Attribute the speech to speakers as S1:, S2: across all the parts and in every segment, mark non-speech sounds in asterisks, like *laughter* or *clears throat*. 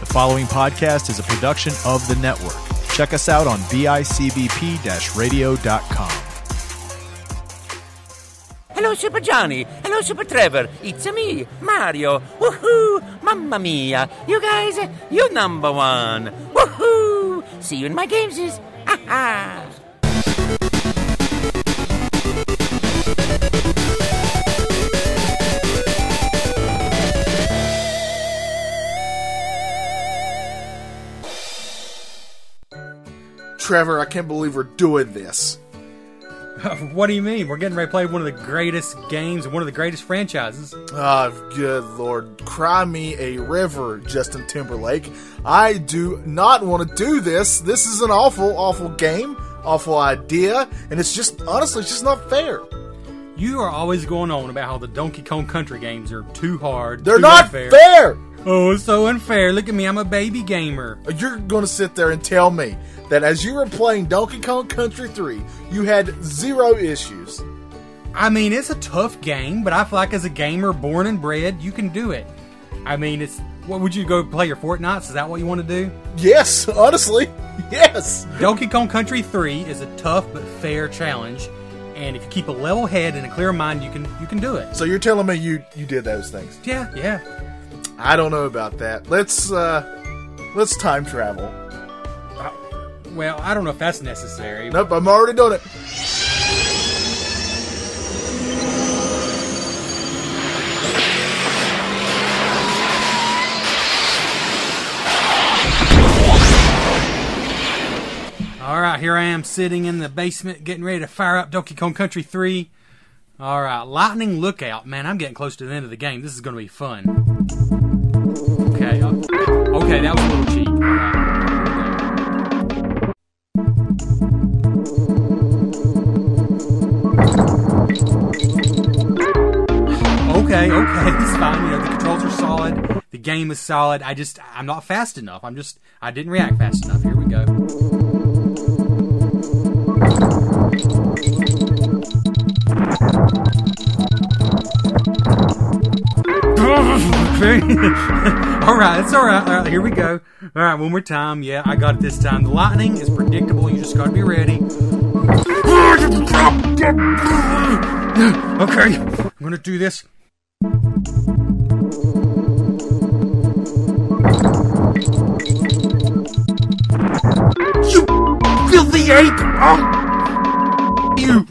S1: The following podcast is a production of the network. Check us out on bicbp radio.com.
S2: Hello, Super Johnny. Hello, Super Trevor. It's me, Mario. Woohoo! Mamma mia! You guys, you number one. Woohoo! See you in my games. *laughs* Ah, Ha ha!
S3: Trevor, I can't believe we're doing this.
S4: *laughs* What do you mean? We're getting ready to play one of the greatest games, one of the greatest franchises.
S3: Ah, good lord. Cry me a river, Justin Timberlake. I do not want to do this. This is an awful, awful game, awful idea, and it's just, honestly, it's just not fair.
S4: You are always going on about how the Donkey Kong Country games are too hard.
S3: They're
S4: too
S3: not
S4: unfair.
S3: fair!
S4: Oh, it's so unfair. Look at me, I'm a baby gamer.
S3: You're going to sit there and tell me that as you were playing Donkey Kong Country 3, you had zero issues.
S4: I mean, it's a tough game, but I feel like as a gamer born and bred, you can do it. I mean, it's what would you go play your Fortnites? Is that what you want
S3: *laughs*
S4: to do?
S3: Yes, honestly, yes.
S4: Donkey Kong Country 3 is a tough but fair challenge, and if you keep a level head and a clear mind, you can you can do it.
S3: So you're telling me you you did those things?
S4: Yeah, yeah.
S3: I don't know about that. Let's uh let's time travel.
S4: Well, I don't know if that's necessary.
S3: Nope, I'm already doing it.
S4: All right, here I am sitting in the basement getting ready to fire up Donkey Kong Country 3. All right, Lightning Lookout. Man, I'm getting close to the end of the game. This is going to be fun. Okay. uh, okay, that was a little cheap. All right, Okay, okay, *laughs* okay, it's fine. You know, the controls are solid. The game is solid. I just, I'm not fast enough. I'm just, I didn't react fast enough. Here we go. *laughs* all right, it's all right. All right, here we go. All right, one more time. Yeah, I got it this time. The lightning is predictable. You just got to be ready. *laughs* Okay, I'm gonna do this. You filthy ape! Oh, you.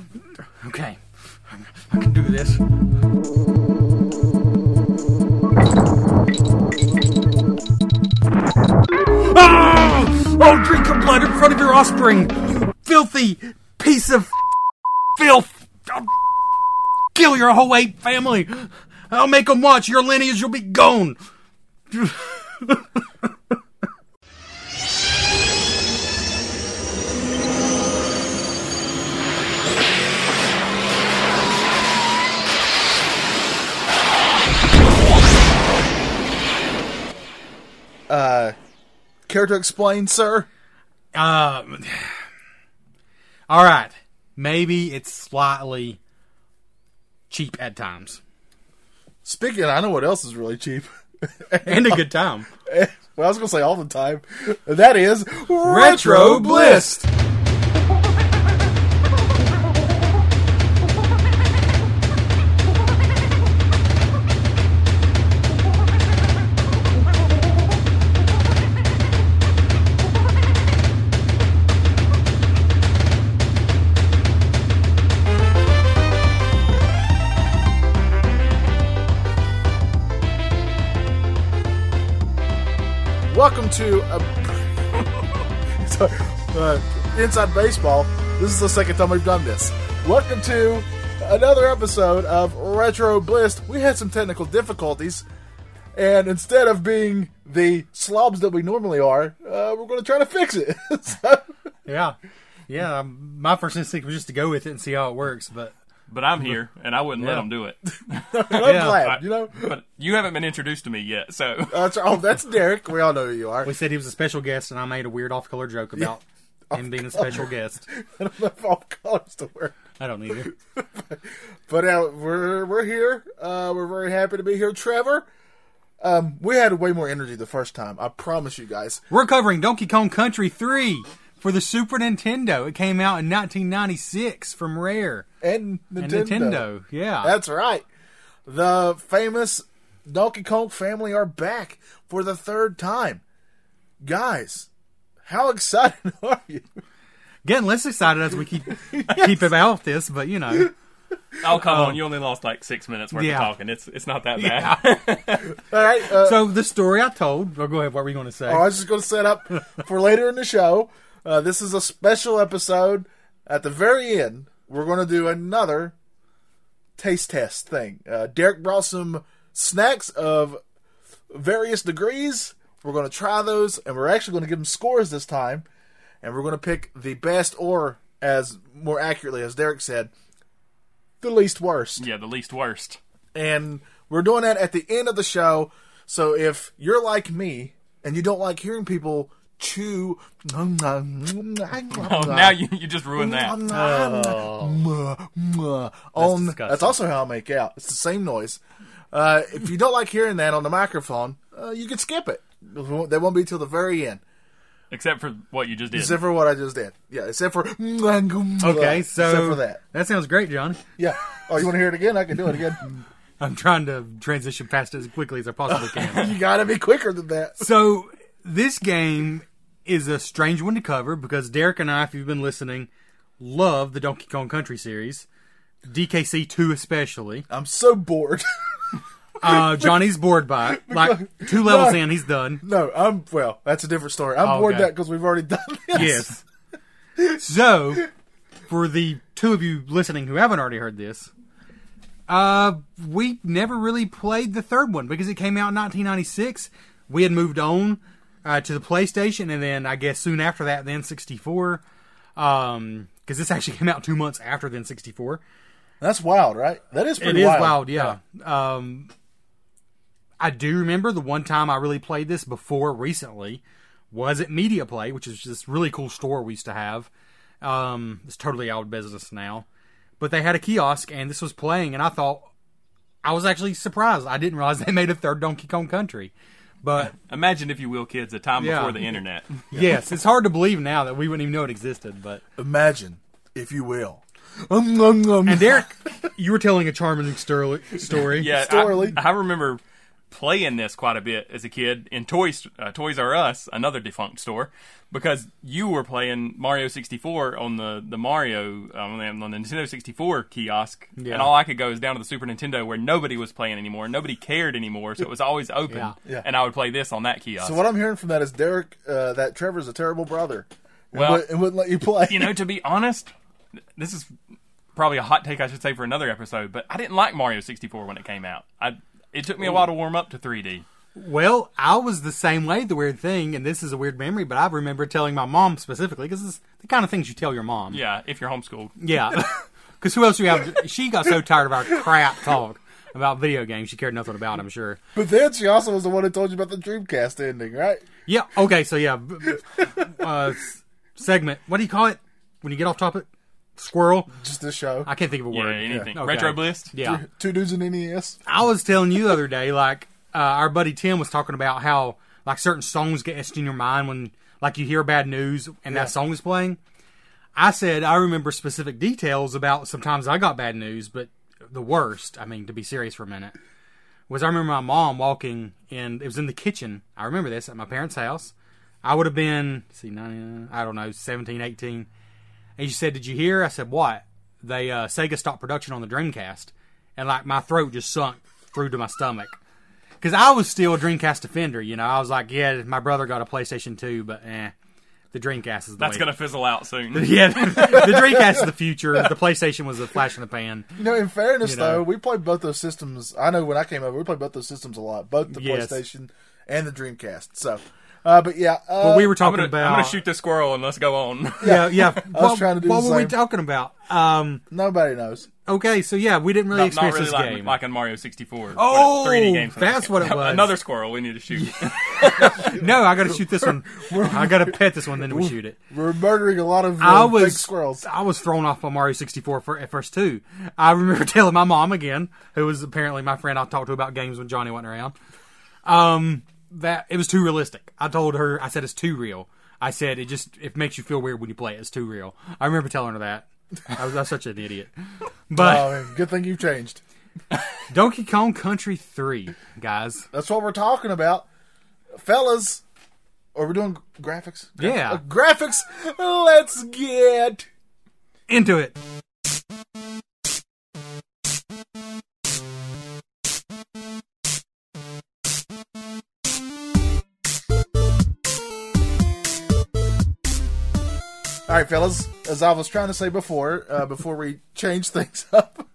S4: Okay, I can do this. Oh! Oh, drink your blood in front of your offspring, you filthy piece of filth! I'll kill your whole ape family! I'll make them watch your lineage, you'll be gone!
S3: Care to explain, sir?
S4: Um, alright, maybe it's slightly cheap at times.
S3: Speaking, I know what else is really cheap. *laughs*
S4: And a good time.
S3: well, I was gonna say all the time. That is
S4: Retro Bliss.
S3: Welcome to a, *laughs* Sorry, uh, Inside Baseball. This is the second time we've done this. Welcome to another episode of Retro Bliss. We had some technical difficulties, and instead of being the slobs that we normally are, uh, we're going to try to fix it. *laughs* so,
S4: *laughs* Yeah. Yeah, um, my first instinct was just to go with it and see how it works, but
S5: But I'm here, and I wouldn't let
S4: Yeah.
S5: them do it. *laughs*
S3: and I'm
S4: Yeah,
S3: glad,
S5: I-
S3: you know.
S5: But you haven't been introduced to me yet,
S4: *laughs*
S5: so
S3: That's, oh, that's Derek. We all know who you are.
S4: we said he was a special guest, and I made a weird off-color joke *laughs* about him being a special guest.
S3: *laughs* I don't know if all colors to work.
S4: I
S3: *laughs*
S4: don't either.
S3: But uh, we're we're here. Uh, we're very happy to be here, Trevor. Um, we had way more energy the first time. I promise you guys.
S4: We're covering Donkey Kong Country 3 for the Super Nintendo. It came out in 1996 from Rare
S3: And
S4: and
S3: Nintendo.
S4: Nintendo. Yeah.
S3: That's right. The famous Donkey Kong family are back for the third time. Guys, how *laughs* excited are you?
S4: Getting less excited
S3: *laughs*
S4: as we keep keep about this, but you know.
S5: Oh come on, you only lost like six minutes worth
S4: Um, Yeah.
S5: of talking. It's it's not that bad.
S4: *laughs*
S3: All right. Uh,
S4: So the story I told. Oh, go ahead. What were you going to say?
S3: I was just going to set up for later in the show. Uh, this is a special episode. At the very end, we're going to do another taste test thing. Uh, Derek brought some snacks of various degrees. We're going to try those, and we're actually going to give them scores this time. And we're going to pick the best, or as more accurately, as Derek said, the least worst
S5: yeah, the least worst.
S3: and we're doing that at the end of the show. So if you're like me and you don't like hearing people chew, oh,
S5: Oh, now you, you just ruined that.
S3: on
S4: disgusting.
S3: that's also how I make out. It's the same noise. Uh, if you don't like hearing that on the microphone, uh, you can skip it. That won't be till the very end,
S5: Except for what you just did.
S3: except for what I just did. Yeah, except for
S4: okay,
S3: okay, *laughs*
S4: so
S3: except for that.
S4: sounds great, John.
S3: Yeah. Oh, you want to hear it again? I can do it again.
S4: I'm trying to transition past it as quickly as I possibly can.
S3: you got to be quicker than that.
S4: so this game is a strange one to cover because Derek and I, if you've been listening, love the Donkey Kong Country series, DKC two especially.
S3: I'm so bored. *laughs*
S4: Uh, Johnny's bored by it. Like two levels in, he's done.
S3: No, I'm well. That's a different story. I'm
S4: Oh,
S3: bored
S4: okay.
S3: that because we've already done *laughs* this.
S4: Yes. so, for the two of you listening who haven't already heard this, uh, we never really played the third one because it came out in 1996. We had moved on uh, to the PlayStation, and then I guess soon after that, then 64. Because this actually *laughs* came out two months after then 64.
S3: that's wild, right? That is
S4: It
S3: pretty
S4: is
S3: wild.
S4: wild, yeah. Um, I do remember the one time I really played this before recently was at Media Play, which is this really cool store we used to have. Um, it's totally out of business now, but they had a kiosk and this was playing, and I thought I was actually surprised. I didn't realize *laughs* they made a third Donkey Kong Country, but
S5: Imagine if you will, kids, a time
S4: Yeah.
S5: before the internet.
S4: yes, it's hard to believe now that we wouldn't even know it existed. But
S3: Imagine, if you will. Um, um, um.
S4: and Derek, you were telling a charming stor- story.
S5: Yeah,
S3: Storely.
S5: I, I remember playing this quite a bit as a kid in Toys uh, Toys R Us, another defunct store, because you were playing Mario 64 on the the Mario um, on the Nintendo 64 kiosk, and all I could go is down to the Super Nintendo where nobody was playing anymore, nobody cared anymore, so it was always open,
S4: Yeah.
S3: Yeah.
S5: and I would play this on that kiosk.
S3: so what I'm hearing from that is Derek, uh, that Trevor's a terrible brother. And
S5: Well-
S3: wou- and wouldn't let you play.
S5: you know, to be honest, th- this is probably a hot take I should say for another episode, but I didn't like Mario 64 when it came out. I it took me a while to warm up to 3D.
S4: Well, I was the same way. The weird thing, and this is a weird memory, but I remember telling my mom specifically because it's the kind of things you tell your mom.
S5: Yeah, if you're homeschooled. *laughs*
S4: yeah. *laughs* Because who else do you have? She got so tired of our crap talk about video games, she cared nothing about. I'm sure.
S3: *laughs* but then she also was the one who told you about the Dreamcast ending, right?
S4: Yeah. Okay. So yeah, b- b- uh, s- segment. What do you call it when you get off topic? Squirrel.
S3: Just this show.
S4: I can't think of a
S5: Yeah,
S4: word.
S5: anything.
S4: Okay.
S5: Retro Bliss.
S4: Yeah.
S3: Two dudes in E NES.
S4: I was telling you the other day, like uh, our buddy Tim was talking about how like certain songs get etched in your mind when like you hear bad news and that song is playing. I said I remember specific details about sometimes I got bad news, but the worst. I mean, to be serious for a minute, was I remember my mom walking in. It was in the kitchen. I remember this at my parents' house. I would have been let's see, 99, I don't know, 17, 18. And she said, "Did you hear?" I said, "What?" They uh, Sega stopped production on the Dreamcast, and like my throat just sunk through to my stomach because I was still a Dreamcast defender. You know, I was like, "Yeah, my brother got a PlayStation 2, but eh, the Dreamcast is the
S5: That's
S4: way-
S5: gonna fizzle out
S4: *laughs*
S5: soon.
S4: yeah, the Dreamcast is the future. The PlayStation was a flash in the pan.
S3: You know, in fairness,
S4: You know.
S3: though, we played both those systems. I know when I came over, we played both those systems a lot, both the
S4: Yes.
S3: PlayStation and the Dreamcast. So, uh, but yeah, uh,
S4: But we were
S5: I'm
S4: talking
S5: gonna,
S4: about.
S5: I'm gonna shoot the squirrel and let's go *laughs* on.
S3: *laughs*
S4: Yeah, yeah. I
S3: was trying to do
S4: What
S3: the
S4: were we
S3: same.
S4: talking about? Um,
S3: nobody knows.
S4: okay, so yeah, we didn't really
S5: not, not
S4: experience
S5: really
S4: this
S5: like,
S4: game.
S5: like on Mario 64. but
S4: Oh,
S5: 3D games.
S4: that's what it
S5: *laughs*
S4: was.
S5: Another squirrel we need to shoot.
S4: no, I gotta shoot
S3: *laughs*
S4: this one. I gotta pet this one, then we shoot it.
S3: We're murdering a lot of
S4: I
S3: uh, big
S4: was
S3: squirrels.
S4: I was thrown off by Mario 64 for, at first too. *laughs* I remember telling my mom again, who was apparently my friend I talked to about games when Johnny wasn't around. Um, that it was too realistic. I told her, I said it's too real. I said it just it makes you feel weird when you play it. It's too real. I remember telling her that. *laughs* I was, I was such an idiot. But
S3: Oh, man, good thing you changed.
S4: Donkey Kong Country Three, guys.
S3: That's what we're talking about, fellas. Are we doing graphics? Gra-
S4: Yeah.
S3: uh, graphics. Let's get.
S4: Into it.
S3: All right, fellas. As I was trying to say before, uh, before we change things *laughs* up,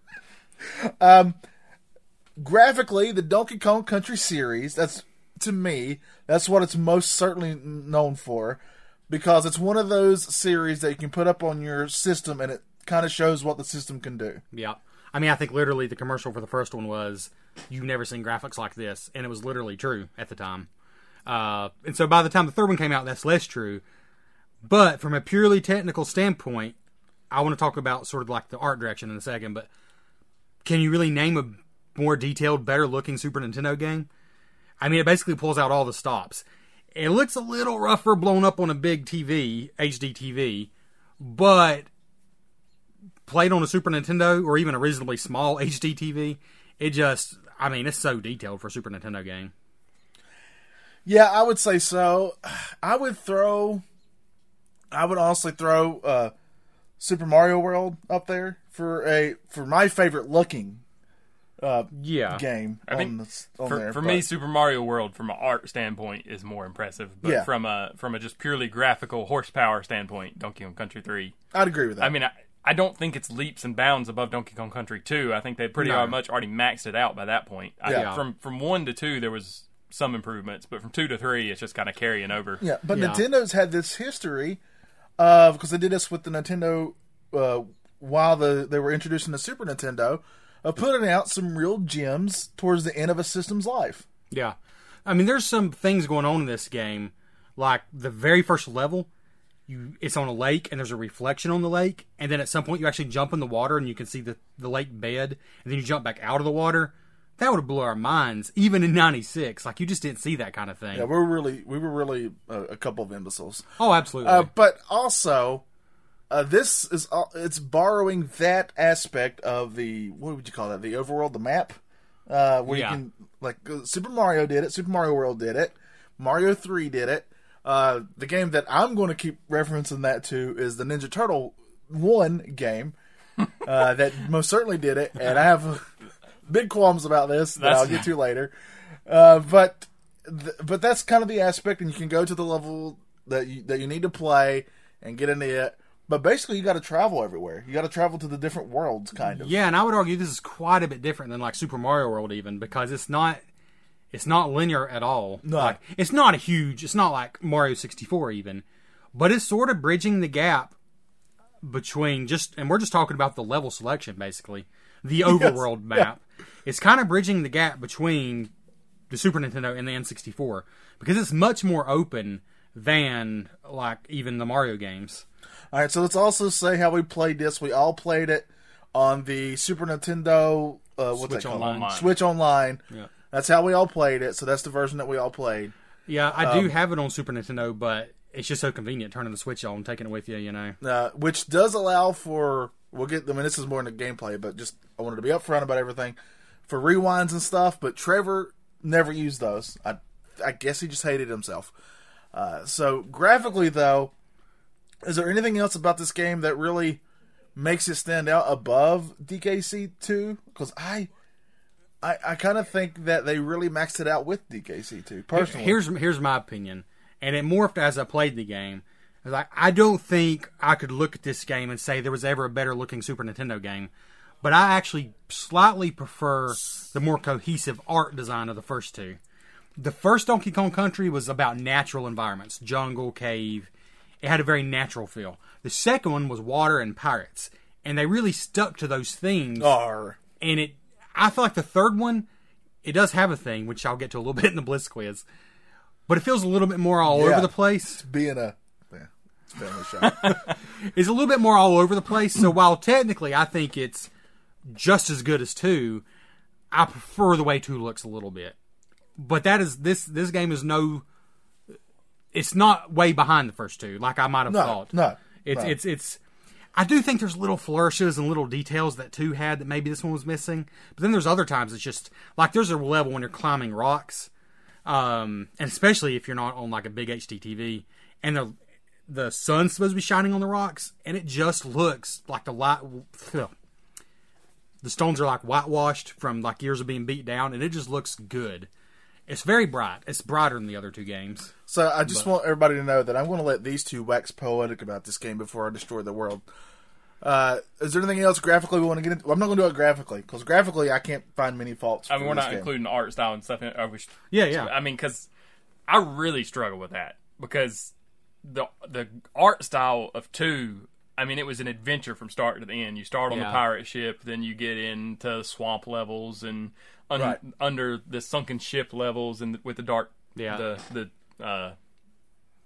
S3: um, graphically, the Donkey Kong Country series. That's to me. That's what it's most certainly known for, because it's one of those series that you can put up on your system, and it kind of shows what the system can do.
S4: Yeah. I mean, I think literally the commercial for the first one was, "You've never seen graphics like this," and it was literally true at the time. Uh, and so by the time the third one came out, that's less true. But from a purely technical standpoint, I want to talk about sort of like the art direction in a second. But can you really name a more detailed, better looking Super Nintendo game? I mean, it basically pulls out all the stops. It looks a little rougher, blown up on a big TV, HD TV, but played on a Super Nintendo or even a reasonably small *laughs* HD TV, it just I mean, it's so detailed for a Super Nintendo game.
S3: Yeah, I would say so. I would throw, I would honestly throw uh, Super Mario World up there for a for my favorite looking
S4: Yeah.
S3: game.
S5: I
S3: on
S5: mean,
S3: this, on
S5: *laughs* for,
S3: there,
S5: for
S3: but-
S5: me, Super Mario World, from an art standpoint, is more impressive. But
S3: Yeah.
S5: from a from a just purely graphical horsepower standpoint, Donkey Kong Country Three.
S3: I'd agree with that.
S5: I mean, I, I don't think it's leaps and bounds above Donkey Kong Country Two. I think they pretty
S4: No.
S5: much already maxed it out by that point. I,
S3: Yeah.
S5: From from one to two, there was some improvements, but from two to three, it's just kind of carrying over.
S3: yeah, but
S4: Yeah.
S3: Nintendo's had this history of because they did this with the Nintendo uh, while the they were introducing the Super Nintendo of putting out some real gems towards the end of a system's life.
S4: Yeah. I mean, there's some things going on in this game, like the very first level, you it's on a lake and there's a reflection on the lake, and then at some point you actually jump in the water and you can see the the lake bed, and then you jump back out of the water. That would have blew our minds, even in '96. Like you just didn't see that kind of thing.
S3: Yeah, we were really we were really uh, a couple of imbeciles.
S4: oh, absolutely.
S3: Uh, but also, uh, this is all- it's borrowing that aspect of the what would you call that? The overworld, the map, uh, where
S4: Yeah.
S3: you can like uh, Super Mario did it, Super Mario World did it, Mario Three did it. Uh, the game that I'm going to keep referencing that to is the Ninja Turtle One game uh, that most certainly did it, and I have *laughs* big qualms about this that I'll get to later. Uh, but th- but that's kind of the aspect, and you can go to the level that you, that you need to play and get into it. But basically, you got to travel everywhere. You got to travel to the different worlds, kind of.
S4: Yeah, and I would argue this is quite a bit different than like Super Mario World even because it's not it's not linear at all. No. Like it's not a huge it's not like Mario 64 even, but it's sort of bridging the gap between just and we're just talking about the level selection basically, the overworld map. It's kind of bridging the gap between the Super Nintendo and the N64 because it's much more open than like even the Mario games.
S3: All right, so let's also say how we played this. We all played it on the Super Nintendo. Uh, what's
S4: Switch
S3: that called?
S4: Online.
S3: Switch Online. Yeah. That's how we all played it. So that's the version that we all played.
S4: Yeah, I do have it on Super Nintendo, but it's just so convenient turning the Switch on, taking it with you, you know.
S3: uh, which does allow for we'll get. I mean, this is more in the gameplay, but just I wanted to be upfront about everything for rewinds and stuff. But Trevor never used those. I I guess he just hated himself. Uh, so graphically, though, is there anything else about this game that really makes it stand out above DKC two? Because I. I, I kind of think that they really maxed it out with DKC2, personally.
S4: Here's here's my opinion, and it morphed as I played the game. I was Like I don't think I could look at this game and say there was ever a better looking Super Nintendo game, but I actually slightly prefer the more cohesive art design of the first two. The first Donkey Kong Country was about natural environments, jungle, cave. It had a very natural feel. The second one was water and pirates, and they really stuck to those themes.
S3: Arr.
S4: and it I feel like the third one it does have a thing which I'll get to a little *laughs* bit in the Blitz quiz, but it feels a little bit more all
S3: Yeah.
S4: over the place.
S3: being a yeah, it's family shop.
S4: It's a little bit more all over the place. So while technically I think it's just as good as two, I prefer the way two looks a little bit. but that is this this game is no. It's not way behind the first two, like I might have
S3: No,
S4: thought.
S3: no,
S4: it's
S3: no.
S4: it's it's. I do think there's little flourishes and little details that two had that maybe this one was missing. But then there's other times it's just like there's a level when you're climbing rocks, um, and especially if you're not on like a big HDTV, and the the sun's supposed to be shining on the rocks, and it just looks like the light. The stones are like whitewashed from like years of being beat down, and it just looks good. It's very bright. It's brighter than the other two games.
S3: So I just want everybody to know that I'm going to let these two wax poetic about this game before I destroy the world. Uh, is there anything else graphically we want to get into? Well, I'm not going to do it graphically because graphically I can't find many faults.
S5: I mean,
S3: for
S5: we're
S3: this
S5: not
S3: game.
S5: including art style and stuff. In it. I wish.
S4: Yeah, yeah.
S5: I mean, because I really struggle with that because the the art style of two. I mean, it was an adventure from start to the end. You start on the
S4: Yeah.
S5: pirate ship, then you get into swamp levels and un-
S3: Right.
S5: under the sunken ship levels and with the dark.
S4: Yeah.
S5: The the uh,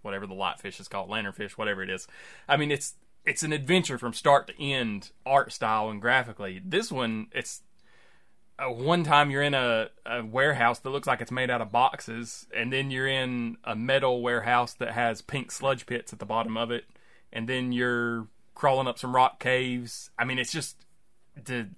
S5: whatever the light fish is called, lanternfish, whatever it is. I mean, it's it's an adventure from start to end, art style and graphically. This one, it's uh, one time you're in a, a warehouse that looks like it's made out of boxes, and then you're in a metal warehouse that has pink sludge pits at the bottom of it, and then you're crawling up some rock caves. I mean, it's just the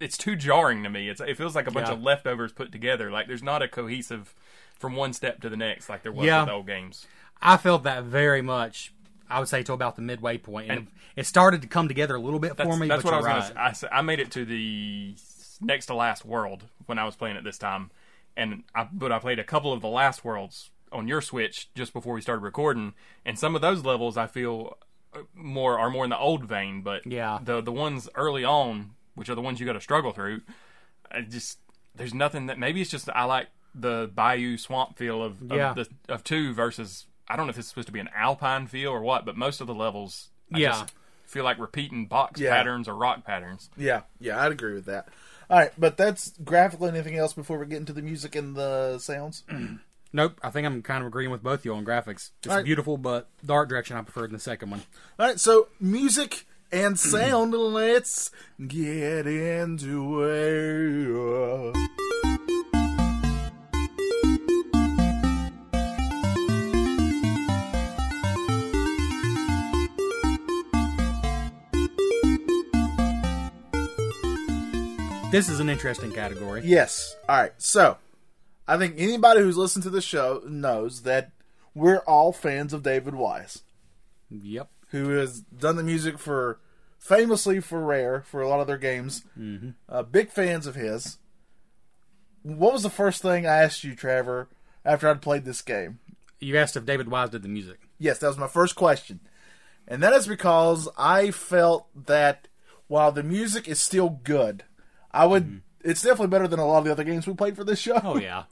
S5: it's too jarring to me. It's it feels like a bunch
S4: Yeah.
S5: of leftovers put together. Like there's not a cohesive from one step to the next like there was
S4: Yeah.
S5: with old games.
S4: I felt that very much. I would say till about the midway point, and, it started to come together a little bit
S5: That's,
S4: for me.
S5: that's
S4: but
S5: what I was
S4: you're
S5: gonna.
S4: right.
S5: s- I, s- I made it to the next to last world when I was playing it this time, and I but I played a couple of the last worlds on your Switch just before we started recording, and some of those levels I feel uh, more are more in the old vein, but
S4: Yeah.
S5: the the ones early on, which are the ones you got to struggle through, I just there's nothing that maybe it's just that I like the bayou swamp feel of of,
S4: Yeah.
S5: the, of two versus I don't know if it's supposed to be an alpine feel or what, but most of the levels I
S4: Yeah.
S5: just feel like repeating box
S3: Yeah.
S5: patterns or rock patterns.
S3: Yeah, yeah, I'd agree with that. All right, but that's graphically. Anything else before we get into the music and the sounds?
S5: Mm.
S4: Nope. I think I'm kind of agreeing with both you on graphics. It's
S3: Alright.
S4: beautiful, but the art direction I preferred in the second one.
S3: All right, so music and sound. let's get into it.
S4: This is an interesting category.
S3: Yes. All right. So, I think anybody who's listened to the show knows that we're all fans of David Wise,
S4: Yep.
S3: who has done the music for famously for Rare for a lot of their games. Mm-hmm. Uh, big fans of his. What was the first thing I asked you, Trevor, after I'd played this game?
S4: You asked if David Wise did the music.
S3: Yes, that was my first question. And that is because I felt that while the music is still good, I would it's definitely better than a lot of the other games we played for this show.
S4: Oh yeah.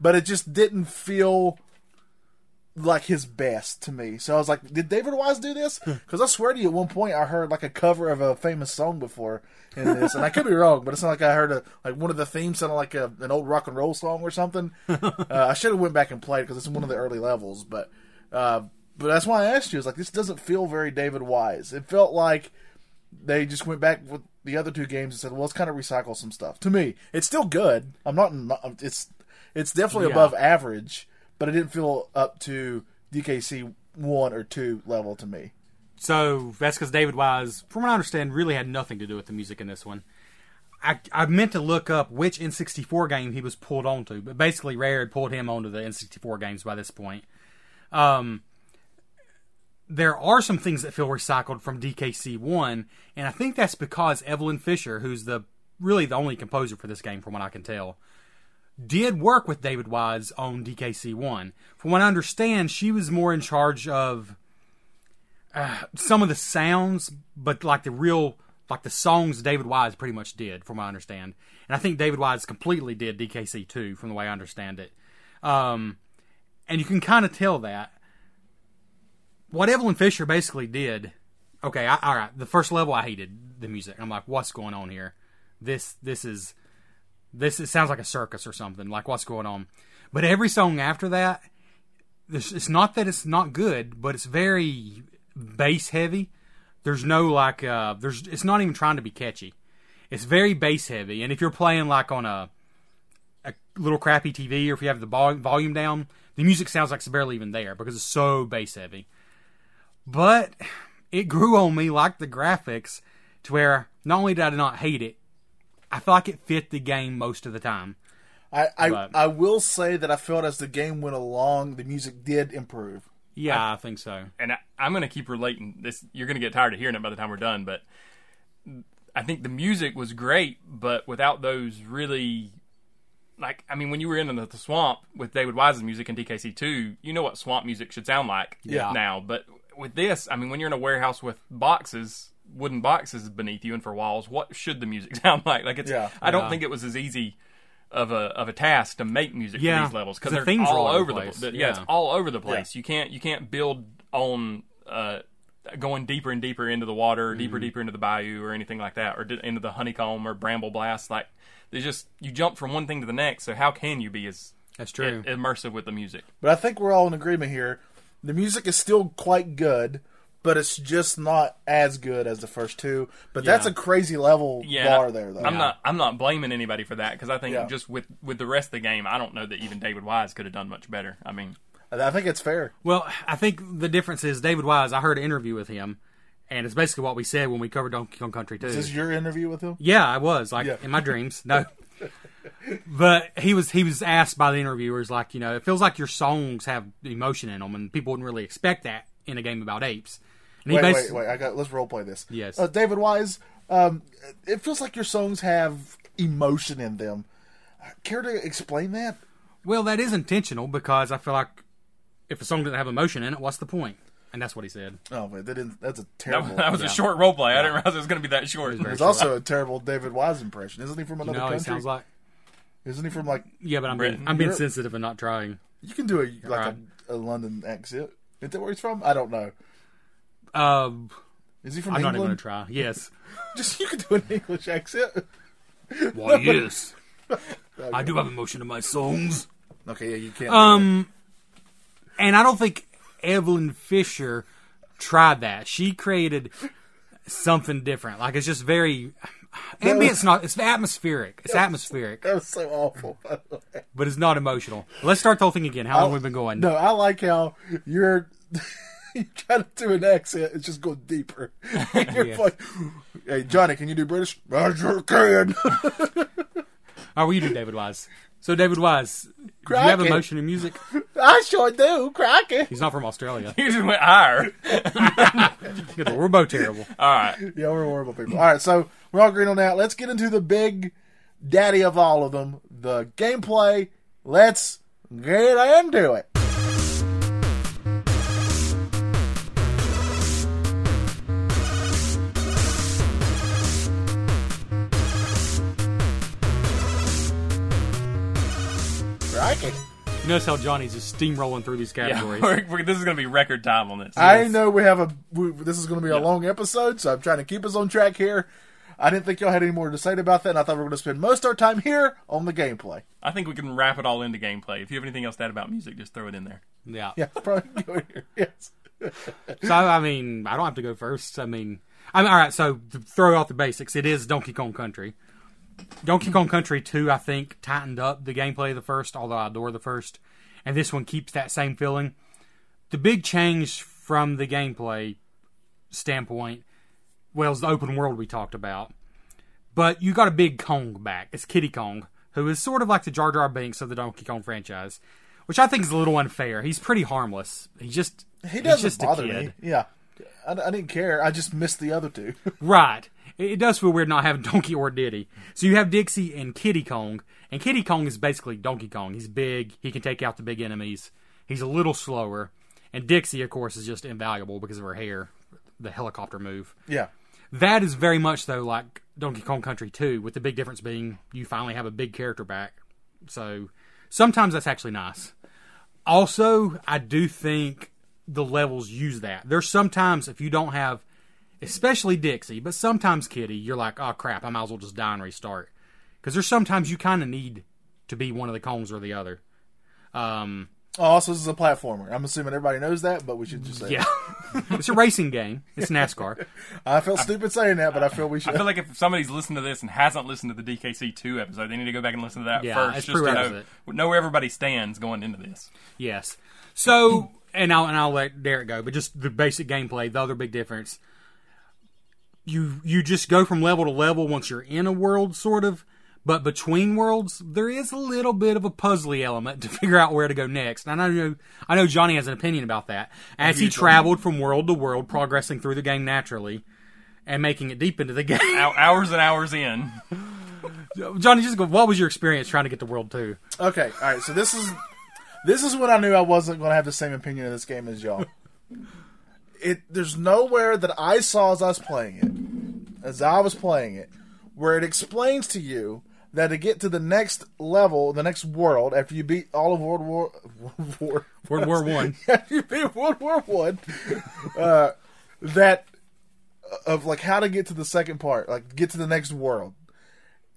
S3: But it just didn't feel like his best to me. So I was like, did David Wise do this? Because I swear to you, at one point I heard like a cover of a famous song before in this, and I could be wrong, but it's not like I heard a, like one of the themes sounded like a, an old rock and roll song or something. uh, I should have went back and played because it's one of the early levels, but uh, but that's why I asked you. It's like this doesn't feel very David Wise. It felt like they just went back with the other two games and said, well, let's kind of recycle some stuff. To me, it's still good. I'm not. not- It's it's definitely
S4: Yeah.
S3: above average, but it didn't feel up to DKC one or two level to me.
S4: So that's because David Wise, from what I understand, really had nothing to do with the music in this one. I, I meant to look up which N64 game he was pulled onto, but basically Rare had pulled him onto the N64 games by this point. Um, there are some things that feel recycled from DKC1, and I think that's because Evelyn Fisher, who's the really the only composer for this game, from what I can tell, did work with David Wise on DKC1. From what I understand, she was more in charge of some of the sounds, but like the real like the songs David Wise pretty much did, from what I understand. And I think David Wise completely did DKC two, from the way I understand it. Um, and you can kind of tell that what Evelyn Fisher basically did. Okay, I, all right. The first level, I hated the music. I'm like, what's going on here? This this is this. It sounds like a circus or something. Like, what's going on? But every song after that, this, it's not that it's not good, but it's very bass heavy. There's no like uh there's it's not even trying to be catchy. It's very bass heavy and if you're playing like on a a little crappy TV or if you have the vol- volume down, the music sounds like it's barely even there because it's so bass heavy. But it grew on me like the graphics to where not only did I not hate it, I feel like it fit the game most of the time.
S3: I I,
S4: But-
S3: I will say that I felt as the game went along, the music did improve.
S4: Yeah, I think so.
S5: and I, I'm going to keep relating this. You're going to get tired of hearing it by the time we're done, but I think the music was great, but without those really, like, I mean, when you were in the, the swamp with David Wise's music and DKC2, you know what swamp music should sound like
S4: Yeah.
S5: now. But with this, I mean, when you're in a warehouse with boxes, wooden boxes beneath you and for walls, what should the music *laughs* sound like? Like, it's,
S3: Yeah.
S5: I don't think it was as easy. Of a of a task to make music
S4: Yeah.
S5: for these levels because
S4: 'Cause the
S5: they're
S4: themes are
S5: all over the place. yeah, it's
S4: Yeah.
S5: all over the place. You can't you can't build on uh, going deeper and deeper into the water, or deeper deeper into the bayou, or anything like that, or d- into the honeycomb or bramble blast. Like they just you jump from one thing to the next. So how can you be as
S4: That's true.
S5: i- immersive with the music?
S3: But I think we're all in agreement here. The music is still quite good, but it's just not as good as the first two. But that's a crazy level
S5: Yeah,
S3: bar
S5: and I-
S3: there, though.
S5: I'm not I'm not blaming anybody for that because I think
S3: Yeah.
S5: just with with the rest of the game, I don't know that even David Wise could have done much better. I mean,
S3: I think it's fair.
S4: Well, I think the difference is David Wise. I heard an interview with him, and it's basically what we said when we covered Donkey Kong Country 2.
S3: Is this your interview with him?
S4: Yeah, I was like
S3: Yeah.
S4: in my dreams. No, *laughs* but he was he was asked by the interviewers like you know it feels like your songs have emotion in them, and people wouldn't really expect that in a game about apes. And he
S3: Wait, wait,
S4: basi-
S3: wait. I got. Let's role play this.
S4: Yes.
S3: uh, David Wise. Um, it feels like your songs have emotion in them. Care to explain that?
S4: Well, that is intentional because I feel like if a song doesn't have emotion in it, what's the point? And that's what he said.
S3: Oh, man, that didn't. That's a
S4: *laughs*
S5: that,
S3: terrible.
S5: was- that was a short role play. I didn't realize it was going to be that short.
S3: It's also a terrible David Wise impression. Isn't he from
S4: You
S3: another
S4: know, he
S3: country?
S4: sounds like
S3: Isn't he from like?
S4: yeah, but I'm
S5: Britain.
S4: being, I'm being
S3: Europe.
S4: sensitive and not trying.
S3: You can do a like
S4: Right.
S3: a, a London accent. Is that where he's from? I don't know.
S4: Um,
S3: Is he from
S4: I'm not
S3: England?
S4: even gonna try. Yes.
S3: *laughs* Just you can do an English accent. *laughs*
S4: Why yes. I do have emotion in my songs.
S3: Okay, yeah, you can't.
S4: Um, and I don't think Evelyn Fisher tried that. She created something different. Like it's just very ambient's not. It's atmospheric. It's atmospheric,
S3: that was so awful. *laughs* by the way.
S4: but it's not emotional. Let's start the whole thing again. How long we been going?
S3: Oh. No, I like how you're *laughs* you try to do an accent. It's just going deeper. *laughs*
S4: *laughs*
S3: you're like, hey Johnny, can you do British? I sure can. *laughs*
S4: All right, Oh, well, you do David Wise. So David Wise, do you
S3: Crack
S4: have
S3: it.
S4: emotion in music?
S3: I sure do. Cracking.
S4: He's not from Australia.
S5: *laughs* He just went higher.
S4: Good Lord, We're both terrible.
S3: Uh,
S5: All right.
S3: *laughs* Yeah, we're horrible people. All right, so we're all agreeing on that. Let's get into the big daddy of all of them, the gameplay. Let's get into it. Crikey.
S4: You notice how Johnny's just steamrolling through these
S5: Yeah,
S3: *laughs*
S4: categories.
S5: *laughs* we're- we're- this is going to be record time on this.
S3: I know we have a. We, this is going to be a long episode, so I'm trying to keep us on track here. I didn't think y'all had any more to say about that, and I thought we were going to spend most of our time here on the gameplay. *laughs*
S5: I think we can wrap it all into gameplay. If you have anything else to add about music, just throw it in there.
S4: yeah.
S3: Yeah, probably go here. Yes.
S4: So I mean, I don't have to go first. I mean, I mean, all right. So to throw out the basics, it is Donkey Kong Country. Donkey Kong Country Two, I think, tightened up the gameplay of the first, although I adore the first, and this one keeps that same feeling. The big change from the gameplay standpoint, well, is the open world we talked about, but you got a big Kong back. It's Kitty Kong, who is sort of like the Jar Jar Binks of the Donkey Kong franchise, which I think is a little unfair. He's pretty harmless. He just
S3: He
S4: he's
S3: doesn't
S4: just a
S3: bother
S4: kid.
S3: me. Yeah. I, I didn't care. I just missed the other two. *laughs*
S4: Right. It it does feel weird not having *laughs* Donkey or Diddy. So you have Dixie and Kitty Kong, and Kitty Kong is basically Donkey Kong. He's big, he can take out the big enemies. He's a little slower, and Dixie, of course, is just invaluable because of her hair, the helicopter move.
S3: yeah.
S4: That is very much though like Donkey Kong Country 2, with the big difference being you finally have a big character back. So sometimes that's actually nice. Also, I do think the levels use that. There's sometimes if you don't have, especially Dixie, but sometimes Kitty, you're like, oh crap, I might as well just die and restart. Because there's sometimes you kind of need to be one of the Kongs or the other. Um,
S3: Oh, so this is a platformer. I'm assuming everybody knows that, but we should just say. it.
S4: Yeah. it's a racing game. It's NASCAR.
S3: I felt stupid saying that, but I feel we should.
S5: I feel like if somebody's listened to this and hasn't listened to the DKC two episode, they need to go back and listen to that
S4: Yeah,
S5: first,
S4: it's
S5: just to know,
S4: prerequisite.
S5: know where everybody stands going into this.
S4: Yes. So, and I'll and I'll let Derek go, but just the basic gameplay, the other big difference. You you just go from level to level once you're in a world, sort of. But between worlds, there is a little bit of a puzzly element to *laughs* figure out where to go next. And I know I know Johnny has an opinion about that. As he traveled from world to world, progressing through the game naturally and making it deep into the *laughs* game.
S5: Hou- Hours and hours in, *laughs*
S4: Johnny, just go, what was your experience trying to get to world two?
S3: Okay, all right. So this is this is when I knew I wasn't going to have the same opinion of this game as y'all. It there's nowhere that I saw as I was playing it, as I was playing it, where it explains to you that to get to the next level, the next world, after you beat all of World War *laughs* World War
S4: *laughs* World War One.
S3: after you beat *laughs* World War One, uh, that of like how to get to the second part, like get to the next world.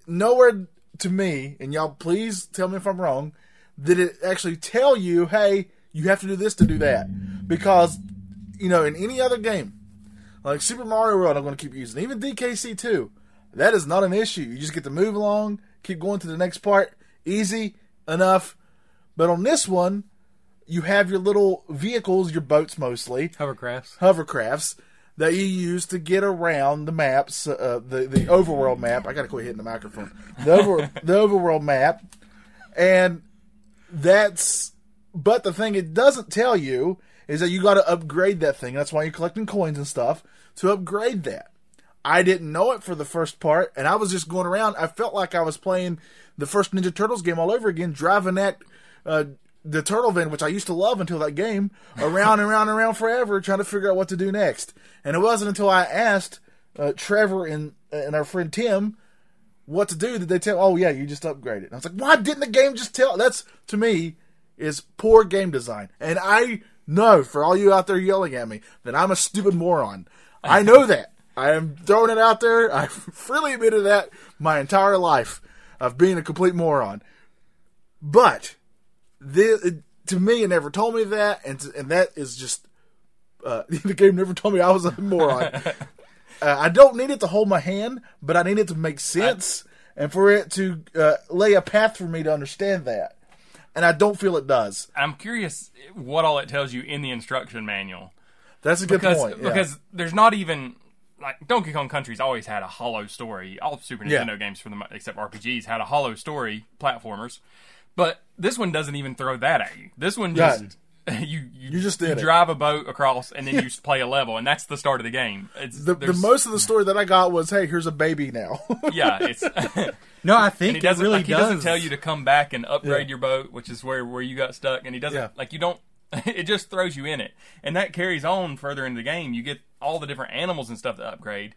S3: Nowhere to me, and y'all please tell me if I'm wrong, did it actually tell you, hey, you have to do this to do that, because you know in any other game, like Super Mario World, I'm going to keep using even DKC two. That is not an issue. You just get to move along, keep going to the next part, easy enough. But on this one, you have your little vehicles, your boats mostly,
S4: Hovercrafts.
S3: hovercrafts that you use to get around the maps, uh, the the overworld map. I gotta quit hitting the microphone. The over *laughs* the overworld map, and that's. But the thing it doesn't tell you is that you got to upgrade that thing. That's why you're collecting coins and stuff to upgrade that. I didn't know it for the first part, and I was just going around. I felt like I was playing the first Ninja Turtles game all over again, driving that uh, the turtle van, which I used to love until that game, around and around and around forever, trying to figure out what to do next. And it wasn't until I asked uh, Trevor and and our friend Tim what to do that they tell. Oh yeah, you just upgrade it. And I was like, why didn't the game just tell? That's to me is poor game design, and I know for all you out there yelling at me that I'm a stupid moron. I know that. I am throwing it out there. *laughs* I've freely admitted that my entire life of being a complete moron. But the, to me, it never told me that, and and that is just uh, *laughs* the game never told me I was a moron. uh, I don't need it to hold my hand, but I need it to make sense and for it to uh, lay a path for me to understand that. And I don't feel it does.
S5: I'm curious what all it tells you in the instruction manual.
S3: That's a good
S5: because
S3: point. yeah.
S5: because there's not even like Donkey Kong Country's always had a hollow story. All Super
S3: Yeah.
S5: Nintendo games for the mo- except RPGs had a hollow story platformers, but this one doesn't even throw that at you. This one just *laughs* you, you
S3: You just did it.
S5: drive a boat across and then you just play a level and that's the start of the game. It's
S3: the, the
S5: there's-
S3: most of the story that I got was, "Hey, here's a baby now."
S5: *laughs*
S3: *laughs*
S5: yeah. It's and
S4: No, I think
S5: he doesn't
S4: it really
S5: like, he
S4: does.
S5: doesn't tell you to come back and upgrade
S3: Yeah.
S5: your boat, which is where where you got stuck, and he doesn't
S3: Yeah.
S5: like you don't. *laughs* It just throws you in it, and that carries on further into the game. You get all the different animals and stuff to upgrade.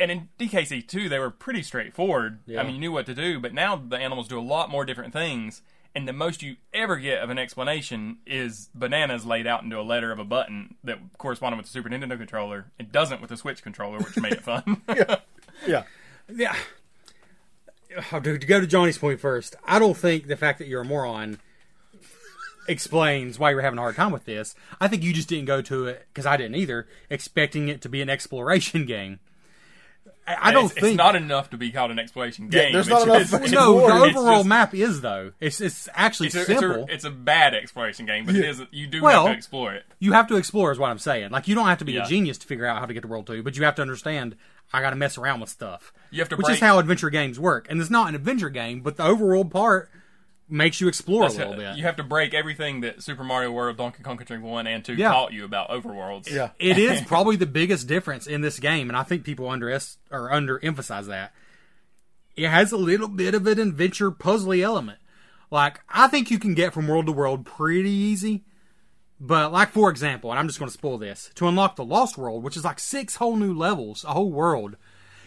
S5: And in DKC two, they were pretty straightforward. I mean, you knew what to do, but now the animals do a lot more different things. And the most you ever get of an explanation is bananas laid out into a letter of a button that corresponded with the Super Nintendo controller. It doesn't with the Switch controller, which made it fun. *laughs*
S3: yeah,
S4: Yeah. Oh, dude, to go to Johnny's point first, I don't think the fact that you're a moron explains why you're having a hard time with this. I think you just didn't go to it because I didn't either, expecting it to be an exploration *laughs* game. I, I don't
S5: it's,
S4: think *laughs*
S5: it's not enough to be called an exploration game.
S3: there's
S5: It's-
S3: not enough
S5: it's-
S3: fucking
S5: it's-
S4: no, the
S3: Lord,
S5: it's
S4: overall
S5: just-
S4: map is though. It's it's actually
S5: It's a, it's,
S4: simple.
S5: a, it's a bad exploration game, but it is you do
S4: Well-
S5: have to explore it.
S4: you have to explore, is what I'm saying. Like you don't have to be
S5: Yeah.
S4: a genius to figure out how to get to World Two, but you have to understand I got to mess around with stuff.
S5: You have to
S4: which
S5: break-
S4: is how adventure games work, and it's not an adventure game, but the overworld part makes you explore a little bit.
S5: You have to break everything that Super Mario World, Donkey Kong Country One, and Two
S4: Yeah.
S5: taught you about overworlds.
S3: yeah.
S4: it is probably the biggest difference in this game, and I think people underest or underemphasize that. It has a little bit of an adventure puzzly element. Like I think you can get from world to world pretty easy. But like for example, and I'm just going to spoil this, to unlock the Lost World, which is like six whole new levels, a whole world,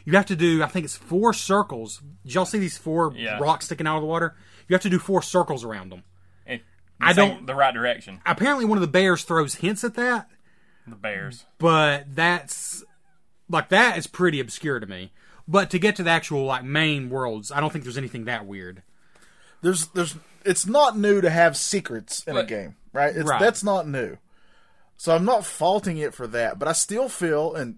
S4: you have to do I think it's four circles. Did y'all see these four
S5: Yeah.
S4: rocks sticking out of the water? You have to do four circles around them.
S5: And
S4: I
S5: it's in
S4: don't-
S5: the right direction.
S4: Apparently, one of the bears throws hints at that,
S5: The bears.
S4: but that's like that is pretty obscure to me. But to get to the actual like main worlds, I don't think there's anything that weird.
S3: There's there's it's not new to have secrets in a
S5: But
S3: game. right? It's,
S4: Right.
S3: That's not new. So I'm not faulting it for that, but I still feel and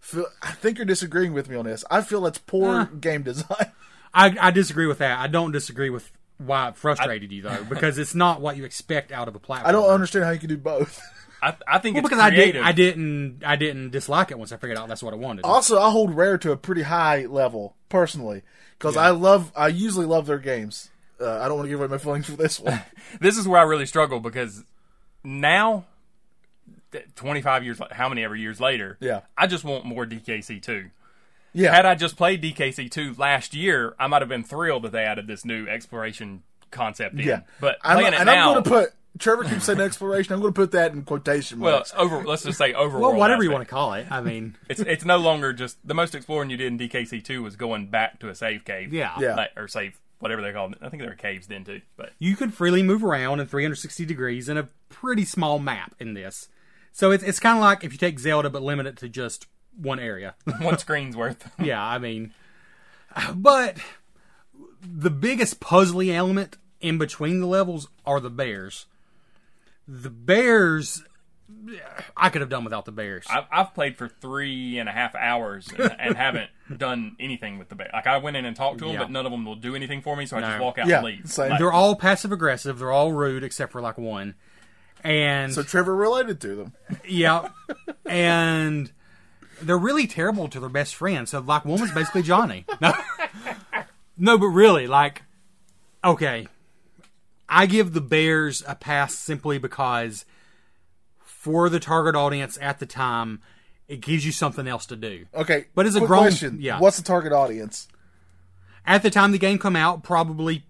S3: feel, I think you're disagreeing with me on this. I feel that's poor game design. *laughs*
S4: I, I disagree with that. I don't disagree with why it frustrated you though, because it's not what you expect out of a platform.
S3: I don't understand how you can do both.
S5: I, I think
S4: Well,
S5: it's
S4: because I did,
S5: creative.
S4: I didn't, I didn't dislike it once I figured out that's what I wanted.
S3: Also, I hold Rare to a pretty high level personally because I love, I usually love their games. Uh, I don't want to give away my feelings for this one.
S5: This is where I really struggle because now, th- 25 years, la- how many ever years later,
S3: Yeah.
S5: I just want more DKC 2.
S3: Yeah,
S5: *laughs* Had I just played DKC 2 last year, I might have been thrilled that they added this new exploration concept in.
S3: yeah.
S5: But
S3: I'm,
S5: playing it
S3: and
S5: now,
S3: I'm going to put Trevor keeps saying exploration. I'm going to put that in quotation
S5: well,
S3: marks.
S5: over, let's just say overworld.
S4: well, whatever you
S5: aspect.
S4: want to call it. I mean,
S5: it's it's no longer just the most exploring you did in DKC two was going back to a save cave.
S4: Yeah.
S3: Yeah.
S5: Like- or save whatever they called. It. I think there were caves then too. But
S4: *laughs*
S5: *laughs*
S4: you could freely move around in 360 degrees in a pretty small map in this. So it's it's kind of like if you take Zelda but limit it to just one area.
S5: one screen's worth. *laughs*
S4: yeah, I mean, but the biggest puzzly element in between the levels are the bears. The bears, I could have done without the bears.
S5: I've, I've played for three and a half hours and, and haven't done anything with the bear. Like I went in and talked to them,
S4: Yeah.
S5: but none of them will do anything for me. So I just
S4: No.
S5: walk out
S3: Yeah,
S5: and leave.
S3: same.
S5: Like,
S4: they're all passive aggressive. They're all rude except for like one. And
S3: so Trevor related to them.
S4: yeah, and they're really terrible to their best friend. So like, one was basically Johnny. *laughs* No, no, but really, like, okay, I give the Bears a pass simply because for the target audience at the time, it gives you something else to do.
S3: Okay,
S4: But as a
S3: quick
S4: grown-
S3: question,
S4: yeah.
S3: what's the target audience?
S4: At the time the game come out, probably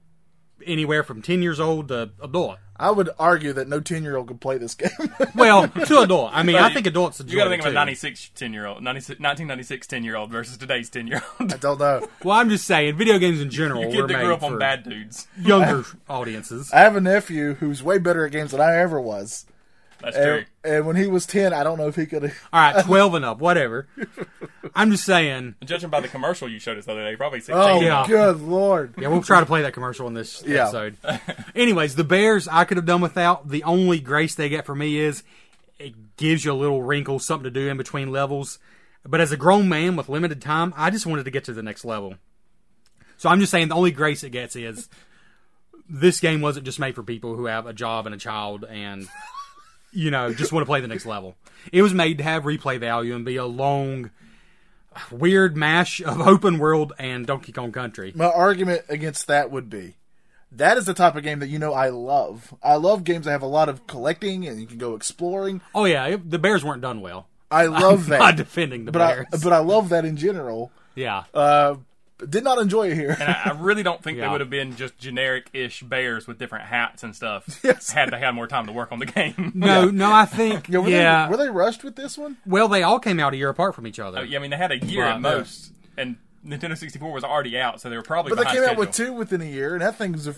S4: anywhere from ten years old to adult.
S3: I would argue that no ten year old could play this *laughs* game.
S4: Well, to adult. I mean, I think adults.
S5: you got
S4: enjoy it
S5: to think of a
S4: too.
S5: 96 10 year old, 96 1996 10 year old versus today's 10 year old.
S3: I
S5: *laughs*
S3: don't know.
S4: Well, I'm just saying, video games in general
S5: Kid
S4: were
S5: that
S4: made
S5: grew up
S4: for
S5: on bad dudes.
S4: younger *laughs* audiences.
S3: I have a nephew who's way better at games than I ever was,
S5: That's true.
S3: and, and when he was ten, I don't know if he could.
S4: All right, twelve and up, whatever. I'm just saying.
S5: Judging by the commercial you showed us the other day, probably 16.
S3: Oh,
S4: Yeah.
S3: good lord!
S4: Yeah, we'll try to play that commercial in this
S3: Yeah.
S4: episode. Anyways, the Bears I could have done without. The only grace they get for me is it gives you a little wrinkle, something to do in between levels. But as a grown man with limited time, I just wanted to get to the next level. So I'm just saying the only grace it gets is this game wasn't just made for people who have a job and a child and you know just want to play the next level. It was made to have replay value and be a long weird mash of open world and Donkey Kong Country.
S3: My argument against that would be that is the type of game that you know I love. I love games that have a lot of collecting and you can go exploring.
S4: Oh yeah, it, the Bears weren't done well.
S3: I love that.
S4: Not defending the
S3: but I,
S4: Bears.
S3: but uh, I love that in general.
S4: yeah,
S3: Uh, did not enjoy it here. *laughs*
S5: I I really don't think
S4: Yeah.
S5: they would have been just generic-ish bears with different hats
S4: *laughs*
S5: and stuff.
S3: Yes.
S5: Had they had more time to work on the game.
S4: no, no, I
S3: *laughs*
S4: think
S3: Yeah,
S4: yeah.
S3: were, They, were they rushed with this one?
S4: well, they all came out a year apart from each other.
S5: *laughs* Oh, yeah, I mean they had a year
S4: Right.
S5: at most, and Nintendo 64 was already out, so they were probably.
S3: But they
S5: behind
S3: came out with
S5: schedule.
S3: two within a year, and that thing's a.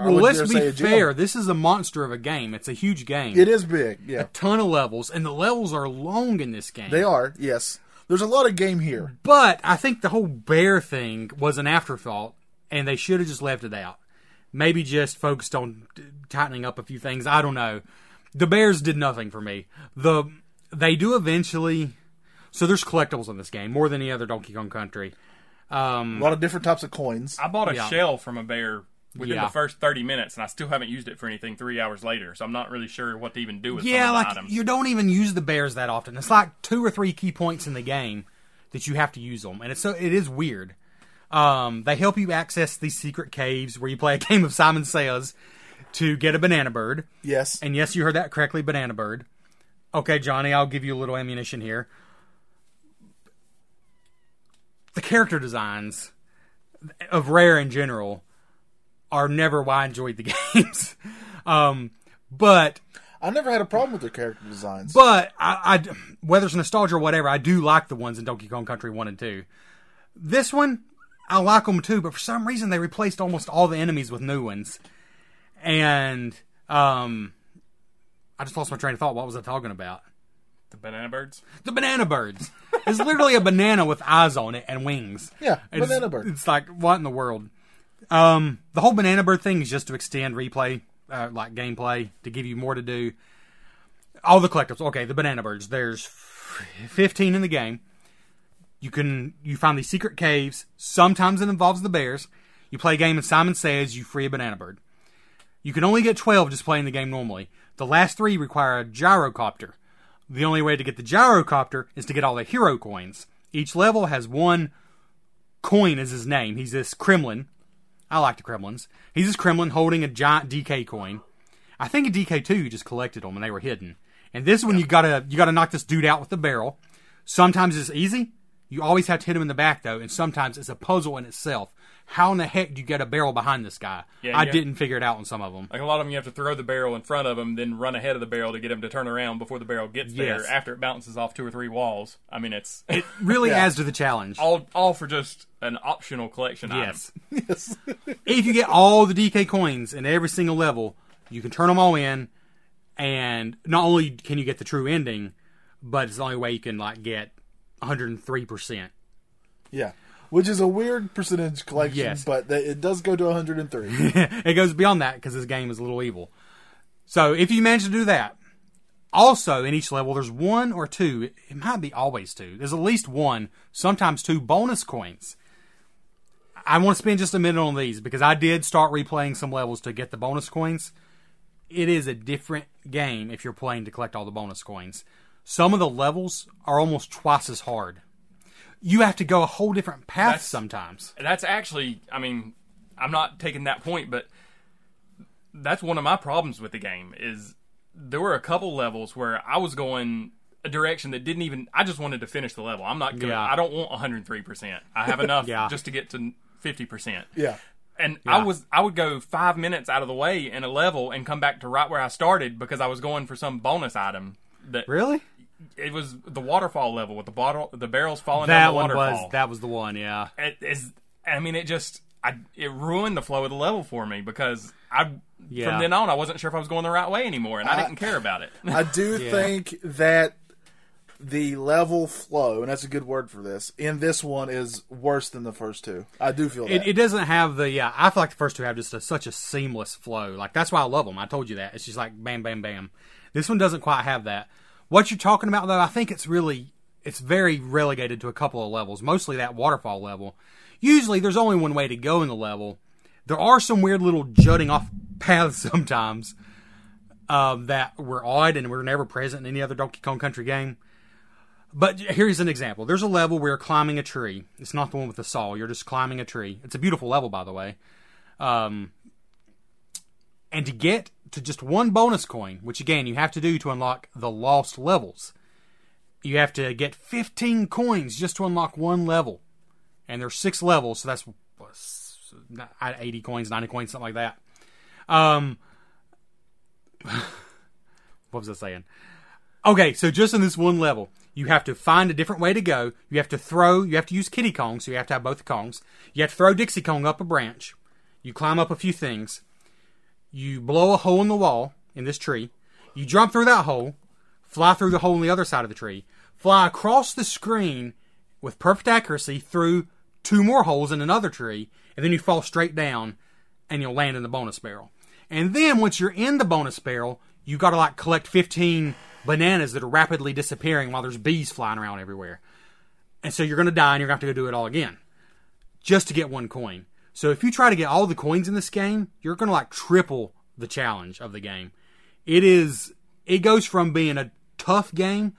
S3: I
S4: Well,
S3: would
S4: let's
S3: dare
S4: be
S3: say a gem.
S4: fair. This is a monster of a game. It's a huge game.
S3: It is big. Yeah,
S4: Ton of levels, and the levels are long in this game.
S3: they are. Yes, there's a lot of game here.
S4: But I think the whole bear thing was an afterthought, and they should have just left it out. Maybe just focused on t- tightening up a few things. I don't know. The bears did nothing for me. The they do eventually. So there's collectibles in this game more than any other Donkey Kong Country.
S3: A lot of different types of coins.
S5: I bought a
S4: Yeah.
S5: shell from a bear within
S4: Yeah.
S5: the first 30 minutes, and I still haven't used it for anything three hours later. So I'm not really sure what to even do with.
S4: Yeah,
S5: some of
S4: like
S5: the items.
S4: you don't even use the bears that often. It's like two or three key points in the game that you have to use them, and it's so it is weird. Um, they help you access these secret caves where you play a *laughs* game of Simon Says to get a banana bird.
S3: Yes,
S4: And yes, you heard that correctly, banana bird. Okay, Johnny, I'll give you a little ammunition here. The character designs of Rare in general are never why I enjoyed the *laughs* games. um, but
S3: I never had a problem with their character designs.
S4: but I, I- whether it's nostalgia or whatever, I do like the ones in Donkey Kong Country One and Two. This one, I like them too, but for some reason they replaced almost all the enemies with new ones, and um, I just lost my train of thought. What was I talking about?
S5: the banana birds.
S4: The banana birds. It's literally a banana with eyes on it and wings.
S3: Yeah,
S4: It's-
S3: banana bird.
S4: It's like what in the world? Um, the whole banana bird thing is just to extend replay uh, like gameplay to give you more to do. All the collectibles. Okay, the banana birds. There's f- 15 in the game. You can you find these secret caves. Sometimes it involves the bears. You play a game and Simon says you free a banana bird. You can only get 12 just playing the game normally. The last three require a gyrocopter. The only way to get the gyrocopter is to get all the hero coins. Each level has one coin as his name. He's this Kremlin. I like the Kremlins. He's this Kremlin holding a giant DK coin. I think in DK two you just collected them and they were hidden. And this one you gotta you gotta knock this dude out with the barrel. Sometimes it's easy. You always have to hit him in the back though, and sometimes it's a puzzle in itself. How in the heck do you get a barrel behind this guy?
S5: Yeah,
S4: I
S5: yeah.
S4: didn't figure it out on some of
S5: *laughs*
S4: them.
S5: Like a lot of them, you have to throw the barrel in front of them, then run ahead of the barrel to get him to turn around before the barrel gets
S4: Yes.
S5: there. After it bounces off two or three walls, I mean, it's
S4: Really adds to the challenge.
S5: all all for just an optional collection. item.
S4: Yes. *laughs* Yes. if you get all the DK coins in every single level, you can turn them all in, and not only can you get the true ending, but it's the only way you can like get 103 percent.
S3: Yeah. Which is a weird percentage collection,
S4: Yes.
S3: but th- it does go to
S4: *laughs*
S3: 103.
S4: It goes beyond that because this game is a little evil. So if you manage to do that, also in each level there's one or two. It it might be always two. There's at least one, sometimes two bonus coins. I want to spend just a minute on these because I did start replaying some levels to get the bonus coins. It is a different game if you're playing to collect all the bonus coins. Some of the levels are almost twice as hard. You have to go a whole different path
S5: That's-
S4: sometimes.
S5: that's actually i mean i'm not taking that point but that's one of my problems with the game is there were a couple levels where i was going a direction that didn't even i just wanted to finish the level i'm not gonna
S4: Yeah.
S5: i don't want 103%
S4: *laughs*
S5: i have enough
S4: Yeah.
S5: just to get to 50%
S3: yeah.
S5: and i was i would go five minutes out of the way in a level and come back to right where i started because i was going for some bonus item that
S4: Really?
S5: it was the waterfall level with the bottle the barrels falling down
S4: That
S5: the
S4: one
S5: waterfall
S4: was that was the one, yeah.
S5: it is I mean it just I it ruined the flow of the level for me because I
S4: Yeah.
S5: from then on I wasn't sure if I was going the right way anymore and I, didn't care about it.
S3: I do think that the level flow, and that's a good word for this, in this one is worse than the first two. I do feel that.
S4: It, it doesn't have the yeah. I feel like the first two have just a, such a seamless flow. Like that's why I love them. I told you that. It's just like bam, bam, bam. This one doesn't quite have that. What you're talking about though, I think it's really it's very relegated to a couple of levels. Mostly that waterfall level. Usually there's only one way to go in the level. There are some weird little jutting off *laughs* paths sometimes um, that were odd and were never present in any other Donkey Kong Country game. But here's an example. There's a level where you're climbing a tree. It's not the one with the saw. You're just climbing a tree. It's a beautiful level, by the way. Um, and to get to just one bonus coin, which again you have to do to unlock the lost levels, you have to get 15 coins just to unlock one level. And there's six levels, so that's what, s- not- 80 coins, 90 coins, something like that. Um, *laughs* what was I saying? Okay, so just in this one level, you have to find a different way to go. You have to throw, you have to use kitty Kong, so you have to have both Kongs. You have to throw Dixie Kong up a branch. You climb up a few things. You blow a hole in the wall in this tree. You jump through that hole, fly through the hole on the other side of the tree, fly across the screen with perfect accuracy through two more holes in another tree, and then you fall straight down and you'll land in the bonus barrel. And then once you're in the bonus barrel, you gotta like collect 15 bananas that are rapidly disappearing while there's bees flying around everywhere. And so you're gonna die and you're gonna have to go do it all again just to get one coin. So if you try to get all the coins in this game, you're gonna like triple the challenge of the game. It is, it goes from being a tough game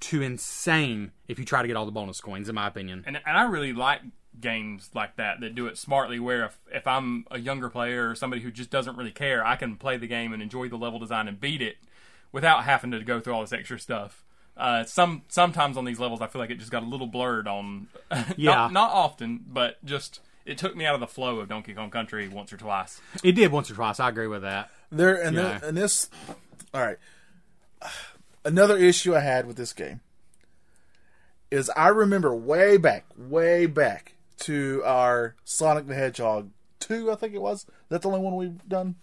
S4: to insane if you try to get all the bonus coins, in my opinion.
S5: and and I really like games like that that do it smartly where if, if I'm a younger player or somebody who just doesn't really care, I can play the game and enjoy the level design and beat it without having to go through all this extra stuff. Uh, some sometimes on these levels, I feel like it just got a little blurred on. *laughs*
S4: Yeah.
S5: not, not often, but just it took me out of the flow of Donkey Kong Country once or twice.
S4: It did once or twice, I agree with that.
S3: There and,
S4: Yeah.
S3: the- and this, all right. Another issue I had with this game is I remember way back, way back to our Sonic the Hedgehog two, I think it was. Is that the only one we've done?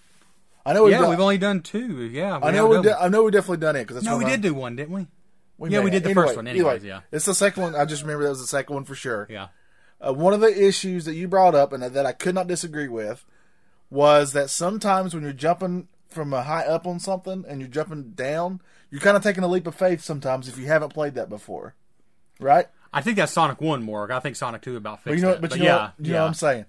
S3: I know we've
S4: Yeah,
S3: done.
S4: we've only done two. Yeah,
S3: I know we. De- I know we definitely done it because
S4: No, we did do one, didn't we? yeah,
S3: may
S4: we
S3: have.
S4: did the
S3: Anyway,
S4: first one.
S3: anyway,
S4: Anyways, yeah,
S3: it's the second one. I just remember that was the second one for sure.
S4: yeah,
S3: Uh, one of the issues that you brought up and that I could not disagree with was that sometimes when you're jumping from a high up on something and you're jumping down, you're kind of taking a leap of faith sometimes if you haven't played that before, right?
S4: I think that's Sonic One, Morg. I think Sonic Two about
S3: But
S4: fixed
S3: you know,
S4: that.
S3: but
S4: But
S3: you know,
S4: yeah,
S3: what, you
S4: yeah.
S3: know what I'm saying.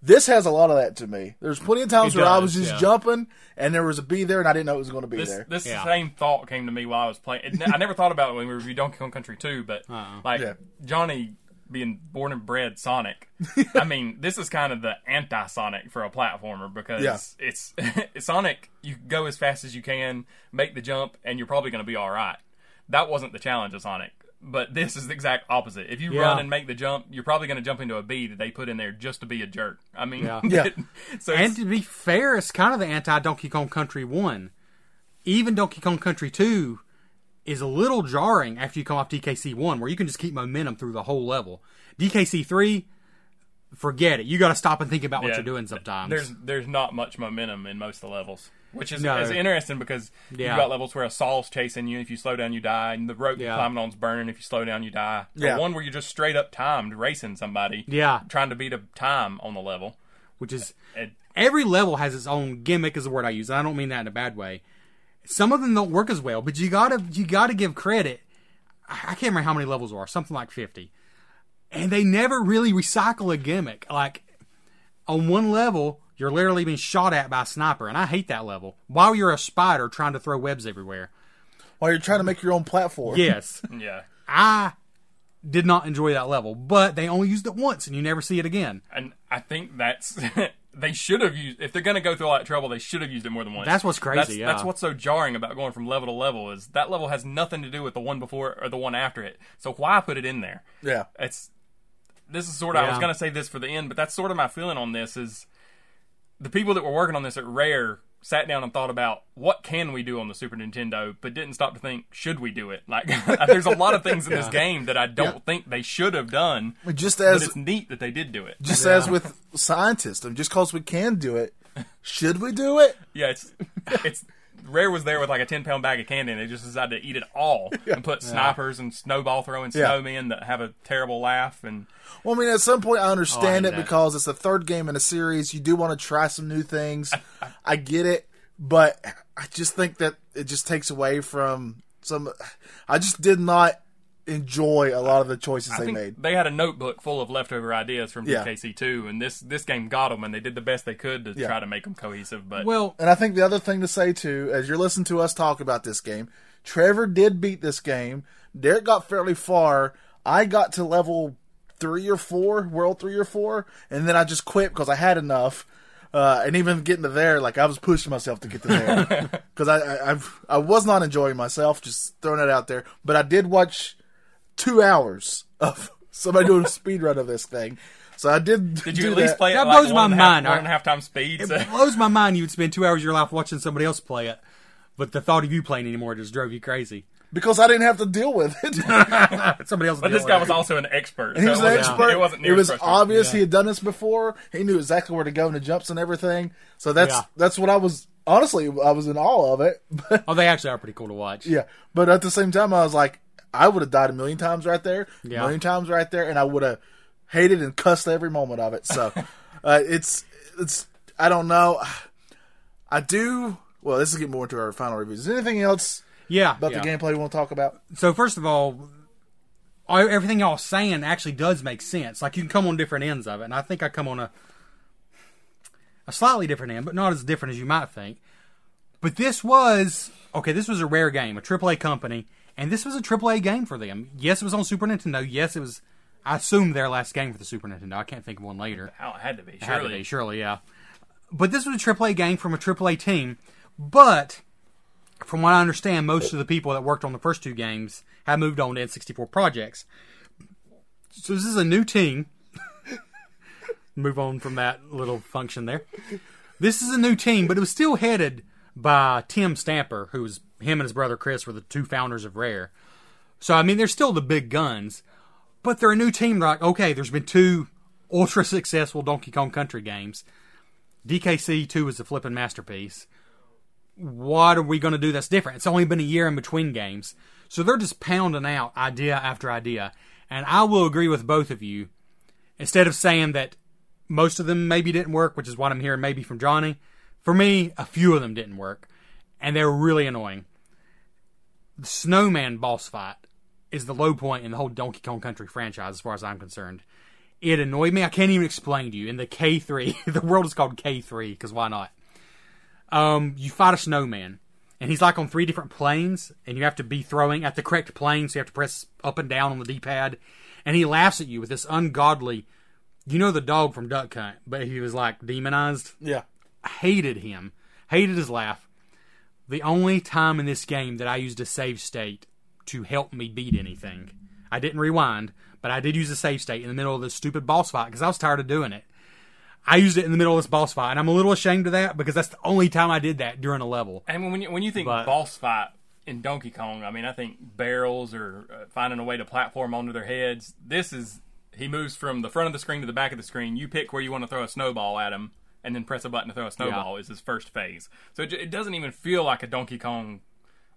S3: This has a lot of that to me. There's plenty of times
S4: It
S3: where I was
S4: does,
S3: just
S4: yeah.
S3: jumping and there was a bee there and I didn't know it was going to be
S5: This,
S3: there.
S5: this
S4: Yeah.
S5: same thought came to me while I was playing. It, I never thought about it when we reviewed Donkey Kong Country 2, but
S4: Uh-uh.
S5: like
S3: Yeah.
S5: Johnny being born and
S3: *laughs*
S5: bred Sonic, I mean, this is kind of the anti-Sonic for a platformer because
S3: Yeah.
S5: it's *laughs* Sonic. You go as fast as you can, make the jump, and you're probably going to be all right. That wasn't the challenge of Sonic. But this is the exact opposite. If you
S4: Yeah.
S5: run and make the jump, you're probably going to jump into a bee that they put in there just to be a jerk. I mean,
S4: Yeah.
S5: *laughs*
S3: Yeah.
S5: so
S4: And
S5: it's,
S4: to be fair, it's kind of the anti Donkey Kong Country 1. Even Donkey Kong Country 2 is a little jarring after you come off DKC 1, where you can just keep momentum through the whole level. DKC 3, forget it. You got to stop and think about what
S5: Yeah.
S4: you're doing sometimes.
S5: there's there's not much momentum in most of the levels, which is,
S4: No.
S5: is interesting because
S4: Yeah.
S5: you've got levels where a saw's chasing you. If you slow down, you die, and the rope
S4: Yeah.
S5: you're climbing on's burning. If you slow down, you die. Or
S3: Yeah.
S5: one where you're just straight up timed racing somebody.
S4: Yeah.
S5: trying to beat a time on the level.
S4: which is
S5: And
S4: every level has its own gimmick is the word I use. and I don't mean that in a bad way. Some of them don't work as well, but you gotta you gotta give credit. I I can't remember how many levels there are, something like fifty, and they never really recycle a gimmick. Like on one level, you're literally being shot at by a sniper, and I hate that level. While you're a spider trying to throw webs everywhere.
S3: While you're trying to make your own platform.
S4: Yes,
S5: yeah,
S4: I did not enjoy that level, but they only used it once, and you never see it again.
S5: and I think that's. *laughs* They should have used if they're going to go through all that trouble. They should have used it more than once.
S4: That's what's crazy,
S5: That's,
S4: yeah.
S5: that's what's so jarring about going from level to level is that level has nothing to do with the one before or the one after it. So why put it in there?
S3: Yeah.
S5: it's this is sort of I was
S4: Yeah.
S5: gonna say this for the end, but that's sort of my feeling on this is the people that were working on this at Rare sat down and thought about what can we do on the Super Nintendo, but didn't stop to think should we do it? Like *laughs* there's a lot of things in this game that I don't think they should have done.
S3: Just
S5: But
S3: as
S5: it's neat that they did do it.
S3: just as with scientists, and just because we can do it, should we do it?
S5: Yeah, it's it's Rare was there with like a ten pound bag of candy, and they just decided to eat it all
S3: *laughs*
S5: and put snipers and snowball throwing
S3: Yeah.
S5: snowmen that have a terrible laugh and
S3: Well, I mean, at some point, I understand
S4: Oh, I
S3: it
S4: hate that.
S3: because it's the third game in a series. You do want to try some new things. I get it, but I just think that it just takes away from some. I just did not enjoy a lot of the choices
S5: I
S3: they
S5: think
S3: made.
S5: They had a notebook full of leftover ideas from
S3: Yeah.
S5: DKC two, and this this game got them, and they did the best they could to
S3: Yeah.
S5: try to make them cohesive. But
S4: Well,
S3: And I think the other thing to say too, as you're listening to us talk about this game, Trevor did beat this game. Derek got fairly far. I got to level three or four, world three or four, and then I just quit because I had enough. Uh, and even getting to there, like I was pushing myself to get to
S5: *laughs*
S3: there because I, I I've, I was not enjoying myself. Just throwing it out there, but I did watch two hours of *laughs* somebody doing a speed run of this thing. So I did.
S5: did you
S3: do
S5: at least
S3: that.
S5: play it
S4: That
S5: at, like,
S4: blows
S5: one
S4: my
S5: and a
S4: mind.
S5: Half, one and a half time speed. *laughs* so-
S4: it blows my mind you would spend two hours of your life watching somebody else play it, but the thought of you playing anymore just drove you crazy.
S3: because I didn't have to deal with it.
S5: *laughs*
S4: Somebody else.
S5: but this guy was also an expert.
S3: He was
S5: so
S3: an
S5: it wasn't-
S3: expert.
S5: It wasn't.
S3: It
S5: near
S3: was
S5: as frustrating.
S3: obvious he had done this before. He knew exactly where to go and the jumps and everything. So that's
S4: Yeah.
S3: that's what I was honestly I was in awe of it. *laughs* But
S4: Oh, they actually are pretty cool to watch.
S3: yeah, but at the same time I was like, I would have died a million times right there,
S4: Yeah.
S3: a million times right there, and I would have hated and cussed every moment of it.
S4: *laughs*
S3: So uh, it's it's I don't know. I do. Well, this is getting more into our final reviews. Is there anything else
S4: yeah.
S3: about
S4: yeah.
S3: the gameplay we want to talk about?
S4: So first of all, all- everything y'all saying actually does make sense. Like you can come on different ends of it, and I think I come on a a slightly different end, but not as different as you might think. But this was okay. This was a rare game, a AAA company, and this was a AAA game for them. Yes, it was on Super Nintendo. Yes, it was. I assume their last game for the Super Nintendo. I can't think of one later.
S5: Oh, it had to be.
S4: Had to
S5: Surely.
S4: be, surely, yeah. But this was a AAA game from a AAA team. But from what I understand, most of the people that worked on the first two games have moved on to N64 projects. So this is a new team. *laughs* Move on from that little function there. This is a new team, but it was still headed by Tim Stamper, who was him and his brother Chris were the two founders of Rare. So I mean, they're still the big guns, but they're a new team. They're like, okay, there's been two ultra successful Donkey Kong Country games. DKC 2 is a flipping masterpiece. What are we going to do that's different? It's only been a year in between games. So they're just pounding out idea after idea. And I will agree with both of you. Instead of saying that most of them maybe didn't work, which is what I'm hearing maybe from Johnny, For me, a few of them didn't work, and they were really annoying. The Snowman boss fight is the low point in the whole Donkey Kong Country franchise, as far as I'm concerned. It annoyed me. I can't even explain to you. In the K3, *laughs* the world is called K3 because why not? Um, you fight a snowman, and he's like on three different planes, and you have to be throwing at the correct plane, so you have to press up and down on the D-pad. And he laughs at you with this ungodly. You know the dog from Duck Hunt, but he was like demonized
S3: Yeah.
S4: hated him, hated his laugh. The only time in this game that I used a save state to help me beat anything, I didn't rewind, but I did use a save state in the middle of this stupid boss fight because I was tired of doing it. I used it in the middle of this boss fight, and I'm a little ashamed of that because that's the only time I did that during a level.
S5: And when you, when you think
S4: But-
S5: boss fight in Donkey Kong, I mean, I think barrels or uh, finding a way to platform onto their heads. This is he moves from the front of the screen to the back of the screen. You pick where you want to throw a snowball at him, and then press a button to throw a snowball. Is his first phase. So it, j- it doesn't even feel like a Donkey Kong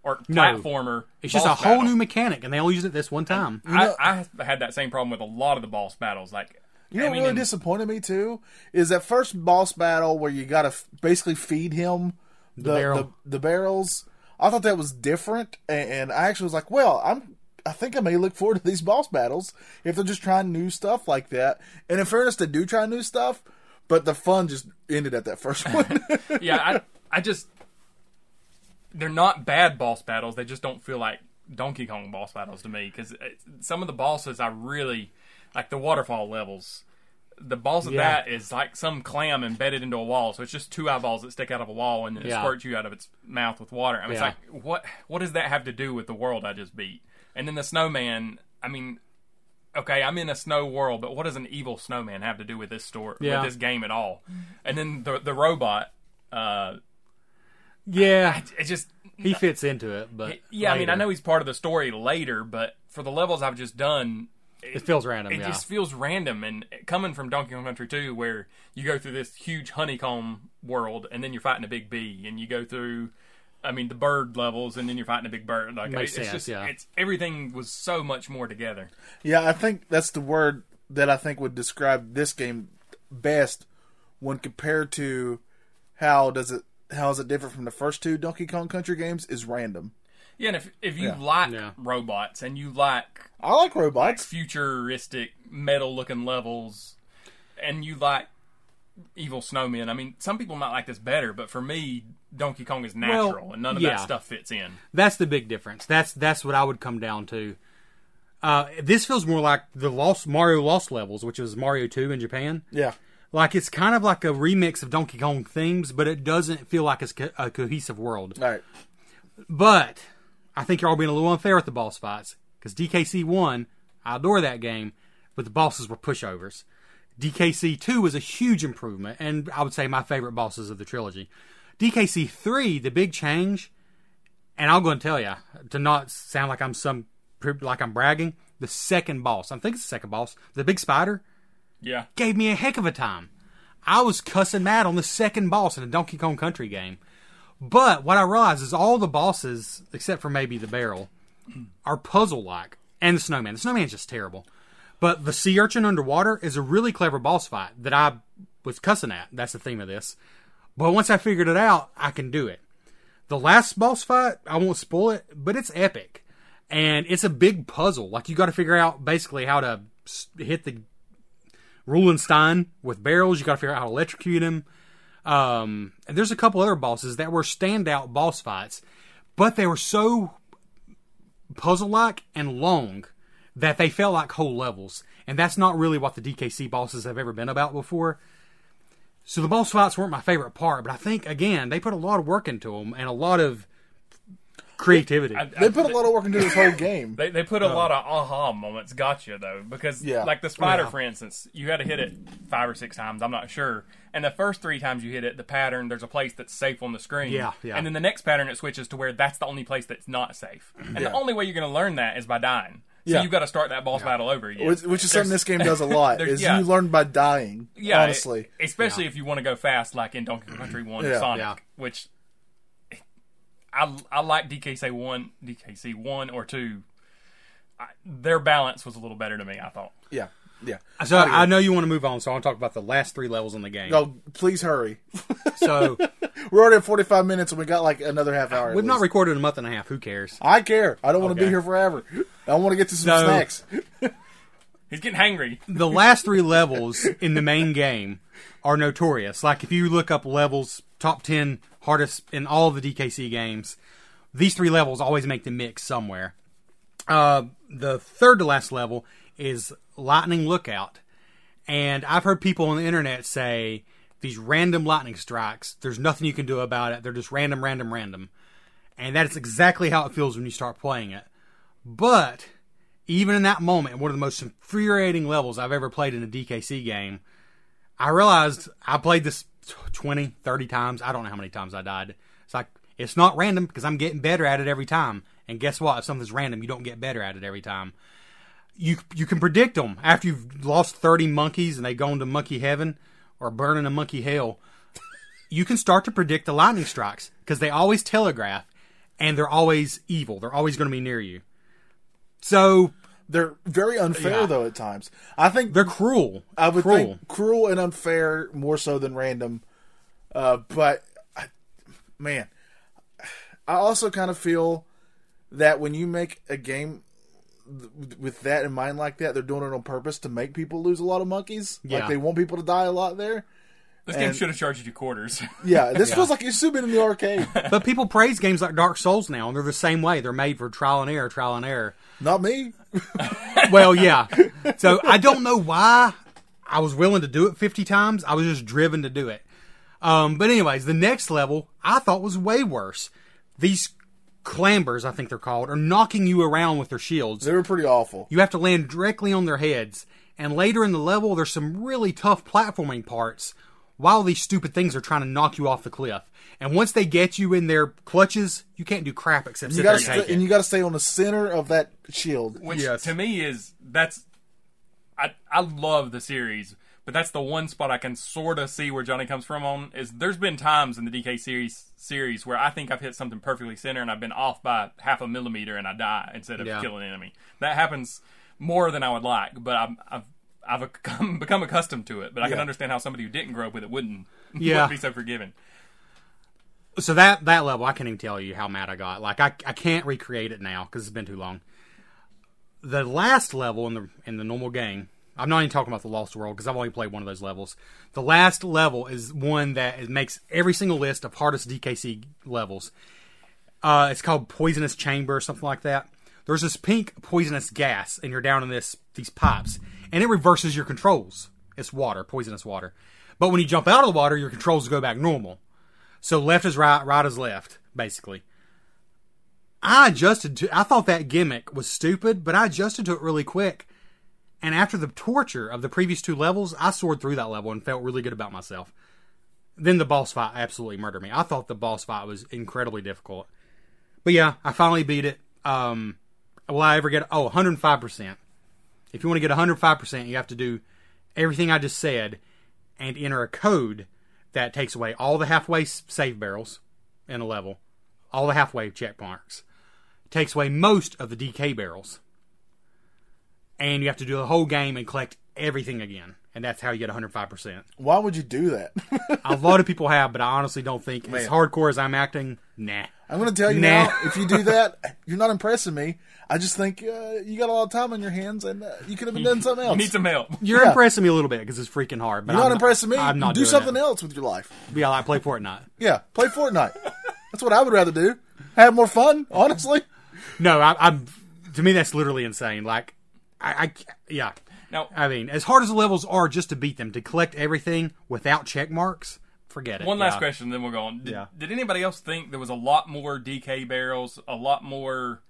S5: or platformer.
S4: It's just a
S5: boss
S4: whole
S5: battle.
S4: new mechanic, and they only used it this one time.
S5: I, I had that same problem with a lot of the boss battles. Like,
S3: You know
S5: I mean,
S3: what really
S5: in-
S3: disappointed me too is that first boss battle where you got to f- basically feed him the the,
S4: barrel.
S3: the barrels. I thought that was different, and, and I actually was like, well, I'm. I think I may look forward to these boss battles if they're just trying new stuff like that. And in fairness, they do try new stuff, but the fun just ended at that first *laughs* one.
S5: yeah, I, I just they're not bad boss battles. They just don't feel like Donkey Kong boss battles to me because some of the bosses I really like the waterfall levels. The boss of
S4: Yeah.
S5: that is like some clam embedded into a wall, so it's just two eyeballs that stick out of a wall and then it
S4: Yeah.
S5: squirts you out of its mouth with water. I mean,
S4: Yeah.
S5: it's like what what does that have to do with the world I just beat? And then the snowman. I mean, okay, I'm in a snow world, but what does an evil snowman have to do with this story,
S4: Yeah.
S5: with this game at all? And then the the robot, uh,
S4: yeah,
S5: it just
S4: he fits into it, but
S5: yeah. I mean, I
S4: later.
S5: know he's part of the story later, but for the levels I've just done,
S4: it feels random.
S5: it
S4: yeah.
S5: just feels random. And coming from Donkey Kong Country 2, where you go through this huge honeycomb world, and then you're fighting a big bee, and you go through. I mean the bird levels, and then you're fighting a big bird. Like
S4: Makes
S5: it's
S4: sense,
S5: just,
S4: yeah.
S5: it's everything was so much more together.
S3: Yeah, I think that's the word that I think would describe this game best when compared to how does it how is it different from the first two Donkey Kong Country games is random.
S5: Yeah, and if if you like
S4: Yeah.
S5: robots and you like
S3: I like robots.
S5: futuristic metal looking levels and you like evil snowmen. I mean, some people might like this better, but for me, Donkey Kong is natural
S4: Well,
S5: and none of
S4: yeah.
S5: that stuff fits in.
S4: That's the big difference. That's that's what I would come down to. Uh, this feels more like the lost Mario Lost levels, which was Mario Two in Japan.
S3: Yeah.
S4: Like it's kind of like a remix of Donkey Kong themes, but it doesn't feel like it's co- a cohesive world.
S3: All right.
S4: But I think you're all being a little unfair with the boss fights because DKC one, I adore that game, but the bosses were pushovers. DKC two was a huge improvement, and I would say my favorite bosses of the trilogy. DKC three, the big change, and I'm going to tell you to not sound like I'm some like I'm bragging. The second boss, I think it's the second boss, the big spider
S5: Yeah.
S4: gave me a heck of a time. I was cussing mad on the second boss in a Donkey Kong Country game. But what I realized is all the bosses, except for maybe the barrel, are puzzle like. And the snowman. The snowman's just terrible. But the sea urchin underwater is a really clever boss fight that I was cussing at. That's the theme of this. But once I figured it out, I can do it. The last boss fight, I won't spoil it, but it's epic. And it's a big puzzle. Like, you got to figure out basically how to s- hit the Rulenstein with barrels. You got to figure out how to electrocute him. Um, and there's a couple other bosses that were standout boss fights, but they were so puzzle like and long that they felt like whole levels. And that's not really what the DKC bosses have ever been about before. So the boss fights weren't my favorite part, but I think, again, they put a lot of work into them and a lot of creativity.
S5: I-
S3: They put a lot of work into this
S5: *laughs*
S3: whole game.
S5: They, they put a lot of aha moments, gotcha though, because
S3: Yeah.
S5: like the spider,
S4: Yeah.
S5: for instance, you had to hit it five or six times. I'm not sure. And the first three times you hit it, the pattern there's a place that's safe on the screen.
S4: Yeah, yeah.
S5: And then the next pattern it switches to where that's the only place that's not safe. And the only way you're going to learn that is by dying. So
S3: Yeah.
S5: you've got to start that boss battle over again,
S3: Which, which is something
S5: There's-
S3: this game does a lot.
S5: *laughs* There's-
S3: is
S5: yeah.
S3: you learn by dying.
S5: Yeah,
S3: honestly.
S5: e- especially if you want to go fast, like in Donkey Kong Country One
S3: Yeah,
S5: or Sonic,
S4: yeah.
S5: which I I like DKC one, DKC one or two. I, their balance was a little better to me. I thought.
S3: yeah. Yeah.
S4: So I, know you want to move on, so I want to talk about the last three levels in the game.
S3: No, please hurry.
S4: So
S3: We're already at 45 minutes and we got like another half hour. at
S4: we've not
S3: least.
S4: recorded in a month and a half. Who cares?
S3: I care. I don't want to be
S4: Okay.
S3: here forever. I want to get to some
S4: No.
S3: snacks.
S5: He's getting hangry.
S4: The last three levels in the main game are notorious. Like if you look up levels top ten hardest in all the DKC games, these three levels always make the mix somewhere. Uh, the third to last level is Lightning Lookout, and I've heard people on the internet say these random lightning strikes. There's nothing you can do about it. They're just random, random, random, and that is exactly how it feels when you start playing it. But even in that moment, one of the most infuriating levels I've ever played in a DKC game, I realized I played this 20, 30 times. I don't know how many times I died. It's like, it's not random because I'm getting better at it every time. And guess what? If something's random, you don't get better at it every time. You, you can predict them after you've lost 30 monkeys and they go into monkey heaven or burn into monkey hell. You can start to predict the lightning strikes because they always telegraph and they're always evil. They're always going to be near you. So
S3: They're very unfair
S4: Yeah.
S3: though at times. I think
S4: They're cruel.
S3: I would
S4: cruel.
S3: think cruel and unfair more so than random. Uh, but I, man, I also kind of feel that when you make a game th- with that in mind like that, they're doing it on purpose to make people lose a lot of monkeys. Like
S4: Yeah.
S3: they want people to die a lot there.
S5: This game
S3: And-
S5: should have charged you quarters. *laughs*
S3: Yeah,
S4: *laughs*
S3: this feels like it's been in the arcade.
S4: But people praise games like Dark Souls now, and they're the same way. They're made for trial and error, trial and error.
S3: Not me.
S4: Well,
S3: *laughs*
S4: yeah. So I don't know why I was willing to do it 50 times. I was just driven to do it. Um, but anyways, the next level I thought was way worse. These clambers, I think they're called, are knocking you around with their shields.
S3: They were pretty awful.
S4: You have to land directly on their heads. And later in the level, there's some really tough platforming parts while these stupid things are trying to knock you off the cliff. And once they get you in their clutches, you can't do crap except
S3: You
S4: sit there
S3: gotta
S4: and
S3: st-
S4: take
S3: and
S4: it.
S3: you got to stay on the center of that shield.
S5: which
S4: Yes.
S5: to me is that's I I love the series, but that's the one spot I can sort of see where Johnny comes from on is there's been times in the DK series series where I think I've hit something perfectly center and I've been off by half a millimeter and I die instead of
S4: Yeah.
S5: killing an enemy. That happens more than I would like, but I'm, I've I've *laughs* become, become accustomed to it. But I can
S3: Yeah.
S5: understand how somebody who didn't grow up with it wouldn't *laughs*
S4: Yeah.
S5: would be so forgiving.
S4: So that, that level, I can't even tell you how mad I got. Like, I, I can't recreate it now because it's been too long. The last level in the, in the normal game, I'm not even talking about the Lost World because I've only played one of those levels. The last level is one that is- makes every single list of hardest DKC levels. uh, it's called poisonous chamber or something like that. There's this pink poisonous gas, and you're down in this these pipes, and it reverses your controls. It's water, poisonous water. But when you jump out of the water, your controls go back normal. So left is right, right is left, basically. I adjusted to. I thought that gimmick was stupid, but I adjusted to it really quick. And after the torture of the previous two levels, I soared through that level and felt really good about myself. Then the boss fight absolutely murdered me. I thought the boss fight was incredibly difficult. But yeah, I finally beat it. Um, will I ever get? Oh, 105%. If you want to get 105%, you have to do everything I just said and enter a code that takes away all the halfway s- save barrels in a level, all the halfway check marks, takes away most of the DK barrels. And you have to do the whole game and collect everything again. And that's how you get 105%.
S3: Why would you do that?
S4: A lot of people have, but I honestly don't think, as
S3: Man.
S4: hardcore as I'm acting, nah.
S3: I'm going to tell you
S4: Nah.
S3: now. If you do that, *laughs* you're not impressing me. I just think uh, you got a lot of time on your hands, and uh, you could have been doing something
S5: *laughs* You
S3: else.
S5: need
S4: *laughs*
S5: some help.
S4: You're
S3: Yeah.
S4: impressing me a little bit because it's freaking hard. But
S3: you're
S4: I'm
S3: not impressing me.
S4: I'm not
S3: do
S4: doing
S3: something
S4: it.
S3: else with your life.
S4: Yeah, like play Fortnite.
S3: Yeah, play Fortnite. That's what I would rather do. Have more fun, honestly.
S4: No, I, I'm. To me, that's literally insane. Like, I, I yeah.
S5: Now,
S4: I mean, as hard as the levels are, just to beat them, to collect everything without check marks, forget it.
S5: One last
S4: Yeah.
S5: question, then we'll go on. Did,
S4: Yeah.
S5: did anybody else think there was a lot more DK barrels, a lot more?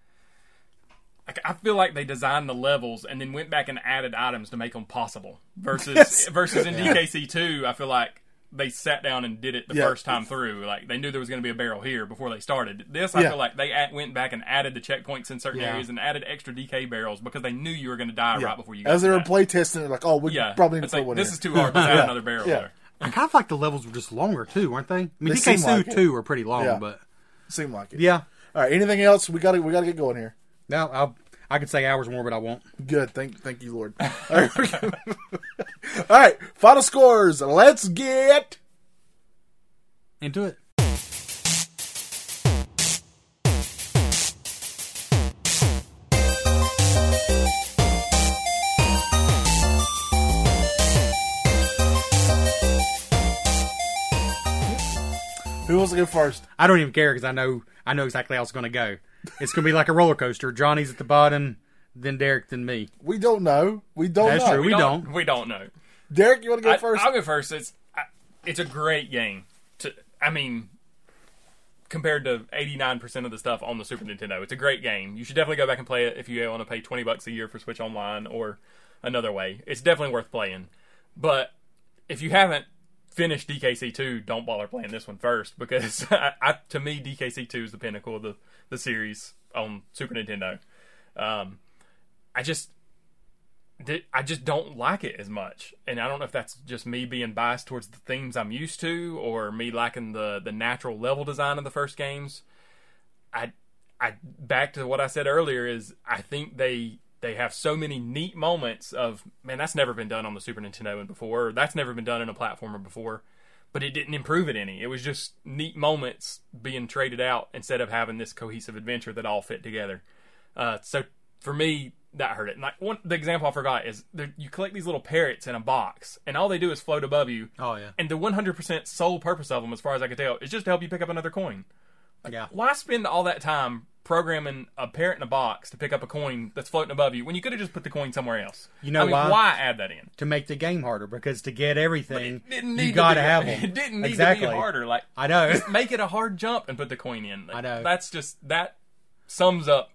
S5: Like, I feel like they designed the levels and then went back and added items to make them possible. Versus versus in DKC two, I feel like they sat down and did it the
S3: Yeah.
S5: first time through. Like they knew there was going to be a barrel here before they started. This, I
S3: Yeah.
S5: feel like they at, went back and added the checkpoints in certain
S4: Yeah.
S5: areas and added extra DK barrels because they knew you were going to die right before you. Got
S3: As they
S5: to
S3: were
S5: that.
S3: playtesting it, like, oh, we
S5: yeah,
S3: probably need
S5: It's
S3: to put
S5: like,
S3: one
S5: this
S3: in.
S5: is
S3: *laughs*
S5: too hard. Let's add another barrel
S3: Yeah.
S5: there.
S4: I kind of like the levels were just longer too, weren't they? I mean,
S3: They seem
S4: DK
S3: like
S4: two
S3: it.
S4: two were pretty long,
S3: Yeah.
S4: but
S3: Seemed like it.
S4: yeah.
S3: All right. Anything else? We got to we got to get going here.
S4: No, I I could say hours more, but I won't.
S3: Good. Thank thank you, Lord. All *laughs* right. Final scores. Let's get.
S4: Into it.
S3: Who wants to go first?
S4: I don't even care because I know I know exactly how it's going to go. It's going to be like a roller coaster. Johnny's at the bottom, then Derek, then me.
S3: We don't know. We don't
S4: That's
S3: know.
S4: true. We don't.
S5: We don't know.
S3: Derek, you want to go
S5: I,
S3: first?
S5: I'll go first. It's I, it's a great game. To I mean, compared to eighty nine percent of the stuff on the Super Nintendo, it's a great game. You should definitely go back and play it if you want to pay twenty bucks a year for Switch Online or another way. It's definitely worth playing. But if you haven't finished DKC two, don't bother playing this one first because *laughs* I, I, to me DKC two is the pinnacle of the the series on Super Nintendo. Um, I just th- I just don't like it as much, and I don't know if that's just me being biased towards the themes I'm used to, or me liking the the natural level design of the first games. I I back to what I said earlier is I think they they have so many neat moments of man that's never been done on the Super Nintendo and before, or that's never been done in a platformer before, but it didn't improve it any. It was just neat moments being traded out instead of having this cohesive adventure that all fit together. Uh, so for me, that hurt it. And like one, the example I forgot is there, you collect these little parrots in a box, and all they do is float above you.
S4: Oh, yeah.
S5: And the 100% sole purpose of them, as far as I could tell, is just to help you pick up another coin.
S4: Yeah.
S5: Why spend all that time programming a parrot in a box to pick up a coin that's floating above you when you could have just put the coin somewhere else?
S4: You know
S5: I mean,
S4: why?
S5: why add that in?
S4: To make the game harder because to get everything,
S5: It didn't need
S4: you
S5: to
S4: got to
S5: be- *laughs*
S4: have them.
S5: It didn't need
S4: exactly.
S5: to be harder. Like
S4: I know.
S5: just make it a hard jump and put the coin in.
S4: I know.
S5: That's just that sums up.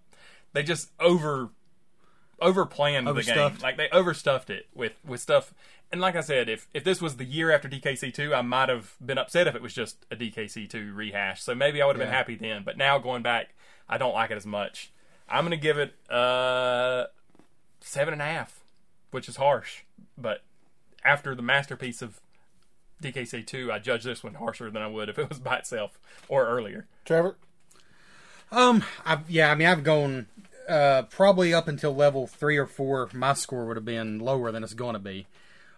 S5: They just over overplanned the game.
S4: Overstuffed.
S5: Like they overstuffed it with with stuff. And like I said, if if this was the year after DKC two, I might have been upset if it was just a DKC two rehash. So maybe I would have been
S4: Yeah.
S5: happy then. But now going back, I don't like it as much. I'm gonna give it uh seven and a half, which is harsh. But after the masterpiece of DKC two, I judge this one harsher than I would if it was by itself or earlier.
S3: Trevor.
S4: Um, I've, yeah, I mean, I've gone uh, probably up until level three or four. My score would have been lower than it's going to be,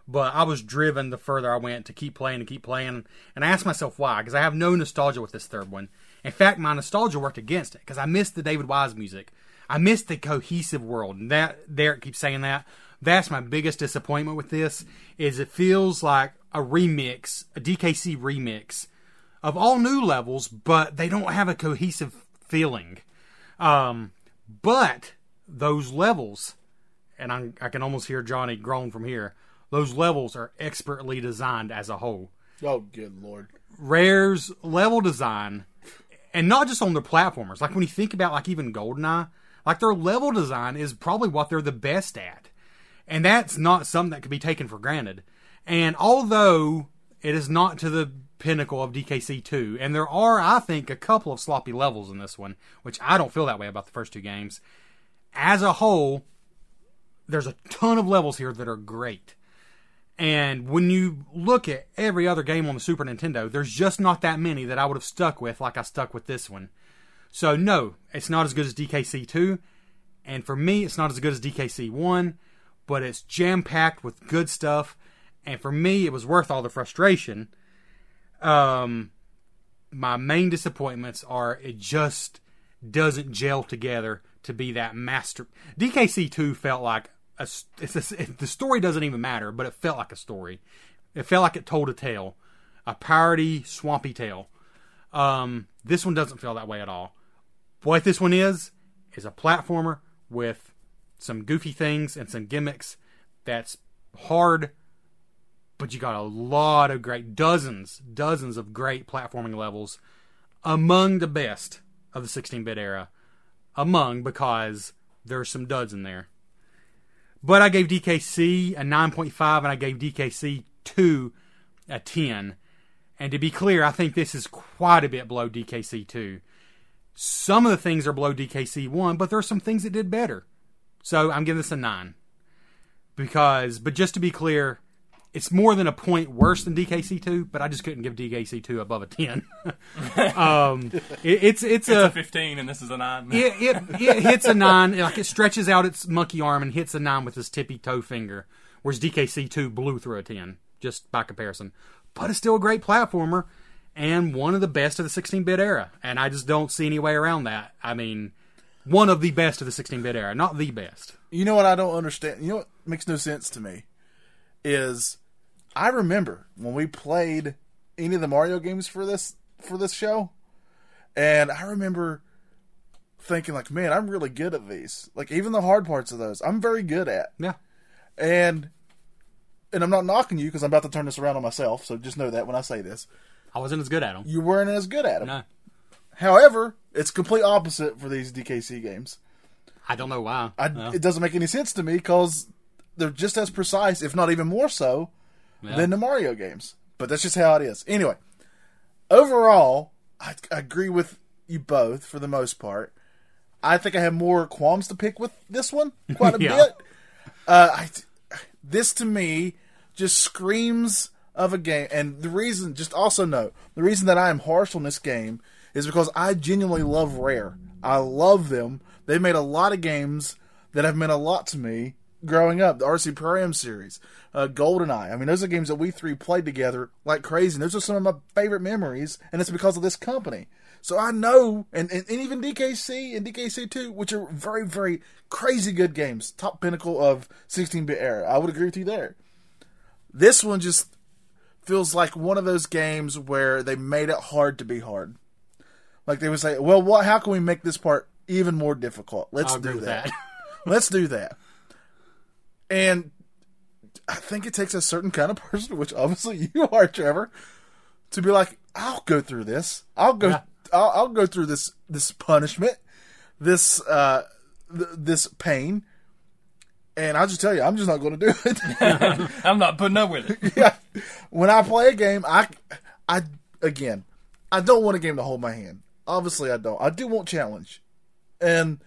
S4: but I was driven the further I went to keep playing and keep playing. And I asked myself why, because I have no nostalgia with this third one. In fact, my nostalgia worked against it because I missed the David Wise music. I missed the cohesive world. And that Derek keeps saying that. That's my biggest disappointment with this. Is it feels like a remix, a DKC remix of all new levels, but they don't have a cohesive feeling. Um, but those levels, and i I can almost hear Johnny groan from here. Those levels are expertly designed as a whole.
S3: Oh, good lord.
S4: Rare's level design, and not just on their platformers. Like when you think about like even Goldeneye, like their level design is probably what they're the best at, and that's not something that could be taken for granted. And although it is not to the pinnacle of DKC two, and there are I think a couple of sloppy levels in this one, which I don't feel that way about the first two games. As a whole, there's a ton of levels here that are great. And when you look at every other game on the Super Nintendo, there's just not that many that I would have stuck with like I stuck with this one. So no, it's not as good as DKC 2, and for me it's not as good as DKC 1, but it's jam-packed with good stuff, and for me it was worth all the frustration. Um my main disappointments are it just doesn't gel together to be that master. DKC two felt like a, s- it's a s- it- the story doesn't even matter, but it felt like a story. It felt like it told a tale, a parody swampy tale. Um, this one doesn't feel that way at all. What this one is is a platformer with some goofy things and some gimmicks that's hard but you got a lot of great dozens dozens of great platforming levels among the best of the 16-bit era among because there's some duds in there but i gave dkc a 9.5 and i gave dkc 2 a 10 and to be clear i think this is quite a bit below dkc 2 some of the things are below dkc 1 but there are some things that did better so i'm giving this a 9 because but just to be clear it's more than a point worse than DKC two, but I just couldn't give DKC two above a ten. *laughs* um, it, it's it's
S5: It's a
S4: a
S5: 15, and this is a 9.
S4: it, it, it hits a nine, like it stretches out its monkey arm and hits a nine with its tippy toe finger, whereas DKC2 blew through a 10, just by comparison. But it's still a great platformer and one of the best of the 16 bit era. And I just don't see any way around that. I mean, one of the best of the 16 bit era, not the best.
S3: You know what I don't understand? You know what makes no sense to me is I remember when we played any of the Mario games for this for this show, and I remember thinking like, man, I'm really good at these. Like even the hard parts of those, I'm very good at.
S4: Yeah.
S3: And and I'm not knocking you because I'm about to turn this around on myself, so just know that when I say this,
S4: I wasn't as good at them.
S3: you weren't as good at them.
S4: No,
S3: However, it's complete opposite for these DKC games.
S4: I don't know why.
S3: I,
S4: No.
S3: It doesn't make any sense to me because they're just as precise, if not even more so, than the Mario games. But that's just how it is. Anyway, overall, I, I agree with you both for the most part. I think I have more qualms to pick with this one quite a
S4: Yeah.
S3: bit. Uh, I, this to me just screams of a game. And the reason, just also note, the reason that I am harsh on this game is because I genuinely love Rare. I love them. They made a lot of games that have meant a lot to me growing up. The RC Program series, uh, GoldenEye. I mean, those are games that we three played together like crazy. And those are some of my favorite memories, and it's because of this company. So I know, and, and, and even DKC and DKC2, which are very, very crazy good games, top pinnacle of 16 bit era. I would agree with you there. This one just feels like one of those games where they made it hard to be hard. Like they would say, well, what, how can we make this part even more difficult? Let's
S4: I'll agree
S3: do
S4: with
S3: that.
S4: that. *laughs*
S3: Let's do that. And I think it takes a certain kind of person, which obviously *laughs* you are, Trevor, to be like, I'll go through this. I'll go.
S4: Yeah.
S3: I'll, I'll go through this this punishment, this uh, th- this pain, and I'll just tell you, I'm just not going to do it.
S5: *laughs* I'm not putting up with it.
S3: when I play a game, I, I again, I don't want a game to hold my hand. Obviously, I don't. I do want challenge, and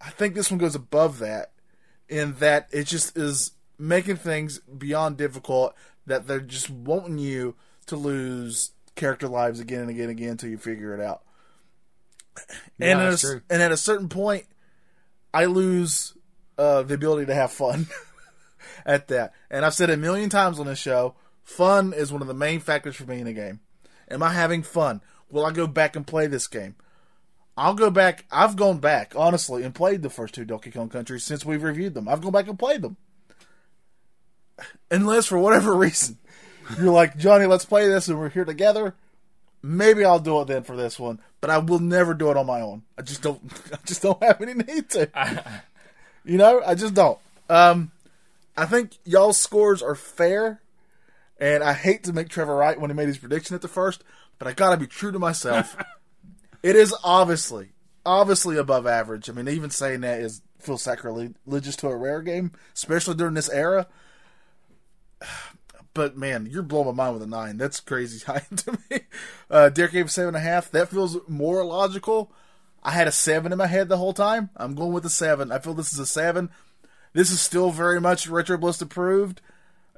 S3: I think this one goes above that in that it just is making things beyond difficult that they're just wanting you to lose character lives again and again and again until you figure it out.
S4: Yeah,
S3: and, at
S4: that's
S3: a-
S4: true.
S3: and at a certain point, I lose uh, the ability to have fun *laughs* at that. And I've said it a million times on this show fun is one of the main factors for me in a game. Am I having fun? Will I go back and play this game? I'll go back. I've gone back, honestly, and played the first two Donkey Kong Country since we've reviewed them. I've gone back and played them. Unless for whatever *laughs* reason you're like, Johnny, let's play this and we're here together. Maybe I'll do it then for this one, but I will never do it on my own. I just don't *laughs* I just don't have any need to. you know, I just don't. Um I think y'all's scores are fair, and I hate to make Trevor right when he made his prediction at the first, but I gotta be true to myself. it is obviously, obviously above average. I mean, even saying that is feels sacrilegious to a rare game, especially during this era. *sighs* But man, you're blowing my mind with a nine. That's crazy *laughs* high to me. Uh, Derek gave a seven and a half. That feels more logical. I had a seven in my head the whole time. I'm going with a seven. I feel this is a seven. This is still very much retro bliss approved,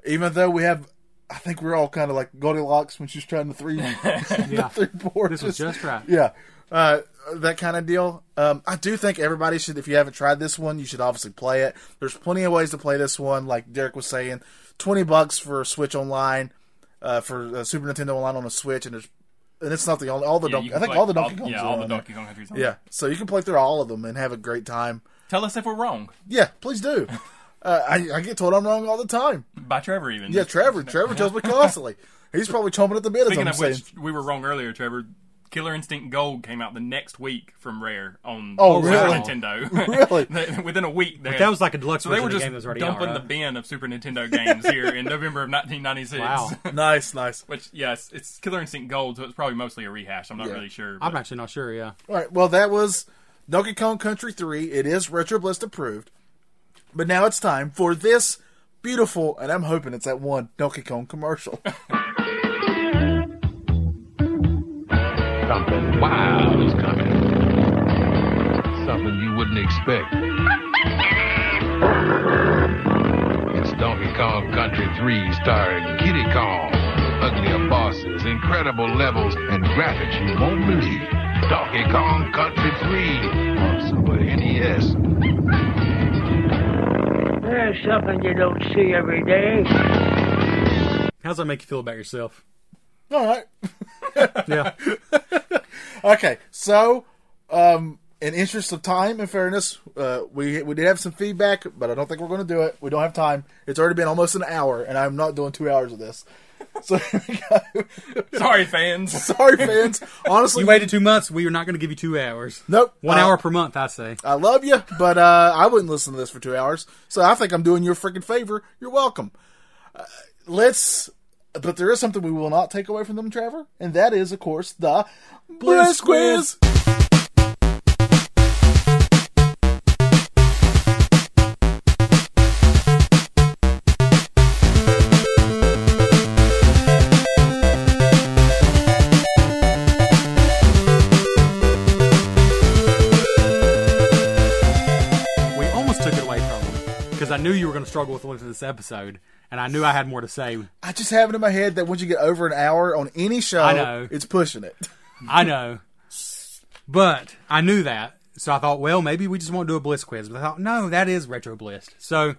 S3: even though we have. I think we're all kind of like Goldilocks when she's trying the
S4: *laughs*
S3: three, *laughs* the three boards.
S4: This was just right.
S3: Yeah, uh, that kind of deal. Um, I do think everybody should. If you haven't tried this one, you should obviously play it. There's plenty of ways to play this one. Like Derek was saying, twenty bucks for Switch Online, uh, for uh, Super Nintendo Online on a Switch, and there's and it's not the only all the
S5: Yeah,
S3: Donkey,
S5: you can
S3: I think
S5: play
S3: all the Donkey Kongs
S5: Yeah,
S3: are
S5: all
S3: on
S5: the
S3: there.
S5: Donkey Kong countries. on
S3: Yeah,
S5: there.
S3: so you can play through all of them and have a great time.
S5: Tell us if we're wrong.
S3: Yeah, please
S5: *laughs*
S3: do. Uh, I, I get told I'm wrong all the time.
S5: By Trevor, even.
S3: Yeah, Trevor. Trevor tells me
S5: *laughs*
S3: constantly. He's probably chomping at the bit. as
S5: Speaking
S3: I'm
S5: of
S3: saying.
S5: which, we were wrong earlier, Trevor. Killer Instinct Gold came out the next week from Rare on
S3: Oh,
S5: Super
S3: really? *laughs* Really?
S5: Nintendo. *laughs* really? Within a week. They
S4: But
S5: had-
S4: that was like a deluxe
S5: so they
S4: version
S5: were
S4: of the
S5: just
S4: game that was already out,
S5: dumping
S4: right?
S5: the bin of Super Nintendo games here in November of 1996.
S4: Wow.
S3: nice, nice.
S5: *laughs* Which, yes, it's Killer Instinct Gold, so it's probably mostly a rehash. I'm not really sure.
S4: I'm
S5: but- *laughs*
S4: actually not sure, yeah.
S3: All right. Well, that was Donkey Kong Country 3. It is Retro Bliss approved. But now it's time for this beautiful, and I'm hoping it's that one Donkey Kong commercial. *laughs*
S6: Something wild is coming. Something you wouldn't expect. It's Donkey Donkey Kong Country 3 starring Kitty Kong. Uglier bosses, incredible levels, and graphics you won't believe. Donkey Kong Country 3 on Super E NES.
S7: There's something you don't see every day.
S4: How's that make you feel about yourself?
S3: All right.
S4: Yeah.
S3: *laughs* Okay, so um, in interest of time and fairness, uh, we we did have some feedback, but I don't think we're going to do it. We don't have time. It's already been almost an hour, and I'm not doing two hours of this. So *laughs*
S4: *laughs*
S5: Sorry, fans.
S3: sorry, fans. Honestly,
S4: you waited two months. We are not going to give you two hours.
S3: Nope.
S4: One
S3: Uh,
S4: hour per month, I say.
S3: I love you, but uh, I wouldn't listen to this for two hours. So I think I'm doing you a freaking favor. You're welcome. Uh, let's. But there is something we will not take away from them, Trevor, and that is, of course, the Bliss Quiz.
S4: We almost took it away from them because I knew you were going to struggle with one for this episode, and I knew I had more to say.
S3: I just have it in my head that once you get over an hour on any show,
S4: I know.
S3: it's pushing it.
S4: I know, but I knew that, so I thought, well, maybe we just won't do a bliss quiz. But I thought, no, that is retro bliss. So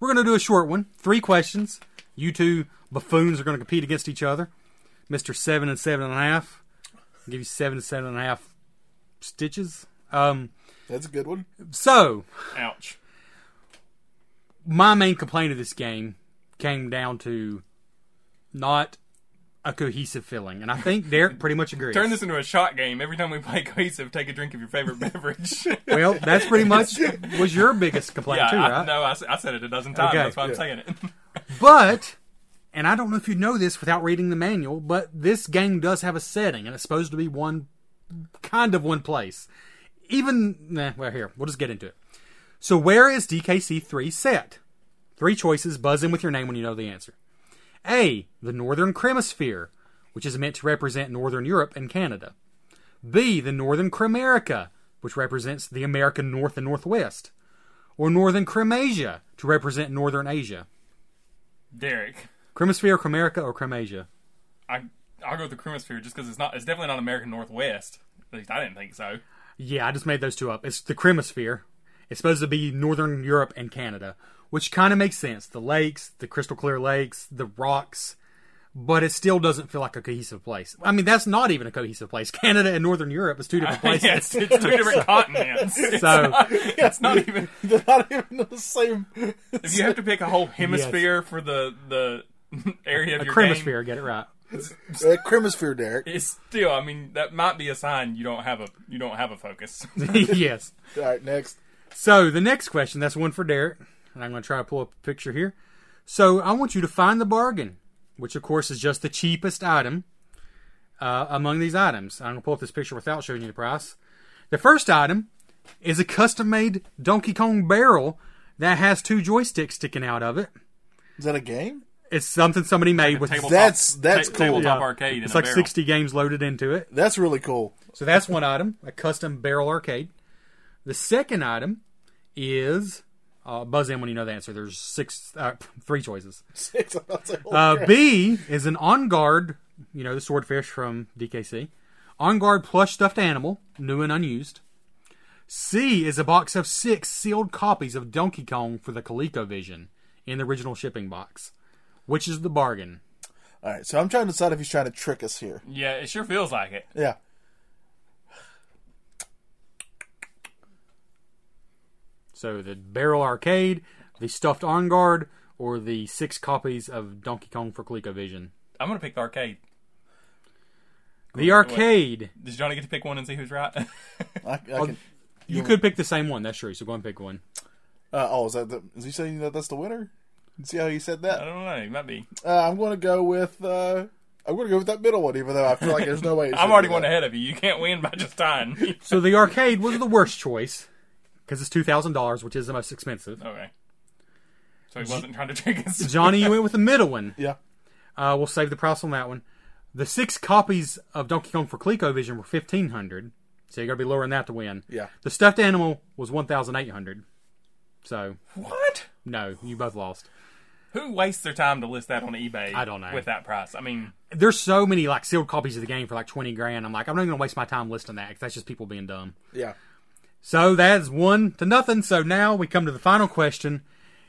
S4: we're going to do a short one, three questions. You two buffoons are going to compete against each other, Mister Seven and Seven and a Half. I'll give you seven and seven and a half stitches. Um,
S3: That's a good one. *laughs*
S4: so
S5: Ouch.
S4: my main complaint of this game came down to not a cohesive feeling, and I think Derek pretty much agrees.
S5: Turn this into a shot game. Every time we play *laughs* cohesive, take a drink of your favorite *laughs* beverage.
S4: well, that's pretty
S5: *laughs*
S4: much was your biggest complaint
S5: yeah,
S4: too,
S5: I,
S4: right?
S5: no, I, s- I said it a dozen times.
S4: Okay.
S5: That's why I'm
S4: Yeah.
S5: saying it. *laughs*
S4: But and I don't know if you know this without reading the manual, but this game does have a setting, and it's supposed to be one kind of one place. Even nah, well, here we'll just get into it. So, where is DKC three set? Three choices. Buzz in with your name when you know the answer. A. The Northern Cremisphere, which is meant to represent Northern Europe and Canada. B. The Northern Cremerica, which represents the American North and Northwest. Or Northern Cremasia, to represent Northern Asia.
S5: Derek,
S4: Cremisphere, Cremerica, or Cremasia?
S5: I I'll go with the Cremisphere just because it's not. It's definitely not American Northwest. At least I didn't
S4: *laughs*
S5: think so.
S4: Yeah, I just made those two up. It's the Cremisphere. It's supposed to be Northern Europe and Canada, which kind of makes sense. The lakes, the crystal clear lakes, the rocks, but it still doesn't feel like a cohesive place. I mean, that's not even a cohesive place. *laughs* Canada and Northern Europe is two different places.
S5: Yes, *laughs* it's two different
S4: *laughs*
S5: continents. It's
S4: So-
S5: not, it's not even.
S3: They're not even the same.
S5: If you have to pick a whole hemisphere for the the *laughs* area of
S4: A
S5: your
S4: Cremisphere, get it right. *laughs*
S3: Uh, Cremisphere, Derek.
S5: game, it's still. I mean, that might be a sign you don't have a you don't have a focus. *laughs*
S4: yes.
S3: All right, next.
S4: So the next question, that's one for Derek, and I'm going to try to pull up a picture here. So I want you to find the bargain, which of course is just the cheapest item uh, among these items. I'm going to pull up this picture without showing you the price. The first item is a custom-made Donkey Kong barrel that has two joysticks sticking out of it.
S3: Is that a game?
S4: It's something somebody made with
S5: Tabletop-
S3: That's- that's
S5: ta-
S3: cool.
S5: Tabletop
S4: Yeah.
S5: arcade.
S4: It's
S5: in a
S4: like
S5: barrel.
S4: 60 games loaded into it.
S3: That's really cool. *laughs*
S4: So that's one item, a custom barrel arcade. The second item is uh, buzz in when you know the answer. There's six, uh, *laughs* three choices.
S3: Six. I'm not saying-
S4: Uh, B is an on guard, you know, the swordfish from DKC. On guard plush stuffed animal, new and unused. C is a box of six sealed copies of Donkey Kong for the ColecoVision in the original shipping box, which is the bargain.
S3: All right, so I'm trying to decide if he's trying to trick us here.
S5: Yeah, it sure feels like it.
S3: Yeah.
S4: So the barrel arcade, the stuffed on guard, or the six copies of Donkey Kong for ColecoVision.
S5: I'm gonna pick the arcade.
S4: The arcade.
S5: Does Johnny get to pick one and see who's right? *laughs*
S3: I, I can,
S4: You could pick the same one, that's true. So go and pick one.
S3: uh, oh, is that the, is he saying that that's the winner? See how he said
S5: I
S3: that?
S5: don't know. It might be.
S3: Uh, I'm going to go with uh, I'm going to go with that middle one, even though I feel like there's no
S5: *laughs*
S3: way. it should
S5: I'm already
S3: be
S5: one
S3: that.
S5: ahead of you. You can't win by just tying. *laughs*
S4: So the arcade was the worst choice because it's two thousand dollars, which is the most expensive.
S5: okay. So he wasn't trying to *laughs* trick us.
S4: Johnny, you went with the middle one.
S3: Yeah.
S4: Uh, we'll save the price on that one. The six copies of Donkey Kong for ColecoVision were fifteen hundred, so you got to be lowering that to win.
S3: Yeah.
S4: The stuffed animal was one thousand eight hundred. So
S5: What?
S4: no, you both lost.
S5: Who wastes their time to list that on eBay?
S4: I don't know.
S5: With that price, I mean,
S4: There's so many like sealed copies of the game for like twenty grand. I'm like, I'm not even gonna waste my time listing that 'cause that's just people being dumb.
S3: Yeah.
S4: So that's one to nothing. So now we come to the final question,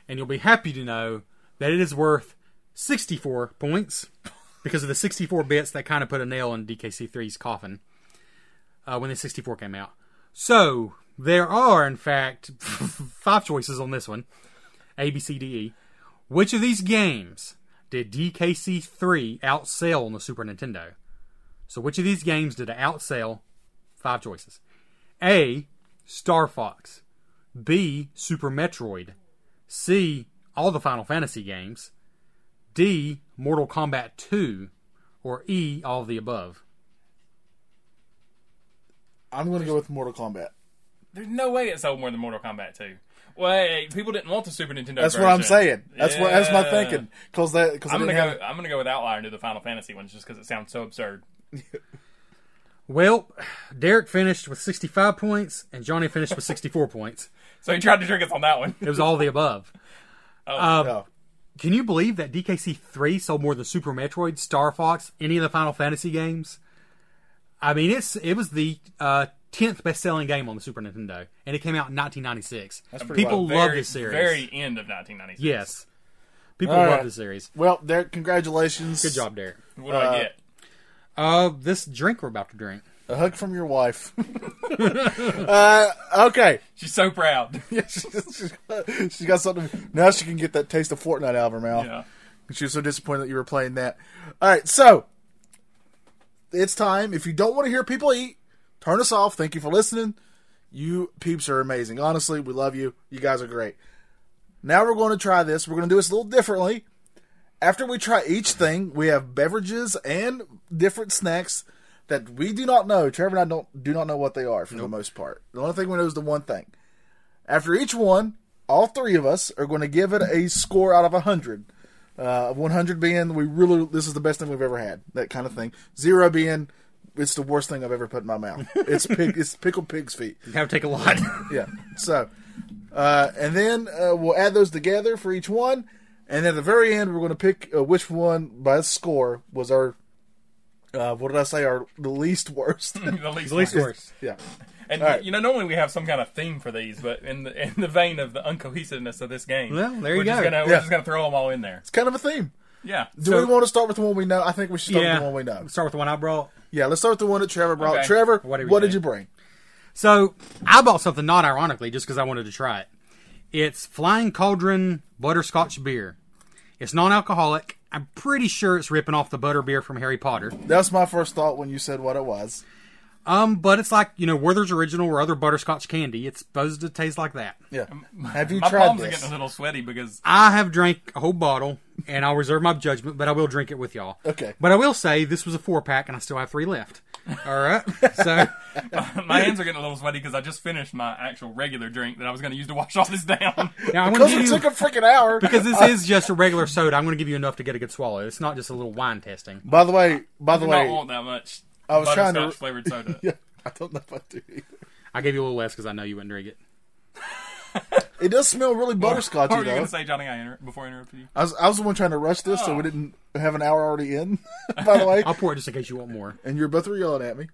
S4: and you'll be happy to know that it is worth 64 points because of the 64 bits that kind of put a nail in DKC3's coffin uh, when the 64 came out. So there are, in fact, *laughs* five choices on this one A, B, C, D, E. Which of these games did DKC3 outsell on the Super Nintendo? So which of these games did it outsell? Five choices. A. Star Fox, B. Super Metroid, C. All the Final Fantasy games, D. Mortal Kombat 2, or E. All of the above.
S3: I'm going to go with Mortal Kombat.
S5: there's no way it sold more than Mortal Kombat 2. Wait, people didn't want the Super Nintendo.
S3: That's what I'm
S5: version.
S3: saying. That's what that's my
S5: Yeah.
S3: thinking. Because that because
S5: I'm
S3: didn't
S5: gonna
S3: have
S5: go. I'm gonna go with Outlier and do the Final Fantasy ones just because it sounds so absurd.
S4: Well, *sighs* Derek finished with 65 points, and Johnny finished with 64 points.
S5: So he tried to trick us on that one.
S4: It was all the
S3: *laughs*
S4: above.
S3: Oh,
S4: Um,
S3: no.
S4: Can you believe that DKC3 sold more than Super Metroid, Star Fox, any of the Final Fantasy games? I mean, it's it was the uh, 10th best selling game on the Super Nintendo, and it came out in 1996.
S3: pretty
S4: People
S3: wild.
S4: love
S5: Very-
S4: this series.
S5: Very end of 1996.
S4: Yes. People
S3: All
S4: love
S3: right.
S4: the series.
S3: Well, Derek, congratulations.
S4: Good job, Derek.
S5: What do I get?
S4: Uh, this drink we're about to drink.
S3: A hug from your
S5: *laughs*
S3: wife. *laughs* uh, okay. *laughs*
S5: She's
S4: *laughs*
S5: so proud.
S3: she's got- she's got something. Now she can get that taste of Fortnite out of her mouth.
S5: yeah.
S3: She was so disappointed that you were playing that. All right, so it's time. If you don't want to hear people eat, turn us off. Thank you for listening. You peeps are amazing. Honestly, we love you. You guys are great. Now we're going to try this. We're going to do this a little differently. After we try each thing, we have beverages and different snacks that we do not know. Trevor and I don't do not know what they are for the most part. The only thing we know is the one thing. After each one, all three of us are going to give it a score out of 100. Uh, 100 being we really this is the best thing we've ever had, that kind of thing. 0 being it's the worst thing I've ever put in my
S4: *laughs*
S3: mouth. It's pig, it's pickled pig's feet.
S4: That would take a *laughs* lot.
S3: Yeah. So, uh, and then uh, we'll add those together for each one, and at the very end, we're going to pick uh, which one by score was our. Uh, what did I say? Our the least
S4: *laughs*
S3: worst.
S5: The least,
S4: worse.
S3: yeah.
S5: And
S3: All right.
S5: you know, normally we have some kind of theme for these, but in the in the vein of the uncohesiveness of this game,
S4: Well, there you
S5: we're Just
S4: go.
S5: gonna, We're
S3: Yeah.
S5: just gonna throw them all in there.
S3: It's kind of a theme.
S5: Yeah.
S3: Do we want to start with the one we know? I think we should start with the one we know.
S4: Start with the one I brought.
S3: Yeah, let's start with the one that Trevor brought.
S5: Okay.
S3: Trevor, what
S4: What did
S3: did,
S4: we think?
S3: you bring?
S4: So I bought something not ironically just because I wanted to try it. It's Flying Cauldron Butterscotch Beer. It's non-alcoholic. I'm pretty sure it's ripping off the butter beer from Harry Potter.
S3: That's my first thought when you said what it was.
S4: Um, but it's like you know Werther's Original or other butterscotch candy. It's supposed to taste like that.
S3: Yeah. *laughs* Have you
S5: Um, My
S3: tried
S5: palms are
S3: this? *laughs*
S5: getting a little sweaty because *laughs*
S4: I have drank a whole bottle, and I'll reserve my judgment, but I will drink it with y'all.
S3: Okay.
S4: But I will say this was a four pack, and I still have three left. All right. So
S5: my hands are getting a little sweaty because I just finished my actual regular drink that I was gonna use to wash all this down.
S4: now I'm going
S3: Because
S4: to
S3: it
S4: give
S3: took
S4: *laughs* you
S3: a freaking hour.
S4: because this is just a regular soda. I'm going to give you enough to get a good swallow. It's not just a little wine testing.
S3: by the way, by
S5: *laughs*
S3: the
S5: I don't
S3: way,
S5: want that much.
S3: I was trying to-
S5: butterscotch flavored soda.
S3: *laughs* yeah, I don't know if I do. Either.
S4: I gave you a little less because I know you wouldn't drink it.
S3: It does smell really butterscotchy
S5: What *laughs* were you
S3: though.
S5: gonna say, Johnny? I inter- before I interrupted you.
S3: I was, I was the one trying to rush this,
S5: Oh.
S3: so we didn't have an hour already in, *laughs* by the way.
S4: I'll pour it just in case you want
S5: *laughs*
S4: more.
S3: and you're both were yelling at me.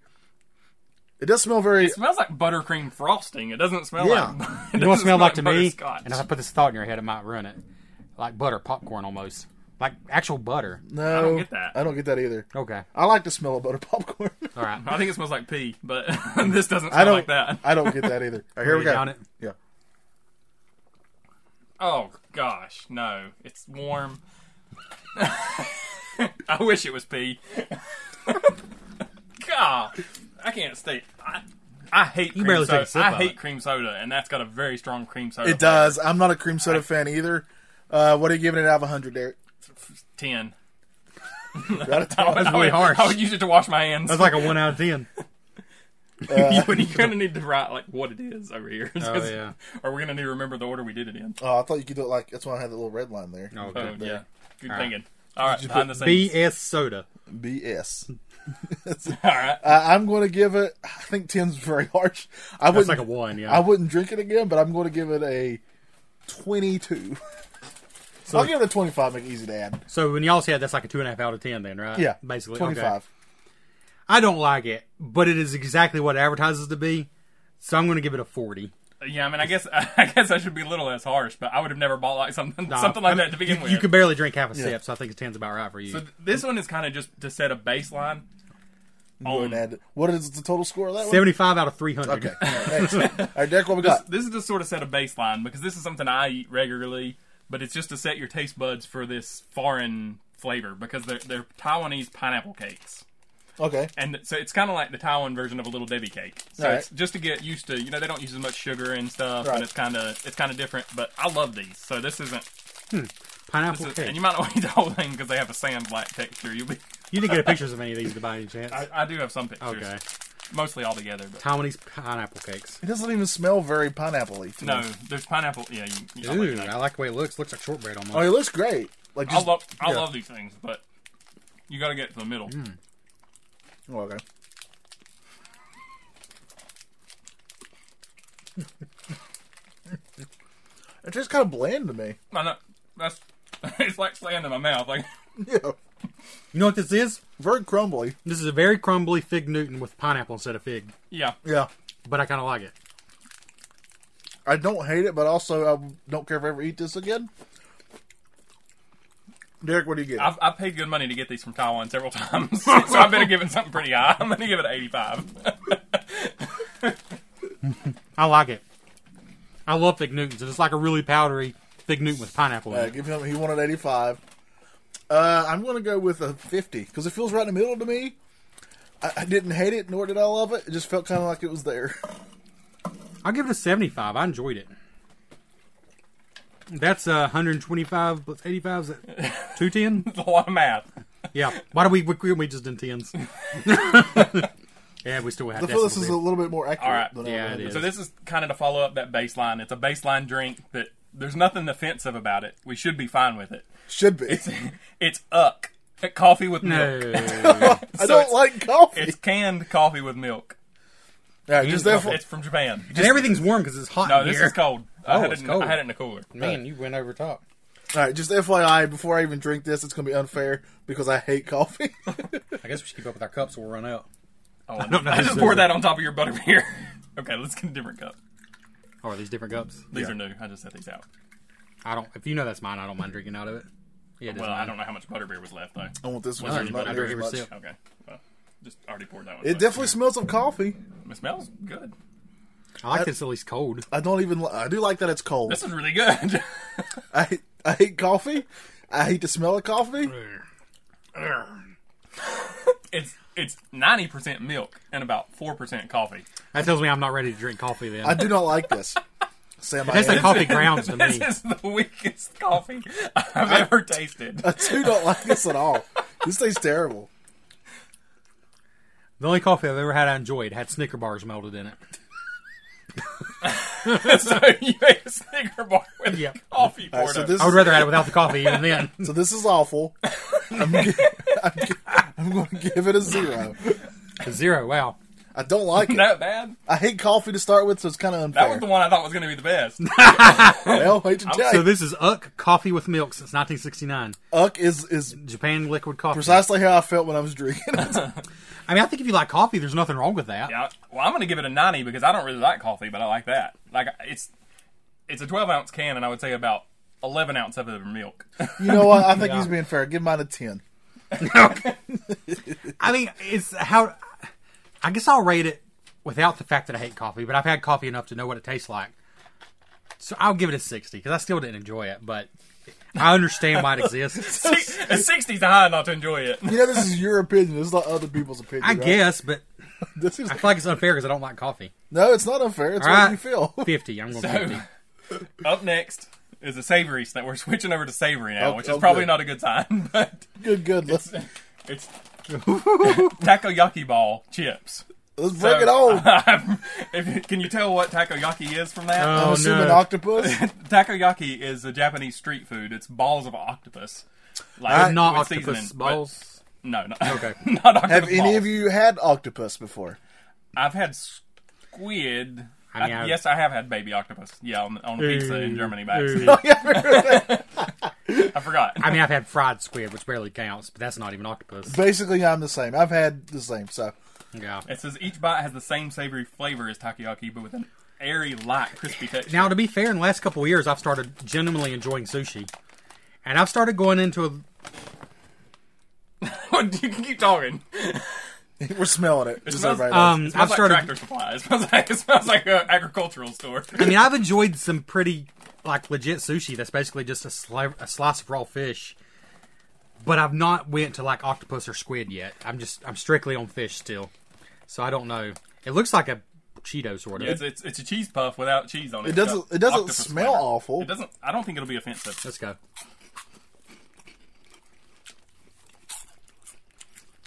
S3: It does smell very.
S5: It smells like buttercream frosting. It doesn't smell
S3: Yeah.
S4: You
S5: like. *laughs* it
S4: know what
S5: doesn't
S4: it smelled like to me?
S5: butterscotch.
S4: And if I put this thought in your head, it might ruin it. Like butter, popcorn almost. Like actual butter.
S3: No, I
S5: don't get that.
S3: I don't get that either.
S4: Okay.
S3: I like the smell of butter popcorn.
S4: All right.
S5: *laughs* I think it smells like pee, but *laughs* this doesn't
S3: *laughs* I
S5: smell
S3: don't
S5: like that.
S3: I don't get that either.
S5: *laughs*
S3: All right, here we
S4: Put it
S3: go.
S4: down it.
S3: Yeah,
S5: Oh gosh, no! It's warm. *laughs* I wish it was pee. *laughs* God, I can't stay. I, I hate cream
S4: barely
S5: soda.
S4: take a sip
S5: I
S4: of
S5: hate
S4: it.
S5: cream soda, and that's got a very strong cream soda.
S3: it does. I'm not a cream soda fan either. Uh, what are you giving it out of hundred,
S5: *laughs*
S3: Derek?
S5: Ten.
S3: Out of 10?
S4: really
S5: That's I would,
S4: harsh.
S5: I would use it to wash my hands. *laughs*
S4: That's like a one out of ten.
S5: But you're gonna need to write like what it is over here. *laughs*
S4: Oh, yeah.
S5: Or we're gonna need to remember the order we did it in.
S3: Oh, I thought you could do it like that's why I had the little red line there.
S4: Oh,
S5: Oh
S4: good.
S5: yeah. Good
S4: All right.
S5: thinking. All right, behind the scenes.
S4: BS soda.
S3: BS.
S5: *laughs* All right.
S3: I, I'm going to give it. I think 10's very harsh. I wouldn't
S4: That's like a one, yeah.
S3: I wouldn't drink it again, but I'm going to give it a 22.
S4: So-
S3: I'll give it a 25, make it easy to add.
S4: So when y'all said that's like a two and a half out of ten, then right?
S3: Yeah.
S4: basically okay.
S3: 25.
S4: I don't like it, but it is exactly what it advertises to be. So I'm going to give it a forty.
S5: Yeah, I mean, I guess *laughs* I guess I should be a little less harsh, but I would have never bought like something
S4: Nah,
S5: something like
S4: Uh, I mean,
S5: that to begin
S4: you,
S5: with.
S4: You could barely drink half a sip, so I think a ten's about right for you.
S5: So th- this one is kind of just to set a baseline.
S3: Go ahead and add it. What is the total score of that one?
S4: Seventy-five out of three hundred.
S3: Okay. All
S5: *laughs*
S3: right, thanks. All right, Derek, what we got?
S5: This is just sort of set a baseline because this is something I eat regularly, but it's just to set your taste buds for this foreign flavor because they're, they're Taiwanese pineapple cakes.
S3: Okay.
S5: And so it's kind of like the Taiwan version of a little Debbie cake. So
S3: Alright.
S5: it's just to get used to, you know, they don't use as much sugar and stuff,
S3: Right.
S5: and it's kind of it's kind of different. But I love these, so this isn't.
S4: Pineapple
S5: this is- and
S4: cake.
S5: you might not *laughs* want to eat the whole thing because they have a sand black texture. You'll be.
S4: You didn't get pictures of any of these by any chance?
S5: *laughs* I, I do have some pictures,
S4: okay.
S5: mostly all together, but
S4: Taiwanese pineapple cakes.
S3: It doesn't even smell very pineapple-y. to me.
S5: no, there's pineapple. Yeah, you, you don't
S4: Ooh,
S5: like it.
S4: I like the way it looks. Looks like shortbread almost.
S3: Oh, it looks great. Like
S5: I
S3: just,
S5: love I
S3: yeah.
S5: love these things, but you got to get to the middle.
S4: Mm.
S3: Oh, okay. *laughs* it tastes kind of bland to me. *laughs*
S5: I know, that's *laughs* it's like sand in my mouth. Like *laughs*
S3: Yeah.
S4: You know what this is?
S3: Very crumbly.
S4: This is a very crumbly fig Newton with pineapple instead of fig,
S5: yeah,
S3: Yeah.
S4: but I kind of like it.
S3: I don't hate it, but also I don't care if I ever eat this again. Derek, what do you get?
S5: I've, I've paid good money to get these from Taiwan several *laughs* times, so
S4: *laughs*
S5: I better give it something pretty high. I'm gonna give it 85. *laughs*
S4: I like it. I love fig Newtons. It's like a really powdery fig Newton with pineapple.
S3: Uh,
S4: In it.
S3: give him. He wanted eighty-five. Uh, I'm going to go with a fifty because it feels right in the middle to me. I, I didn't hate it, nor did I love it. It just felt kind of like it was there. *laughs*
S5: Uh,
S4: I'll give it a 75. I enjoyed it. That's uh, 125 plus 85 is that
S5: *laughs*
S4: 210?
S5: It's a lot of math.
S4: Yeah. Why do we we, we just did tens?
S5: *laughs*
S4: *laughs* yeah, we still have
S3: I
S4: to.
S3: feel this is a little bit more accurate.
S5: All right.
S3: than
S4: uh, Yeah,
S3: I
S4: it is.
S5: So this is kind of to follow up that baseline. It's a baseline drink that there's nothing offensive about it. We should be fine with it.
S3: should
S5: *laughs*
S3: be.
S5: It's uck coffee with milk.
S4: no.
S3: I
S5: *laughs* so
S3: don't
S5: it's-
S3: like coffee.
S5: It's canned coffee with milk.
S3: All right, just therefore,
S5: It's from Japan.
S4: *laughs* and everything's warm because it's hot
S5: No,
S4: in
S5: this
S4: here.
S5: is cold. I,
S4: Oh,
S5: had
S4: it's
S5: it in,
S4: cold.
S5: I had it in the cooler.
S4: *laughs* Man, you went over top.
S3: all right, just FYI, before I even drink this, it's going to be unfair because I hate coffee. *laughs*
S4: I guess we should keep up with our cups or we'll run out.
S5: Oh,
S4: don't know
S5: I
S4: this
S5: just
S4: is
S5: poured
S4: a-
S5: that on top of your butterbeer. *laughs* okay, let's get a different cup.
S4: Oh, are these different cups?
S5: These are new. I just set these out.
S4: I don't. If you know that's mine, I don't mind drinking out of it. Yeah, it is
S5: Well, I
S4: mine.
S5: don't know how much butterbeer was left though.
S3: I want this one.
S4: All
S3: There's
S4: right,
S3: not
S4: I'll
S3: near
S4: give
S3: as
S4: it a
S3: much.
S4: sip.
S5: Okay. Well, just already poured that one.
S3: It
S5: but-
S3: definitely smells of coffee.
S5: it smells good.
S4: I like this at least cold.
S3: I don't even. li- I do like that it's cold.
S5: This is really good. *laughs*
S3: I I hate coffee. I hate the smell of coffee.
S5: it's it's ninety percent milk and about four percent coffee.
S4: That tells me I'm not ready to drink coffee then.
S3: I do not like this. Sam, I,
S4: That's like
S3: am.
S4: coffee grounds to
S5: *laughs* This
S4: me.
S5: is the weakest coffee I've ever tasted.
S3: I do not like this at all. This tastes terrible.
S4: The only coffee I've ever had I enjoyed had Snicker bars melted in it.
S5: *laughs* so you ate a Snicker bar with
S4: Yep.
S5: coffee
S3: All
S5: poured
S3: right, so
S5: over.
S3: this
S4: I would
S3: is-
S4: rather have it without the coffee even
S5: *laughs*
S4: then.
S3: So this is awful. I'm, gi- I'm, gi- I'm going to give it a zero.
S4: Zero. Wow.
S3: I don't like it.
S5: that bad.
S3: I hate coffee to start with, so it's kind of
S5: That
S3: unfair.
S5: was the one I thought was going to be
S3: *laughs*
S5: the best.
S3: Well, wait to tell
S4: So
S3: you.
S4: this is Uck coffee with milk since 1969.
S3: Uck is is
S4: Japan liquid coffee.
S3: precisely how I felt when I was drinking. it.
S4: I mean, I think if you like coffee, there's nothing wrong with that.
S5: Yeah, well, I'm going to give it a 90 because I don't really like coffee, but I like that. Like it's it's a 12 ounce can, and I would say about 11 ounce of it are
S3: *laughs*
S5: milk. *laughs*
S3: You know what? I think he's being fair. Give mine a ten.
S4: I mean, it's how. I guess I'll rate it without the fact that I hate coffee, but I've had coffee enough to know what it tastes like. So I'll give it a 60 because I still didn't enjoy it, but I understand why it
S3: *laughs*
S4: exists.
S5: a 60's a high not to enjoy it.
S3: You know, this is your opinion. This is not other people's opinion.
S4: I
S3: right?
S4: guess, but
S3: This is
S4: I feel like it's unfair because I don't like coffee.
S3: no. It's not unfair. It's
S4: All
S3: what
S4: right.
S3: you
S4: *laughs*
S3: feel. *laughs*
S4: 50. I'm going to 50.
S5: Up next is a savory snack. We're switching over to savory now,
S3: Oh,
S5: which is
S3: oh,
S5: probably
S3: good.
S5: not a good sign, *laughs* but
S3: Good, good. Let's *laughs*
S5: it's takoyaki ball chips. *laughs*
S3: let's break
S5: So,
S3: it *laughs* on.
S5: if you- can you tell what takoyaki is from that?
S4: Oh,
S3: I'm assuming
S4: no.
S3: *laughs* octopus.
S5: takoyaki is a Japanese street food. It's balls of octopus. Like,
S3: Alright.
S4: Not
S5: with
S4: octopus
S5: seasoning, but-
S4: balls.
S5: No, not,
S4: Okay.
S5: *laughs* not octopus
S3: Have any
S5: balls.
S3: of you had octopus before?
S5: I've had squid.
S4: I mean,
S5: I-
S3: *laughs*
S4: I've-
S5: yes, I have had baby octopus. Yeah, on, on a pizza in Germany back.
S4: Ooh.
S5: *laughs* I forgot.
S4: I mean, I've had fried squid, which barely counts, but that's not even octopus.
S3: Basically, I'm the same. I've had the same. So *laughs*
S4: Yeah.
S5: It says each bite has the same savory flavor as takoyaki, but with an airy, light, crispy texture. *laughs*
S4: Now, to be fair, in the last couple of years, I've started genuinely enjoying sushi, and I've started going into a.
S5: you can keep talking.
S3: we're smelling it. Just
S5: smells-
S3: everybody knows.
S4: Um,
S5: I've
S4: I've
S5: like
S4: started.
S5: tractor supplies. *laughs* It smells like, it smells like an agricultural store.
S4: I mean, I've enjoyed some pretty like legit sushi that's basically just a, sli- a slice of raw fish, but I've not went to like octopus or squid yet. I'm just I'm strictly on fish still, so I don't know. It looks like a Cheeto sort of.
S5: It's, it's, it's a cheese puff without cheese on it.
S3: It doesn't-
S5: It's got
S3: it doesn't
S5: octopus
S3: smell
S5: flavor.
S3: awful.
S5: It doesn't. I don't think it'll be offensive.
S4: Let's go.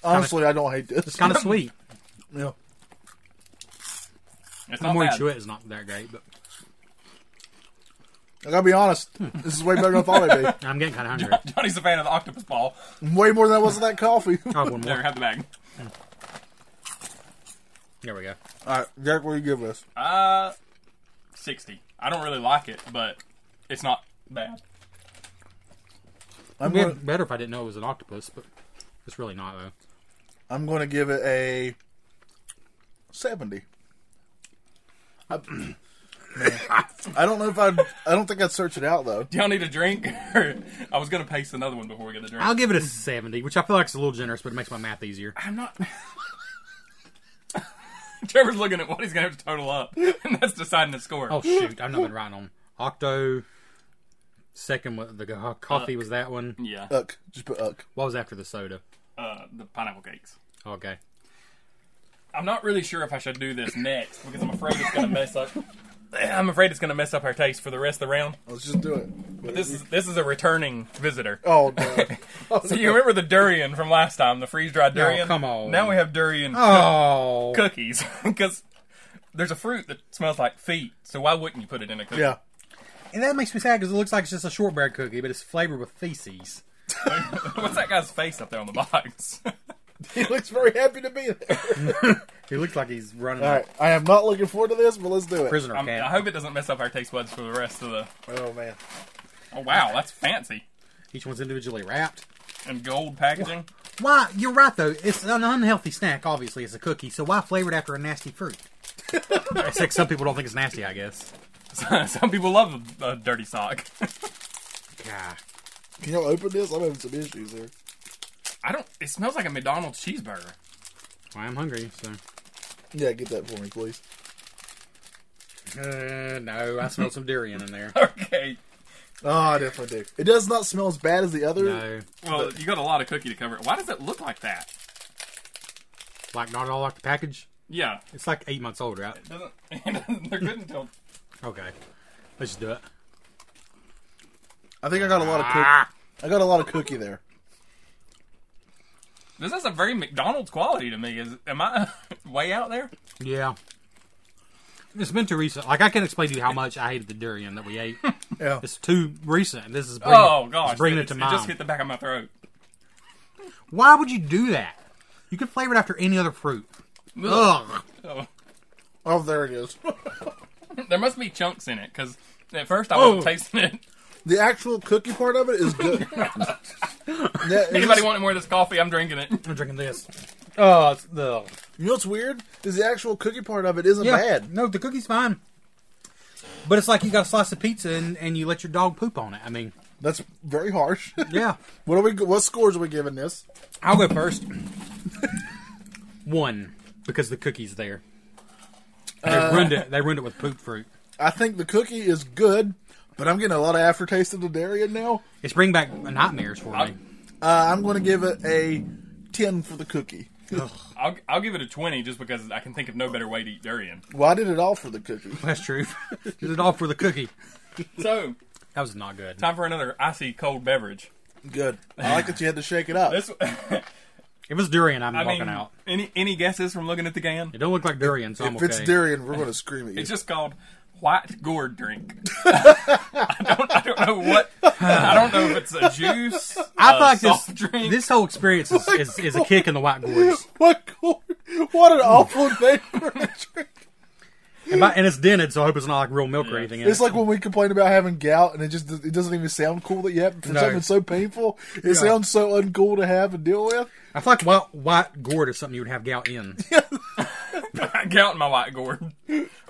S3: Honestly, I don't hate this.
S4: It's
S5: *laughs*
S4: kind of sweet.
S3: *laughs* Yeah.
S5: It's
S4: The
S5: not
S4: more you
S5: bad.
S4: chew it, it's not that great, but
S3: I gotta be honest.
S4: Hmm.
S3: This is way better than I thought it'd be.
S4: I'm getting kind
S5: *laughs*
S4: of hungry.
S5: Johnny's a fan of the octopus ball.
S3: Way more than I was of that coffee. *laughs*
S4: Oh, one
S5: Never
S4: more.
S5: had the bag.
S4: There we go.
S3: All right, Derek, what do you give us?
S5: Uh, sixty. I don't really like it, but it's not bad.
S3: I'm
S4: It'd
S3: gonna,
S4: be better if I didn't know it was an octopus, but it's really not though.
S3: I'm gonna give it a seventy. I, *clears throat* man, I don't know if I'd. I don't think I'd search it out though.
S5: Do y'all need a drink? *laughs* I was gonna paste another one before we get a drink.
S4: I'll give it a 70, which I feel like is a little generous, but it makes my math easier.
S5: I'm not. *laughs* Trevor's looking at what he's gonna have to total up, *laughs* and that's deciding the score.
S4: *laughs* Oh shoot, I've not been right on Octo. Second, wa- the co- coffee was that one.
S5: Yeah, uh,
S3: Uck, just put uck.
S4: What was after the soda?
S5: the pineapple cakes.
S4: Okay,
S5: I'm not really sure if I should do this next because I'm afraid it's gonna mess up. I'm afraid it's gonna mess up our taste for the rest of the round.
S3: Let's just do it.
S5: But this is this is a returning visitor.
S3: Oh, no.
S5: So you remember the durian from last time, the freeze dried durian?
S4: Oh, come on.
S5: Now we have durian
S4: Oh,
S5: cookies *laughs* because there's a fruit that smells like feet. So why wouldn't you put it in a cookie?
S3: yeah.
S4: and that makes me sad because it looks like it's just a shortbread cookie, but it's flavored with feces.
S5: *laughs* What's that guy's face up there on the box? *laughs*
S3: He looks very happy to be there.
S4: He looks like he's
S3: *laughs*
S4: running
S3: All
S4: a
S3: right, I am not looking forward to this, but let's do it.
S4: prisoner
S5: I'm- Um, I
S4: cat.
S5: hope it doesn't mess up our taste buds for the rest of the.
S3: Oh man,
S5: Oh wow, that's fancy
S4: Each one's individually wrapped.
S5: and gold packaging. *laughs*
S4: Why? You're right though. It's an unhealthy snack. Obviously, it's a cookie. So why flavored after a nasty fruit? Except some people don't think it's nasty. I guess.
S5: Some people love a, a dirty sock. *laughs*
S4: God.
S3: can you open this? I'm having some issues here.
S5: I don't. It smells like a McDonald's cheeseburger.
S4: Well, I'm hungry. So.
S3: Yeah, get that for me, please.
S4: Uh, no, I smell some durian in there.
S5: *laughs* Okay.
S3: Oh, I definitely do. It does not smell as bad as the other.
S4: No,
S5: Well, you got a lot of cookie to cover. Why does it look like that?
S4: like not at all like the package.
S5: Yeah.
S4: It's like eight months old, right?
S5: It doesn't. *laughs* It doesn't they're good until
S4: Okay, let's just do it.
S3: I think I got a lot of cook-
S4: Ah,
S3: I got a lot of cookie there.
S5: This has a very McDonald's quality to me. Is am I *laughs* way out there?
S4: yeah. It's been too recent. Like I can explain to you how much I hated the durian that we ate.
S3: Yeah.
S4: It's too recent. This is bringing,
S5: Oh gosh,
S4: it's bringing
S5: it,
S4: it to
S5: it
S4: mind.
S5: just hit the back of my throat.
S4: Why would you do that? You could flavor it after any other fruit. Ugh.
S3: Oh, there it is. *laughs*
S5: There must be chunks in it because at first I
S4: Oh.
S5: wasn't
S4: *laughs*
S5: tasting it.
S3: the actual cookie part of it is good. *laughs* Yeah, it's
S5: Anybody
S3: just-
S5: wanting more of this coffee? I'm drinking it.
S4: I'm drinking this. Oh, it's the
S3: you know what's weird is the actual cookie part of it isn't
S4: yeah.
S3: bad.
S4: No, the cookie's fine. But it's like you got a slice of pizza and, and you let your dog poop on it. I mean,
S3: That's very harsh. *laughs*
S4: yeah.
S3: what are we? What scores are we giving this?
S4: I'll go first. *laughs* One, because the cookie's there. They
S5: Uh,
S4: ruined it. They ruined it with poop fruit.
S3: I think the cookie is good, but I'm getting a lot of aftertaste of the dairy in now.
S4: It's bringing back nightmares for me.
S3: Uh, I'm going to give it a ten for the cookie.
S5: I'll, I'll give it a twenty just because I can think of no better way to eat durian.
S3: Well, I did it all for the cookie.
S4: That's true. *laughs* Did it all for the cookie.
S5: So
S4: That was not good.
S5: time for another icy cold beverage.
S3: Good. I like that you had to shake it up.
S5: This *laughs*
S4: It was durian. I'm
S5: I
S4: walking
S5: mean,
S4: out.
S5: any any guesses from looking at the can?
S4: It don't look like durian, so I'm
S3: if
S4: okay.
S3: it's dairy, we're going to scream at you. *laughs*
S5: It's just called white
S4: *laughs*
S5: gourd drink. I, don't, I don't know what. I don't know if it's a juice.
S4: I feel
S5: a
S4: like this
S5: Uh, soft drink.
S4: this whole
S3: *laughs*
S4: experience is, is, is a *laughs* kick in the white gourds.
S3: *laughs* what? What an awful name for a drink.
S4: And, by, and it's dented, so I hope it's not like real milk or anything. in
S3: It's
S4: it.
S3: like when we complain about having gout, and it just it doesn't even sound cool that yet for
S4: No.
S3: something so painful. It sounds so uncool to have and deal with.
S4: I feel like white, white gourd is something you would have
S3: *laughs*
S4: gout in.
S5: I gout in my white gourd.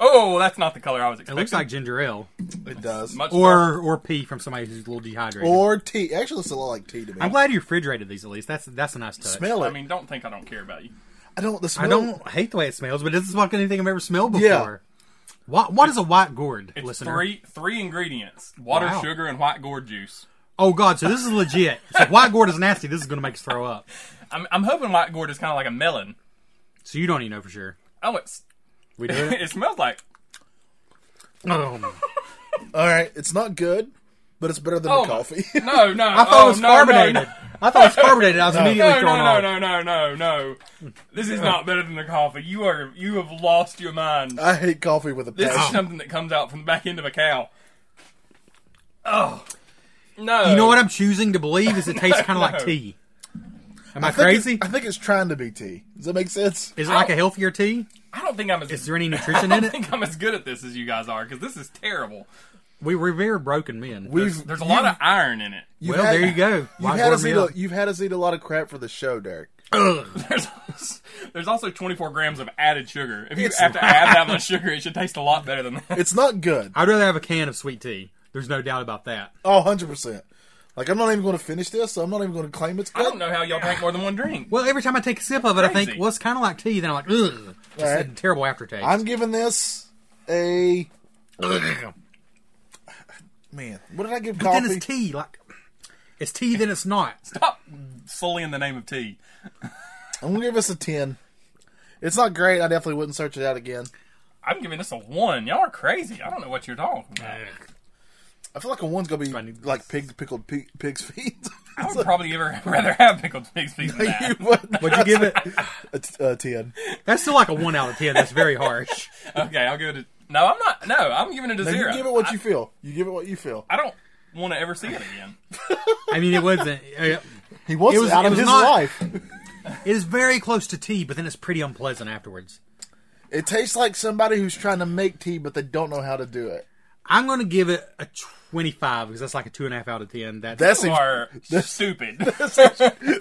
S5: Oh, that's not the color I was
S4: It
S5: expecting.
S4: looks like ginger ale
S3: It does.
S5: Much
S4: or
S5: darker.
S4: or pee from somebody who's a little dehydrated.
S3: Or tea. Actually, it's a lot like tea to me.
S4: I'm glad you refrigerated these at least. That's that's a nice touch.
S3: smell it.
S5: I mean, don't think I don't care about you.
S3: I don't. The smell.
S4: I don't hate the way it smells, but this is like anything I've ever smelled before.
S3: Yeah.
S4: What what is a white gourd,
S5: It's
S4: listener?
S5: three three ingredients: water,
S4: Wow.
S5: sugar, and white gourd juice.
S4: Oh God! So this is legit. So if white gourd is nasty. This is going to make us throw up.
S5: I'm, I'm hoping white gourd is kind of like a melon.
S4: So you don't even know for sure.
S5: Oh, it's
S4: We do it.
S5: *laughs* it smells like
S4: Um,
S3: All right, it's not good, but it's better than
S5: oh
S3: the coffee. *laughs*
S5: my- No, no,
S4: I thought it was
S5: oh, no,
S4: carbonated.
S5: No, no.
S4: I thought it was carbonated. I was immediately
S5: No, no,
S4: thrown
S5: no,
S4: off.
S5: no, no, no, no. This is not better than the coffee. You are you have lost your
S4: Uh,
S5: mind.
S3: I hate coffee with a
S5: This is
S3: passion.
S5: something that comes out from the back end of a cow. Oh no!
S4: You know what I'm choosing to believe is it tastes kind of
S5: No.
S4: like tea. Am I,
S3: I think it's-
S4: crazy?
S3: I think it's trying to be tea. Does that make sense?
S4: Is it like a healthier tea?
S5: I don't think I'm as
S4: Is there any nutrition
S5: *laughs* I
S4: in
S5: don't
S4: it?
S5: think I'm as good at this as you guys are because this is terrible.
S4: We revere broken men.
S3: We've
S5: There's a lot of iron in it.
S3: you've
S4: well,
S3: had-
S4: there you go.
S3: You've
S4: White
S3: had,
S4: gourd
S3: us eat a,
S4: milk.
S3: you've had us eat a lot of crap for the show, Derek.
S5: *laughs* There's *laughs* there's also 24 grams of added sugar. If you have to add that much sugar, it should taste a lot better than
S4: *laughs*
S5: that.
S3: It's not good.
S4: I'd rather have a can of sweet tea. There's no doubt about that.
S3: Oh, 100%. Like, I'm not even going to finish this, so I'm not even going to claim it's
S5: I
S3: good.
S5: don't know how y'all drink more than one drink.
S4: Well, every time I take a sip of it, I
S5: Crazy.
S4: think, well, it's kind of like tea. Then I'm like, ugh, it's a
S3: Alright.
S4: terrible aftertaste.
S3: I'm giving this a. Man, what did I give
S4: But
S3: coffee?
S4: then it's tea. Like, it's tea. Then
S3: *laughs*
S4: it's not.
S5: Stop solely in the name of tea.
S3: I'm going to give us a 10. It's not great. I definitely wouldn't search it out again.
S5: I'm giving this a one. Y'all are crazy. I don't know what you're talking about.
S3: I feel like a one's going to be
S4: need
S3: like pig, pickled pig, pig's feet. *laughs*
S5: I would probably ever *laughs* rather have pickled pig's feet than
S3: you
S5: that.
S3: would.
S4: Would you give it?
S3: A, t- a 10.
S4: That's still like a one out of ten. That's very harsh.
S5: *laughs* Okay, I'll give it a. No, I'm not. No, I'm giving it a
S3: Now,
S5: zero.
S3: you give it what you feel. You give it what you feel.
S5: I don't want to ever see it again.
S4: I mean, it wasn't. uh,
S3: He wants
S4: It
S3: it,
S4: was-
S3: out of
S4: it was
S3: his
S4: not-
S3: life.
S4: It is very close to tea, but then it's pretty unpleasant afterwards.
S3: It tastes like somebody who's trying to make tea, but they don't know how to do it.
S4: I'm going to give it a 25 because that's like a two and a half out of ten. That's
S3: That
S4: that's,
S5: You
S3: seems.
S5: are stupid.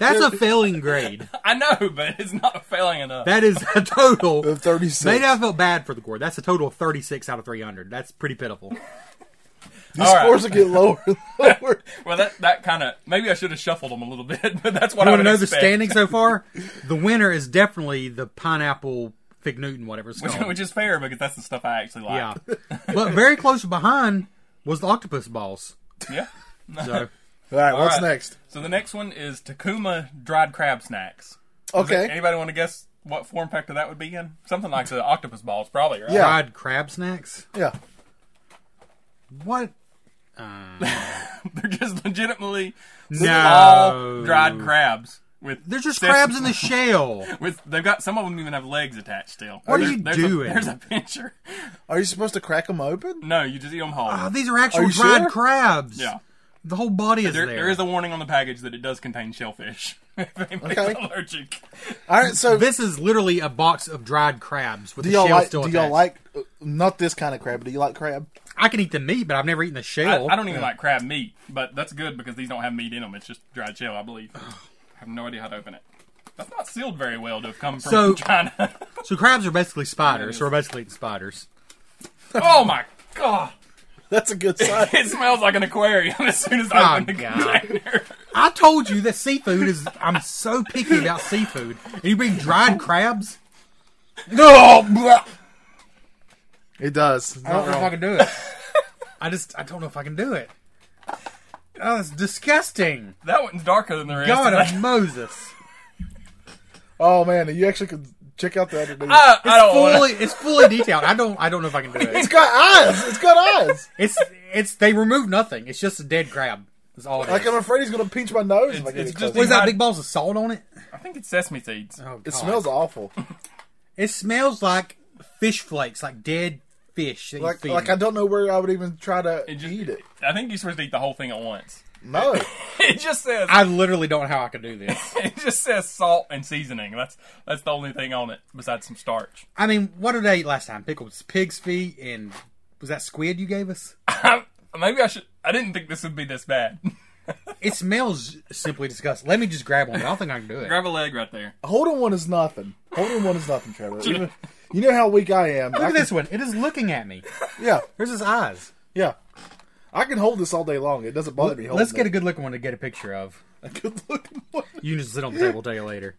S3: *laughs*
S5: *laughs*
S4: a failing grade.
S5: I know, but it's not failing enough.
S4: That is a total.
S3: Of 36.
S4: Maybe I felt bad for the gourd. That's a total of 36 out of 300. That's pretty pitiful.
S3: These
S5: All right.
S3: scores will get lower
S5: *laughs*
S3: and lower.
S5: well, that that kind of maybe I should have shuffled them a little bit, *laughs* but that's what
S4: You
S5: I
S4: want to
S5: would
S4: know the
S5: expect.
S4: standing so far? The winner is definitely the pineapple fig Newton, whatever it's
S5: *laughs* which,
S4: called.
S5: which is fair because that's the stuff I actually
S4: yeah,
S5: like.
S4: *laughs* but very close behind was the octopus balls.
S5: Yeah.
S4: So
S3: All right, what's
S5: right.
S3: next?
S5: *laughs* So the next one is Takuma dried crab snacks.
S3: Okay.
S5: Anybody want to guess what form factor that would be in? Something like the octopus balls, probably. Right?
S3: Yeah.
S4: fried crab snacks.
S3: Yeah.
S4: What?
S5: *laughs* They're just legitimately
S4: No,
S5: all dried crabs with.
S4: There's just
S5: sess-
S4: crabs in the
S5: *laughs*
S4: shell.
S5: With they've got some of them even have legs attached still.
S4: What are
S5: There's-
S4: you
S5: there's
S4: doing?
S5: A, there's a picture.
S3: Are you supposed to crack them open?
S5: No, you just eat them whole.
S4: Oh, these are actual
S3: you
S4: dried
S3: sure?
S4: crabs.
S5: yeah.
S4: The whole body is
S5: There,
S4: there.
S5: there is a warning on the package that it does contain shellfish. *laughs* if anybody's
S3: Okay.
S5: allergic.
S3: All right, so
S4: this is literally a box of dried crabs with
S3: do
S4: the shell
S3: y'all like?
S4: still
S3: Do
S4: attached.
S3: y'all like? uh, Not this kind of crab. but Do you like crab? *laughs*
S4: I can eat the meat, but I've never eaten the
S5: I,
S4: shell.
S5: I don't even like crab meat, but that's good because these don't have meat in them. It's just dried shell, I believe. I have no idea how to open it. That's not sealed very well to have come from
S4: So-
S5: China. *laughs*
S4: So crabs are basically spiders. So we're basically eating spiders.
S5: oh my god!
S3: That's a good
S5: *laughs*
S3: sign.
S5: It smells like an aquarium *laughs* as soon as
S4: Oh,
S5: I open the
S4: God.
S5: container. *laughs*
S4: I told you that seafood is. I'm so picky about seafood. And you bring dried crabs?
S3: no. blah. It does. It's
S4: I
S3: not
S4: don't know if I
S3: wrong.
S4: can do it. I just. I don't know if I can do it. Oh, it's disgusting.
S5: That one's darker than the rest. *laughs*
S4: God
S5: of
S4: of
S5: that.
S4: Moses.
S3: Oh man, you actually could check out the underneath.
S5: I, I
S4: It's
S5: don't want
S4: fully, it's fully detailed. I don't. I don't know if I can do it.
S3: it's got eyes. It's got eyes.
S4: It's it's they remove nothing. It's just a dead crab. That's all it is.
S3: Like I'm afraid he's gonna pinch my nose. if
S5: It's-
S3: I get
S5: it's
S3: it
S5: just
S4: what
S3: close.
S4: is that? Big balls of salt on it.
S5: I think it's sesame seeds.
S4: Oh,
S3: It
S4: God.
S3: smells awful.
S4: It smells like fish flakes, like dead fish. That you
S3: Like
S4: feed
S3: like I
S4: them.
S3: don't know where I would even try to
S5: just-
S3: eat it.
S5: I think you're supposed to eat the whole thing at once. *laughs*
S3: No.
S5: it just says
S4: I literally don't know how I could do this.
S5: it just says salt and seasoning. That's that's the only thing on it besides some starch.
S4: I mean, what did I eat last time? Pickles, pig's feet, and was that squid you gave us?
S5: Maybe I should. I didn't think this would be this bad. *laughs*
S4: It smells simply disgusting. Let me just grab one. I don't think I can do it.
S5: Grab a leg right there.
S3: Holding one is nothing. Holding one is nothing, Trevor. Even- you know how weak I am.
S4: Look
S3: I
S4: at
S3: can-
S4: this one. It is looking at me.
S3: *laughs* Yeah,
S4: Here's his eyes.
S3: yeah. I can hold this all day long. It doesn't bother me. Holding
S4: Let's get a
S3: it.
S4: good looking one to get a picture of.
S3: a good *laughs* looking one.
S4: You can just sit on the table, tell you later.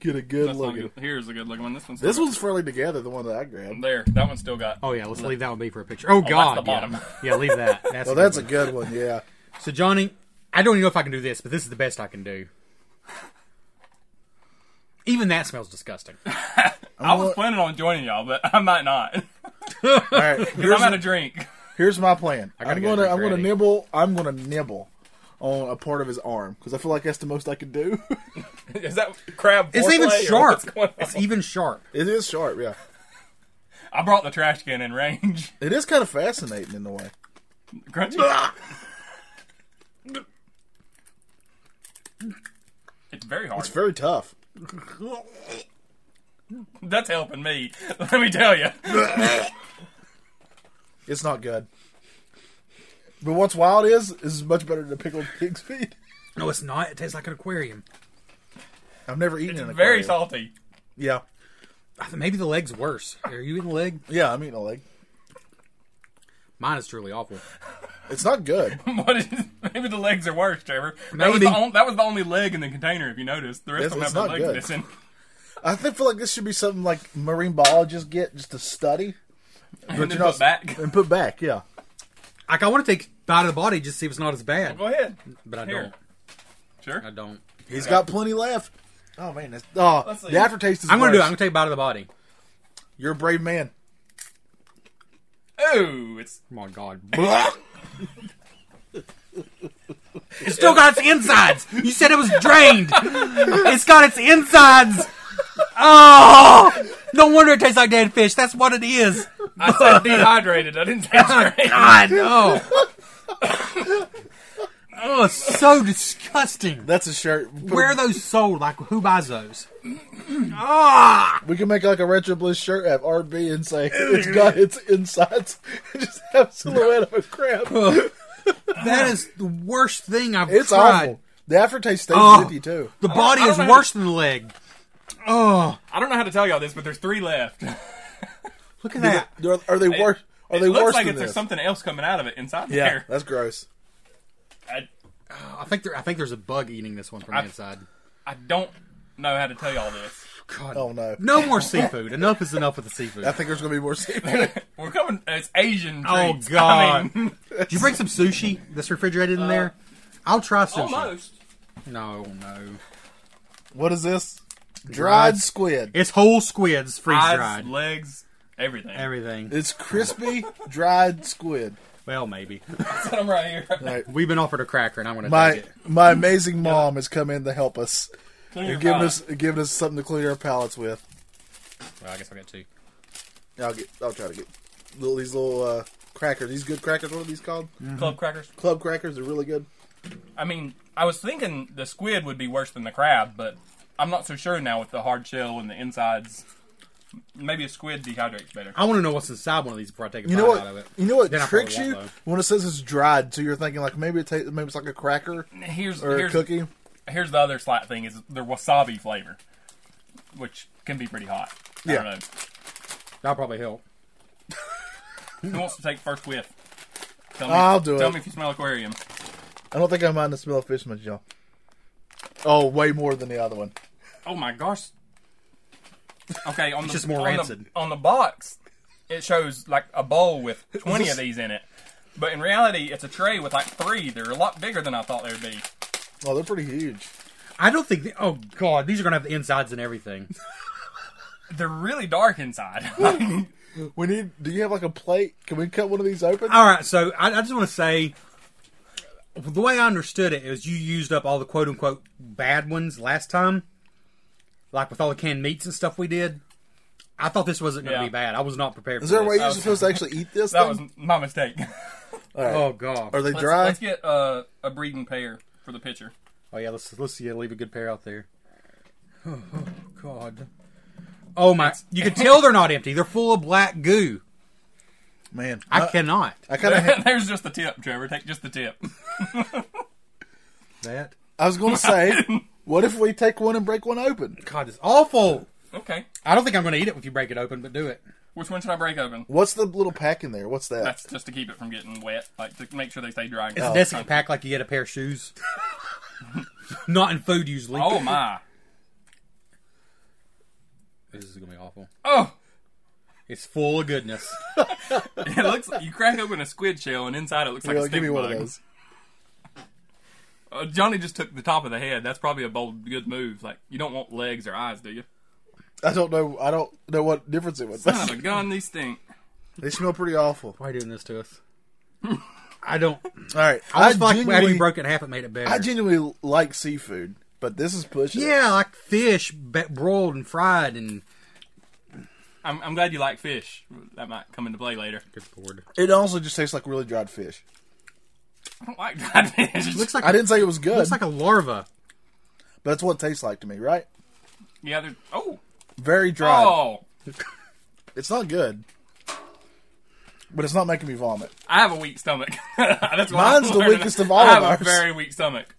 S3: Get a good
S5: That's not
S3: looking.
S5: good. Here's a good looking one. This one's
S3: This one's fairly together. The one that I grabbed.
S5: there. That one's still got.
S4: Oh yeah, let's leave that one be for a picture. Oh,
S5: that's
S4: God,
S5: the bottom.
S4: yeah, yeah, leave
S3: *laughs*
S4: that. That's
S3: Well, Oh, that's a good one. Yeah.
S4: So Johnny, I don't even know if I can do this, but this is the best I can do. Even that smells disgusting.
S5: I was planning on joining y'all, but *laughs* I might not because
S3: All right.
S5: I'm out of drink.
S3: Here's my plan.
S4: gotta
S3: I'm gonna
S4: go drink
S3: I'm gonna
S4: Freddy.
S3: nibble. I'm gonna nibble on a part of his arm because I feel like that's the most I can do.
S5: *laughs* Is that crab?
S4: It's
S5: foreplay
S4: even
S5: or what's going
S4: sharp.
S5: on?
S4: It's e- even sharp.
S3: it is sharp. Yeah.
S5: I brought the trash can in range. *laughs*
S3: It is kind of fascinating in a way.
S5: Crunchy. it's very hard.
S3: It's very tough.
S5: That's helping me. *laughs* Let me tell you.
S3: It's not good. But what's wild is is much better than pickled *laughs* pig's feet.
S4: No, it's not. It tastes like an aquarium.
S3: I've never eaten
S5: It's
S3: an
S5: very
S3: aquarium.
S5: salty. *laughs*
S3: Yeah,
S4: I think Maybe the leg's worse. Are you eating the leg?
S3: yeah, I'm eating a leg.
S4: Mine is truly awful.
S3: It's not
S5: *laughs*
S3: good.
S5: What is, maybe the legs are worse, Trevor. That was,
S4: Maybe.
S5: the on, that was the only leg in the container, if you noticed. The
S3: It's-
S5: rest of them
S3: it's
S5: have their
S3: not
S5: legs
S3: good.
S5: missing.
S3: I think feel like this should be something like marine biologists get just to study
S5: And then
S3: you're not-
S5: put back.
S3: and put back. Yeah,
S4: Like I want to take bite of the body just to see if it's not as bad,
S5: Go ahead.
S4: but I
S5: Here.
S4: don't.
S5: Sure.
S4: I don't.
S3: he's got plenty left. Oh man, that's, oh,
S5: Let's see.
S3: the aftertaste is.
S4: I'm gonna do it.
S3: worse.
S4: I'm gonna take a bite of the body.
S3: You're a brave man.
S5: Oh, it's
S4: Oh my god. it still got *laughs* its insides. You said it was drained. It's got its insides. Oh, no wonder it tastes like dead fish. That's what it is.
S3: *laughs*
S5: I said dehydrated. I didn't say straight.
S4: God, no. Oh, it's so disgusting.
S3: That's a shirt. Put-
S4: Where are those sold? Like, who buys *clears throat* those? Ah!
S3: We can make like a retro bliss shirt have RB and say it's got its insides. *laughs* and just have a silhouette of a crab.
S5: *laughs*
S4: That is the worst thing I've
S3: It's
S4: tried.
S3: awful. The aftertaste stays
S4: Oh.
S3: with you too.
S4: The body
S5: I
S4: is
S5: don't know.
S4: worse than the leg. Oh,
S5: I don't know how to tell y'all this, but there's three left. It
S4: look at that.
S3: Are, are they worse? Are they
S5: looks
S3: worse
S5: like
S3: than
S5: it's,
S3: this?
S5: there's something else coming out of it inside
S3: yeah,
S5: there.
S3: that's gross.
S5: I,
S4: I think there, I think there's a bug eating this one from the
S5: I-
S4: inside.
S5: I don't know how to tell y'all this.
S4: God,
S3: Oh no.
S4: no more seafood. Enough is enough with the seafood.
S3: I think there's gonna be more
S5: *laughs*
S3: seafood.
S5: We're coming. It's Asian.
S4: oh
S5: treats. I
S4: God,
S5: mean,
S4: did you bring some sushi that's refrigerated in there? I'll try sushi.
S5: almost. *laughs*
S4: No, no,
S3: *laughs* what is this? Dried
S4: Dried-
S3: squid.
S4: it's whole squids, freeze
S5: Eyes,
S4: dried,
S5: legs, everything.
S4: everything.
S3: It's
S5: *laughs*
S3: crispy dried squid.
S4: Well, maybe
S5: That's what I'm right here.
S3: Mm-hmm.
S4: we've been offered a cracker, and I'm gonna
S3: My
S4: take it.
S3: my amazing mom has come in to help us.
S5: Clean
S3: They're
S5: your
S3: giving
S5: palate.
S3: us giving us something to clear our palates with.
S4: Well, I guess I'll get two.
S3: I'll get I'll try to get little these little uh, crackers. These good crackers, what are these called?
S5: club crackers.
S3: Club crackers, they're really good.
S5: I mean, I was thinking the squid would be worse than the crab, but I'm not so sure now with the hard shell and the insides. Maybe a squid dehydrates better.
S4: I want to know what's inside one of these before I take a
S3: You
S4: bite
S3: know
S4: out of
S3: what?
S4: it.
S3: You know what
S4: Then I probably
S3: tricks
S4: won't,
S3: you
S4: though.
S3: when it says it's dried. So you're thinking like maybe it ta- maybe it's like a cracker
S5: Here's
S3: or a
S5: here's,
S3: cookie.
S5: here's the other slight thing is the wasabi flavor, which can be pretty hot. I
S3: Yeah.
S5: don't
S4: That'll probably help.
S5: know. Who wants to take first whiff? Tell
S3: I'll do
S5: Tell
S3: it.
S5: me if you smell aquarium.
S3: I don't think I mind the smell of fish much, y'all. Oh, way more than the other one.
S5: Oh my gosh. Okay, on the,
S4: just more
S5: on
S4: rancid.
S5: The, on the box, it shows like a bowl with
S4: *laughs*
S5: 20 of these in it. But in reality, it's a tray with like three. They're a lot bigger than I thought they would be.
S3: Oh, they're pretty huge.
S4: I don't think. The, oh God, these are gonna have the insides and everything.
S5: They're really dark inside. *laughs* Like,
S3: We need. Do you have like a plate? Can we cut one of these open?
S4: All right, so I, I just want to say the way I understood it is you used up all the quote unquote bad ones last time, like with all the canned meats and stuff we did. I thought this wasn't going to
S5: Yeah.
S4: be bad. I was not prepared.
S3: Is
S4: for
S3: there a
S4: this. *laughs*
S3: way you're supposed to actually eat this?
S5: that
S3: thing?
S5: was my mistake.
S3: All right.
S4: Oh god.
S3: Are they
S5: Let's,
S3: dry?
S5: let's get uh, a breeding pair for the pitcher.
S4: Oh yeah, let's let's see, leave a good pair out there. Oh, God. Oh my! You can tell they're not empty. They're full of black goo.
S3: Man,
S4: I
S3: I,
S4: cannot.
S3: Uh, I kind of.
S5: *laughs* There's just the tip, Trevor. Take just the tip.
S4: That
S3: I was going
S5: *laughs*
S3: to say, what if we take one and break one open?
S4: God is awful.
S5: Okay.
S4: I don't think I'm going to eat it if you break it open, but do it.
S5: Which one should I break open?
S3: What's the little pack in there? What's that?
S5: That's just to keep it from getting wet, like to make sure they stay dry. and
S4: It's a
S5: cold.
S4: desiccant pack like you get a pair of shoes. *laughs* not in food usually.
S5: Oh my!
S4: This is going to be awful.
S5: Oh,
S4: It's full of goodness.
S5: *laughs* it looks. You crack open a squid shell, and inside it looks like
S3: Yeah,
S5: a
S3: give me
S5: stink
S3: one
S5: bug.
S3: of those.
S5: Uh, Johnny just took the top of the head. That's probably a bold, good move. Like you don't want legs or
S3: *laughs*
S5: eyes, do you?
S3: I don't know. I don't know what difference it would make.
S5: Son of a gun, these stink.
S3: They smell pretty awful.
S4: Why are you doing this to us? *laughs* I don't.
S3: All right,
S4: I
S3: I,
S4: was like, after
S3: genuinely,
S4: you broke it in half, it made it better.
S3: I genuinely like seafood, but this is pushing. it.
S4: yeah, like fish be- broiled and fried and.
S5: I'm, I'm glad you like fish. That might come into play later. *laughs*
S4: Good lord.
S3: it also just tastes like really dried fish.
S5: I don't like dried fish.
S4: Looks like
S3: I didn't say it was good,
S4: looks like a larva.
S3: but that's what it tastes like to me, right?
S5: yeah, they're oh
S3: Very dry.
S5: oh.
S3: It's not good, but it's not making me vomit.
S5: I have a weak stomach. *laughs* That's why
S3: Mine's
S5: I'm
S3: the
S5: learning.
S3: weakest of all
S5: I have
S3: of
S5: a
S3: ours.
S5: very weak stomach.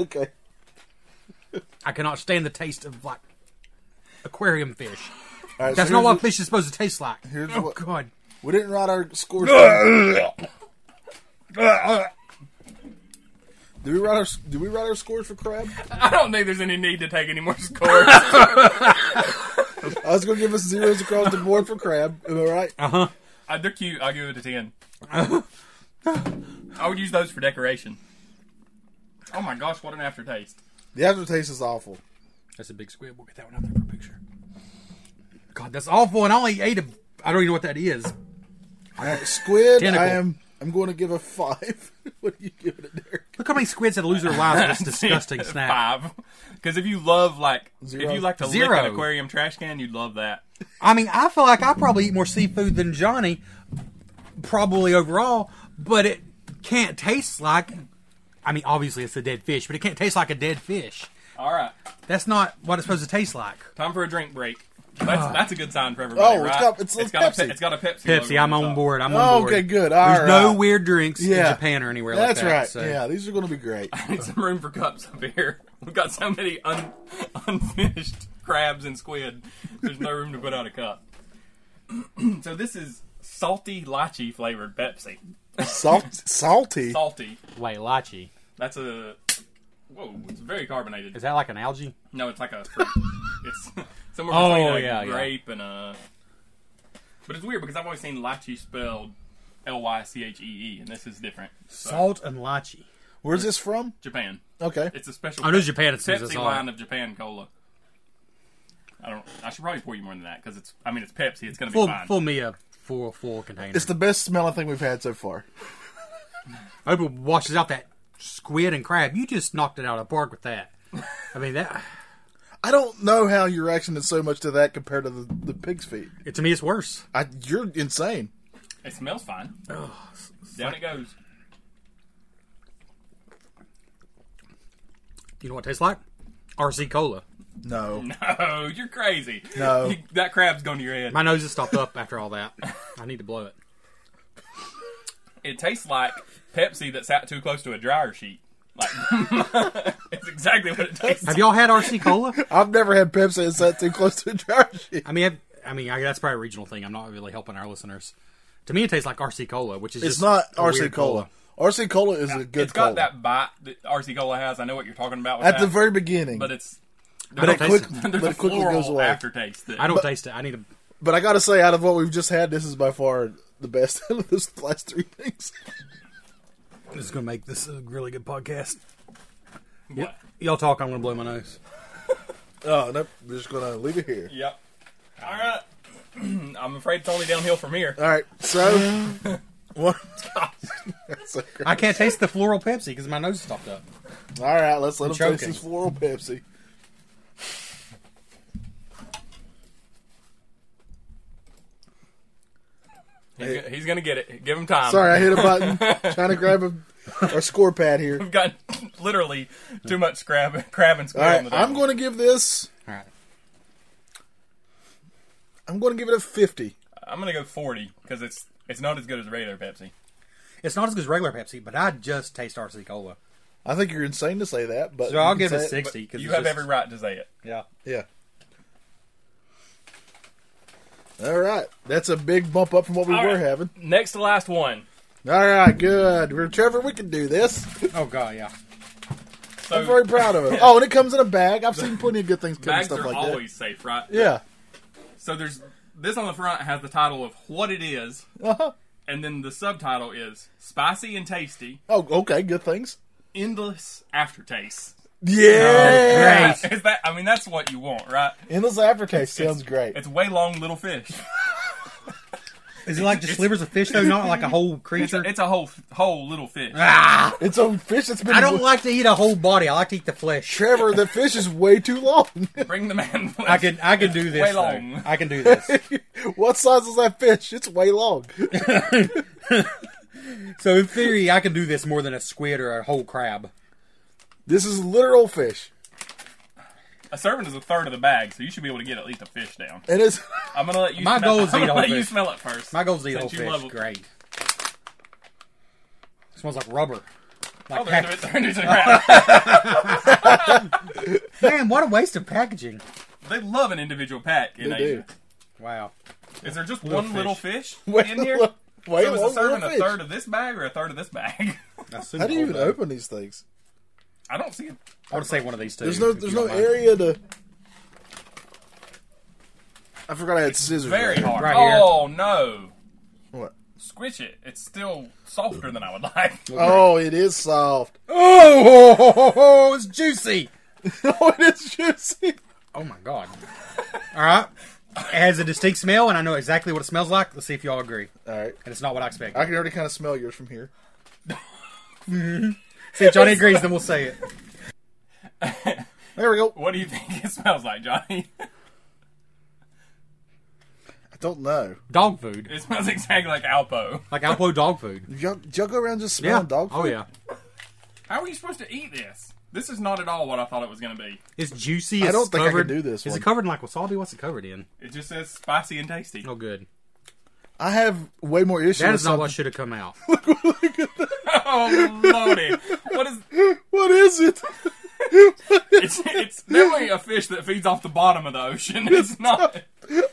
S3: okay,
S4: I cannot stand the taste of like aquarium fish.
S3: All right,
S4: That's
S3: so
S4: not
S3: here's
S4: what
S3: the-
S4: fish is supposed to taste like.
S3: Here's
S4: oh
S3: what-
S4: god.
S3: We didn't write our scores. down. Did we write our Did we write our scores for crab?
S5: I don't think there's any need to take any more *laughs* scores.
S3: I was going to give us zeros across the board for crab. Am I right?
S5: Uh, they're cute. I'll give it
S3: *laughs*
S5: a ten. I would use those for decoration. Oh my gosh, what an aftertaste!
S3: The aftertaste is awful.
S4: That's a big squid. We'll get that one out there for a picture. God, that's awful, and I only ate a I don't even know what that is.
S3: All right, squid. I
S4: Tentacle.
S3: am. I'm going to give a five. *laughs* what do you giving it, Derek?
S4: Look how many squids had to lose their lives *laughs* for this disgusting snack.
S5: Five. Because if you love like,
S3: Zero.
S5: if you like to lick
S4: Zero.
S5: an aquarium trash can, you'd love that.
S4: I mean, I feel like I probably eat more seafood than Johnny, probably overall, but it can't taste like I mean, obviously it's a dead fish, but it can't taste like a dead fish.
S5: All right,
S4: That's not what it's supposed to taste like.
S5: time for a drink break. That's, that's a good sign for everybody.
S3: Oh, it's
S5: right?
S3: got- it's- it's
S5: got a
S3: Pepsi.
S5: pe- it's got a Pepsi.
S4: Ah. Pepsi,
S5: logo
S4: I'm
S5: the
S4: on
S5: top.
S4: board. I'm on
S3: Oh,
S4: board.
S3: okay, good. All
S4: There's no
S3: right.
S4: weird drinks
S3: Yeah.
S4: in Japan or anywhere
S3: That's
S4: like that.
S3: right.
S4: so-
S3: Yeah, these are going to be great.
S5: *laughs* Need some room for cups up here. We've got so many un- unfinished *laughs* crabs and squid. There's no room to put out a cup. *clears throat* so this is salty lychee flavored Pepsi.
S3: Salt, salty.
S5: Salty.
S4: Wait, lychee.
S5: That's a. Whoa, it's very carbonated.
S4: Is that like an algae?
S5: No, it's like
S4: *laughs*
S5: a. fruit. it's somewhere
S4: Oh,
S5: between a
S4: yeah, yeah.
S5: grape and a. But it's weird because I've always seen lychee spelled L Y C H E E, and this is different. So,
S4: Salt and lychee.
S3: Where's this from?
S5: Japan.
S3: Okay.
S5: It's a special.
S4: I know Japan as soon as I
S5: Pepsi
S4: saw
S5: line
S4: it.
S5: of Japan cola. I don't. I should probably pour you more than that because it's. I mean, it's Pepsi. It's gonna be
S4: Full,
S5: fine.
S4: full me a full, full container.
S3: It's the best smelling thing we've had so far.
S4: I hope it washes out that squid and crab. You just knocked it out of the park with that. I mean, that
S3: I don't know how your reaction is so much to that compared to the, the pig's feet.
S4: it, to me it's worse.
S3: I, you're insane.
S5: It smells fine. Down it goes. *laughs*
S4: You know what it tastes like? RC cola.
S3: No.
S5: Oh, you're crazy.
S3: No.
S5: You- *laughs* that crab's going to your head.
S4: My nose has stopped up after all that. I need to blow it.
S5: It tastes like Pepsi that sat too close to a dryer sheet. Like, *laughs* it's exactly
S4: *laughs*
S5: what it tastes.
S4: Have y'all had RC cola?
S3: I've never had Pepsi and sat too close to a dryer sheet.
S4: I mean, have, I mean, I, that's probably a regional thing. I'm not really helping our listeners. To me, it tastes like RC cola, which is
S3: It's
S4: just
S3: not
S4: a
S3: RC
S4: weird
S3: Cola. RC Cola is a good
S5: It's got
S3: cola.
S5: that bite that RC Cola has. I know what you're talking about. With
S3: At
S5: that,
S3: the very beginning.
S5: but it's *laughs*
S4: I don't
S3: quick,
S4: taste it.
S3: but
S5: there's a
S3: it quickly
S5: floral
S3: goes away.
S5: aftertaste. That,
S4: I don't taste it. I need to.
S3: But I gotta say, out of what we've just had, this is by far the best *laughs* out of those last three things.
S4: This is gonna make this a really good podcast.
S5: Yeah.
S4: Y'all talk. I'm gonna blow my nose.
S3: Oh, nope. We're just gonna leave it here.
S5: Yep. All right. *clears throat* I'm afraid it's only downhill from here.
S3: All right.
S4: *laughs*
S3: So, *laughs* what? So great.
S4: I can't taste the floral Pepsi because my nose is stopped up.
S3: All right. Let's let him
S4: choking.
S3: taste his floral Pepsi.
S5: He's, go- he's gonna get it. Give him time.
S3: Sorry,
S5: *laughs*
S3: I hit a
S4: *laughs*
S3: button. *laughs* Trying to grab a, our score pad here.
S5: I've got *laughs* literally too much crab, *laughs* crab and squid
S3: All
S5: on
S3: right,
S5: the
S3: I'm
S5: table.
S3: going to give this.
S4: All right.
S3: I'm going to give it a 50.
S5: I'm gonna go 40 because it's it's not as good as regular Pepsi.
S4: It's not as good as regular Pepsi, but I just taste RC Cola.
S3: I think you're insane to say that, but
S4: So I'll
S3: you can
S4: give it
S3: say
S4: sixty because
S5: You have every right to say it.
S4: Yeah.
S3: Yeah. All right, that's a big bump up from what we
S5: All
S3: were
S5: right.
S3: having.
S5: Next to last one.
S3: All right, good. We're Trevor. We can do this.
S4: Oh god, yeah.
S5: So
S3: I'm very proud of
S5: *laughs*
S3: it. Oh, and it comes in a bag. I've seen plenty of good things come in
S5: bags
S3: stuff
S5: are
S3: like
S5: always safe, right?
S3: that. Yeah.
S5: So there's this on the front has the title of what it is,
S3: Uh-huh.
S5: and then the subtitle is spicy and tasty,
S3: Oh, okay. Good things.
S5: endless aftertaste.
S3: Yeah.
S4: Great.
S5: Is that? I mean, that's what you want, right?
S3: Endless aftertaste sounds great.
S5: It's way long little fish.
S4: Is it like just slivers of fish though, not like a whole
S5: It's a,
S4: creature?
S5: it's a whole whole little fish.
S4: ah,
S3: It's a fish that's been.
S4: I don't like to eat a whole body. I like to eat the flesh.
S3: Trevor. The fish is way too long. *laughs*
S5: Bring the man.
S4: I can I can do this.
S5: Way
S4: though.
S5: long.
S4: I can do this. *laughs*
S3: what size is that fish? It's way long.
S4: so in theory, I can do this more than a squid or a whole crab.
S3: This is literal fish,
S5: A serving is a third of the bag, so you should be able to get at least a fish down.
S3: and it's
S5: I'm gonna let you.
S4: My
S5: smell,
S4: goal is to
S5: I'm
S4: eat a
S5: gonna
S4: whole
S5: let you
S4: fish.
S5: smell it first.
S4: My goal's to eat a
S5: Since
S4: whole
S5: you
S4: fish.
S5: love it.
S4: Great. smells like rubber. Like
S5: Oh, there's
S4: pack-
S5: the-
S4: *laughs*
S5: there's the crab.
S4: Man, what a waste of packaging.
S5: they love an individual pack in
S3: They
S5: Asia.
S3: do.
S4: Wow.
S5: Is there just
S4: Little
S5: one
S4: fish.
S5: little fish
S4: *laughs*
S3: way
S5: in here?
S3: long. *laughs* Way
S5: So is
S3: long
S5: a serving
S3: little
S5: a
S3: fish.
S5: third of this bag or a third of this bag? *laughs*
S3: How do you even open these things?
S5: I don't see it.
S4: I want to say one of these two.
S3: There's no.
S4: if
S3: There's
S4: you
S3: no
S4: don't mind.
S3: area to. I forgot I had scissors.
S5: Very
S3: right.
S5: hard.
S4: Right here.
S5: oh no!
S3: What?
S5: Squish it. It's still softer than I would like.
S3: Oh, it is soft.
S4: Oh, ho, ho, ho, ho, *laughs*
S3: *laughs*
S4: it's juicy.
S3: Oh, it is juicy.
S4: Oh my god. All right. It has a distinct smell, and I know exactly what it smells like. Let's see if y'all agree.
S3: All right.
S4: And it's not what I expected.
S3: I can already kind of smell yours from here.
S4: See if Johnny agrees, then we'll say it.
S3: There we go.
S5: What do you think it smells like, Johnny? *laughs*
S3: I don't know.
S4: Dog food.
S5: It smells exactly like Alpo.
S4: Like Alpo dog food.
S3: Y'all, y'all go around just smelling dog food.
S4: Oh yeah.
S5: How are you supposed to eat this? This is not at all what I thought it was going to be.
S4: It's juicy.
S3: I
S4: it's
S3: don't think I can
S4: covered-
S3: do this
S4: Is
S3: one.
S4: it covered in like wasabi? What's it covered in?
S5: It just says spicy and tasty.
S4: Oh, good.
S3: I have way more issues.
S4: That
S3: with
S4: is not what
S3: something-
S4: should have come *laughs* out.
S5: *laughs* Oh lordy! What is?
S3: What is it? *laughs*
S5: It's, it's definitely a fish that feeds off the bottom of the ocean. *laughs* It's not.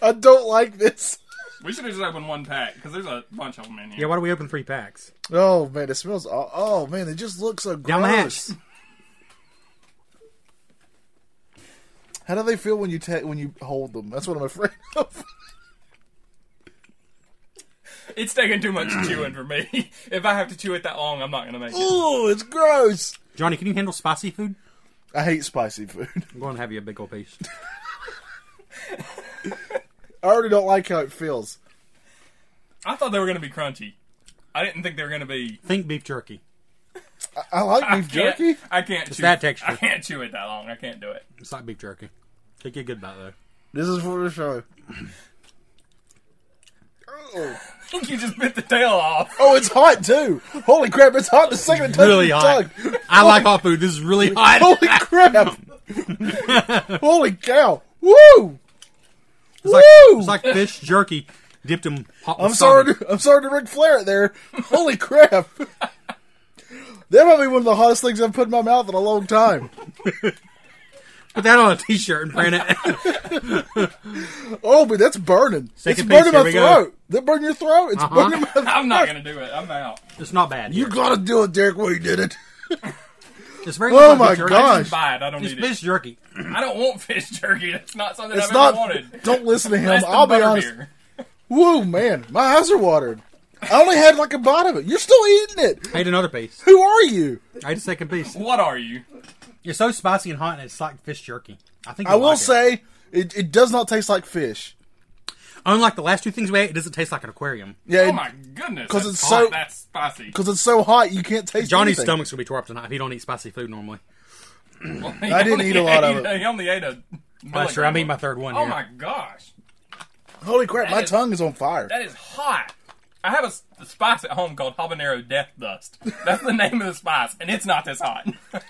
S3: I don't like this.
S5: We should have just opened one pack because there's a bunch of them in here.
S4: yeah. Why do we open three packs?
S3: Oh man, it smells. Oh, oh man, it just looks so
S4: Down the
S3: gross.
S4: hatch.
S3: How do they feel when you ta- when you hold them? That's what I'm afraid of.
S5: It's taking too much chewing for me. *laughs* If I have to chew it that long, I'm not gonna make it.
S3: *laughs* Ooh, it's gross.
S4: Johnny, can you handle spicy food?
S3: I hate spicy food. *laughs*
S4: I'm going to have you a big old piece.
S3: I already don't like how it feels.
S5: I thought they were gonna be crunchy. I didn't think they were gonna be
S4: *laughs* Think beef jerky.
S3: I like
S5: I
S3: beef
S5: can't-
S3: jerky.
S5: I can't chew
S4: that texture.
S5: I can't chew it that long. I can't do it. *laughs*
S4: It's like beef jerky. Take a good bite though.
S3: This is for the show. Oh.
S5: I think you just bit the tail off. *laughs*
S3: Oh, it's hot too. Holy crap, it's hot. The second it touches
S4: Really
S3: your
S4: hot.
S3: tongue.
S4: I like hot food. This is really
S3: *laughs*
S4: hot.
S3: Holy crap. Holy cow. Woo!
S4: It's like,
S3: Woo!
S4: *laughs* it's like fish jerky dipped in hot.
S3: I'm
S4: wasabi.
S3: sorry. To, I'm sorry to Ric Flair it there. Holy crap. That might be one of the hottest things I've put in my mouth in a long time.
S4: Put that on a t-shirt and print it. *laughs*
S3: Oh, but that's burning.
S4: Second
S3: it's burning
S4: piece,
S3: my
S4: here we go.
S3: throat. That burn your throat. It's
S4: Uh-huh.
S3: burning my.
S5: I'm not gonna do it. I'm out.
S4: it's not bad.
S3: You gotta do it, Derek. We did it.
S4: It's very.
S3: Oh
S4: good
S3: my
S4: beef jerky.
S5: I
S3: gosh.
S5: just buy it. I don't
S4: It's
S5: need
S4: fish jerky.
S5: it. I don't want fish jerky. That's not something
S3: It's
S5: I've
S3: not.
S5: ever wanted.
S3: Don't listen
S5: *laughs*
S3: to him.
S5: That's the
S3: I'll be
S5: butterbeer.
S3: honest. Whoa, man, my eyes are watered. I only had like a bite of it. You're still eating it.
S4: I ate another piece.
S3: Who are you?
S4: I ate a second piece.
S5: What are you?
S4: It's so spicy and hot, and it's like fish jerky. I think
S3: I
S4: you'll
S3: will
S4: like it.
S3: say it, it does not taste like fish.
S4: unlike the last two things we ate, it doesn't taste like an aquarium.
S3: Yeah,
S5: Oh my goodness!
S3: 'Cause
S5: that's
S3: it's so-
S5: hot. that's spicy. *laughs*
S3: because it's so hot you can't taste.
S4: Johnny's
S3: anything.
S4: stomach's gonna be tore up tonight if he don't eat spicy food normally.
S5: I
S3: didn't eat a lot of it.
S5: He only ate a.
S4: I'm sure. I'm eating my
S5: milligram.
S4: third one.
S5: Oh
S4: here.
S5: my gosh,
S3: Holy crap, my
S5: is-
S3: tongue is on fire.
S5: that is hot. I have a s- spice at home called habanero death dust. That's the name of the spice, and it's not this hot. *laughs*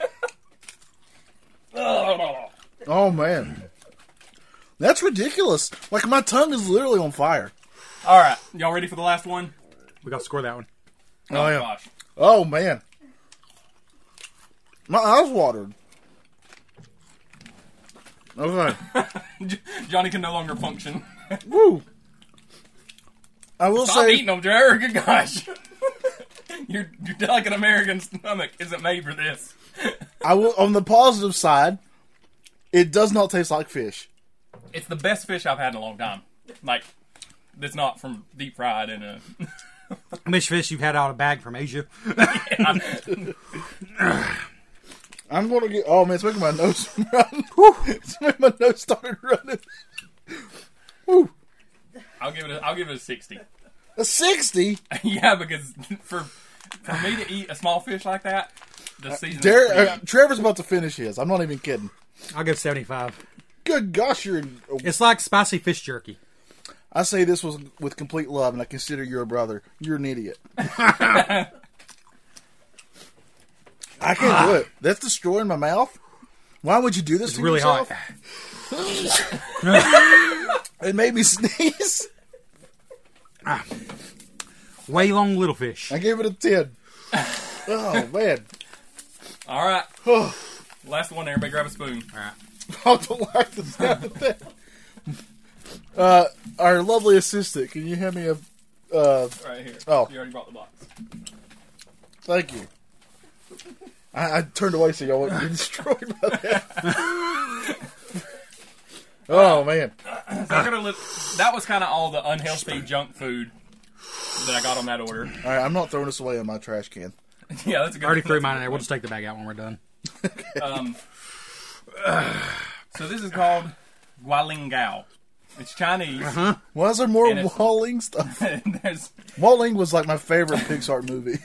S5: Ugh.
S3: Oh man, that's ridiculous. Like my tongue is literally on fire.
S5: All right, y'all ready for the last one?
S4: We got to score that one.
S5: Oh, my
S3: yeah.
S5: gosh.
S3: Oh man, my eyes watered.
S5: *laughs*
S3: Okay,
S5: J- Johnny can no longer function.
S3: woo. I will
S5: Stop
S3: say
S5: eating them, Jared. Good gosh. *laughs* your, your delicate American stomach isn't made for this.
S3: I will on the positive side. It does not taste like fish.
S5: It's the best fish I've had in a long time. Like, that's not from deep fried in a.
S4: How much fish you've had out of a bag from Asia? *laughs*
S3: I'm gonna get. Oh man, it's making my nose *laughs* run. it's making my nose started running.
S5: I'll give it. A, I'll give it a sixty.
S3: A sixty.
S5: *laughs* yeah, because for for me to eat a small fish like that, the season.
S3: Dar- uh, Trevor's about to finish his. I'm not even kidding.
S4: I'll give 75.
S3: Good gosh, you're.
S4: It's like spicy fish jerky.
S3: I say this was with complete love, and I consider you a brother. You're an
S4: *laughs*
S3: idiot. I can't do it. That's destroying my mouth. Why would you do this?
S4: Ah. It's
S3: to
S4: really
S3: yourself?
S4: hot.
S3: It made me *laughs* sneeze.
S4: Way long little fish.
S3: I gave it a
S4: *laughs*
S3: ten. Oh man,
S5: All right.
S3: *sighs*
S5: Last one. Everybody grab a spoon.
S3: I don't like the sound of that. Uh, our lovely assistant, can you hand me a? Uh,
S5: Right here.
S3: Oh.
S5: you already brought
S3: *coughs*
S5: the box.
S3: thank you. I, I turned away so y'all wouldn't be *laughs* destroyed by that. oh man.
S5: So I'm gonna li- that was kind of all the unhealthy junk food that I got on that order.
S3: All right, I'm not throwing this away in my trash can.
S5: *laughs* yeah, that's a good.
S4: I already threw
S5: that's a
S4: mine in
S5: good
S4: there. We'll just take the bag out when we're done.
S5: Um, so this is called Gualingao. It's Chinese.
S3: Why is there more
S5: And it's-
S3: Walling stuff?
S5: *laughs* And there's
S3: Walling was like my favorite Pixar
S5: *laughs*
S3: movie.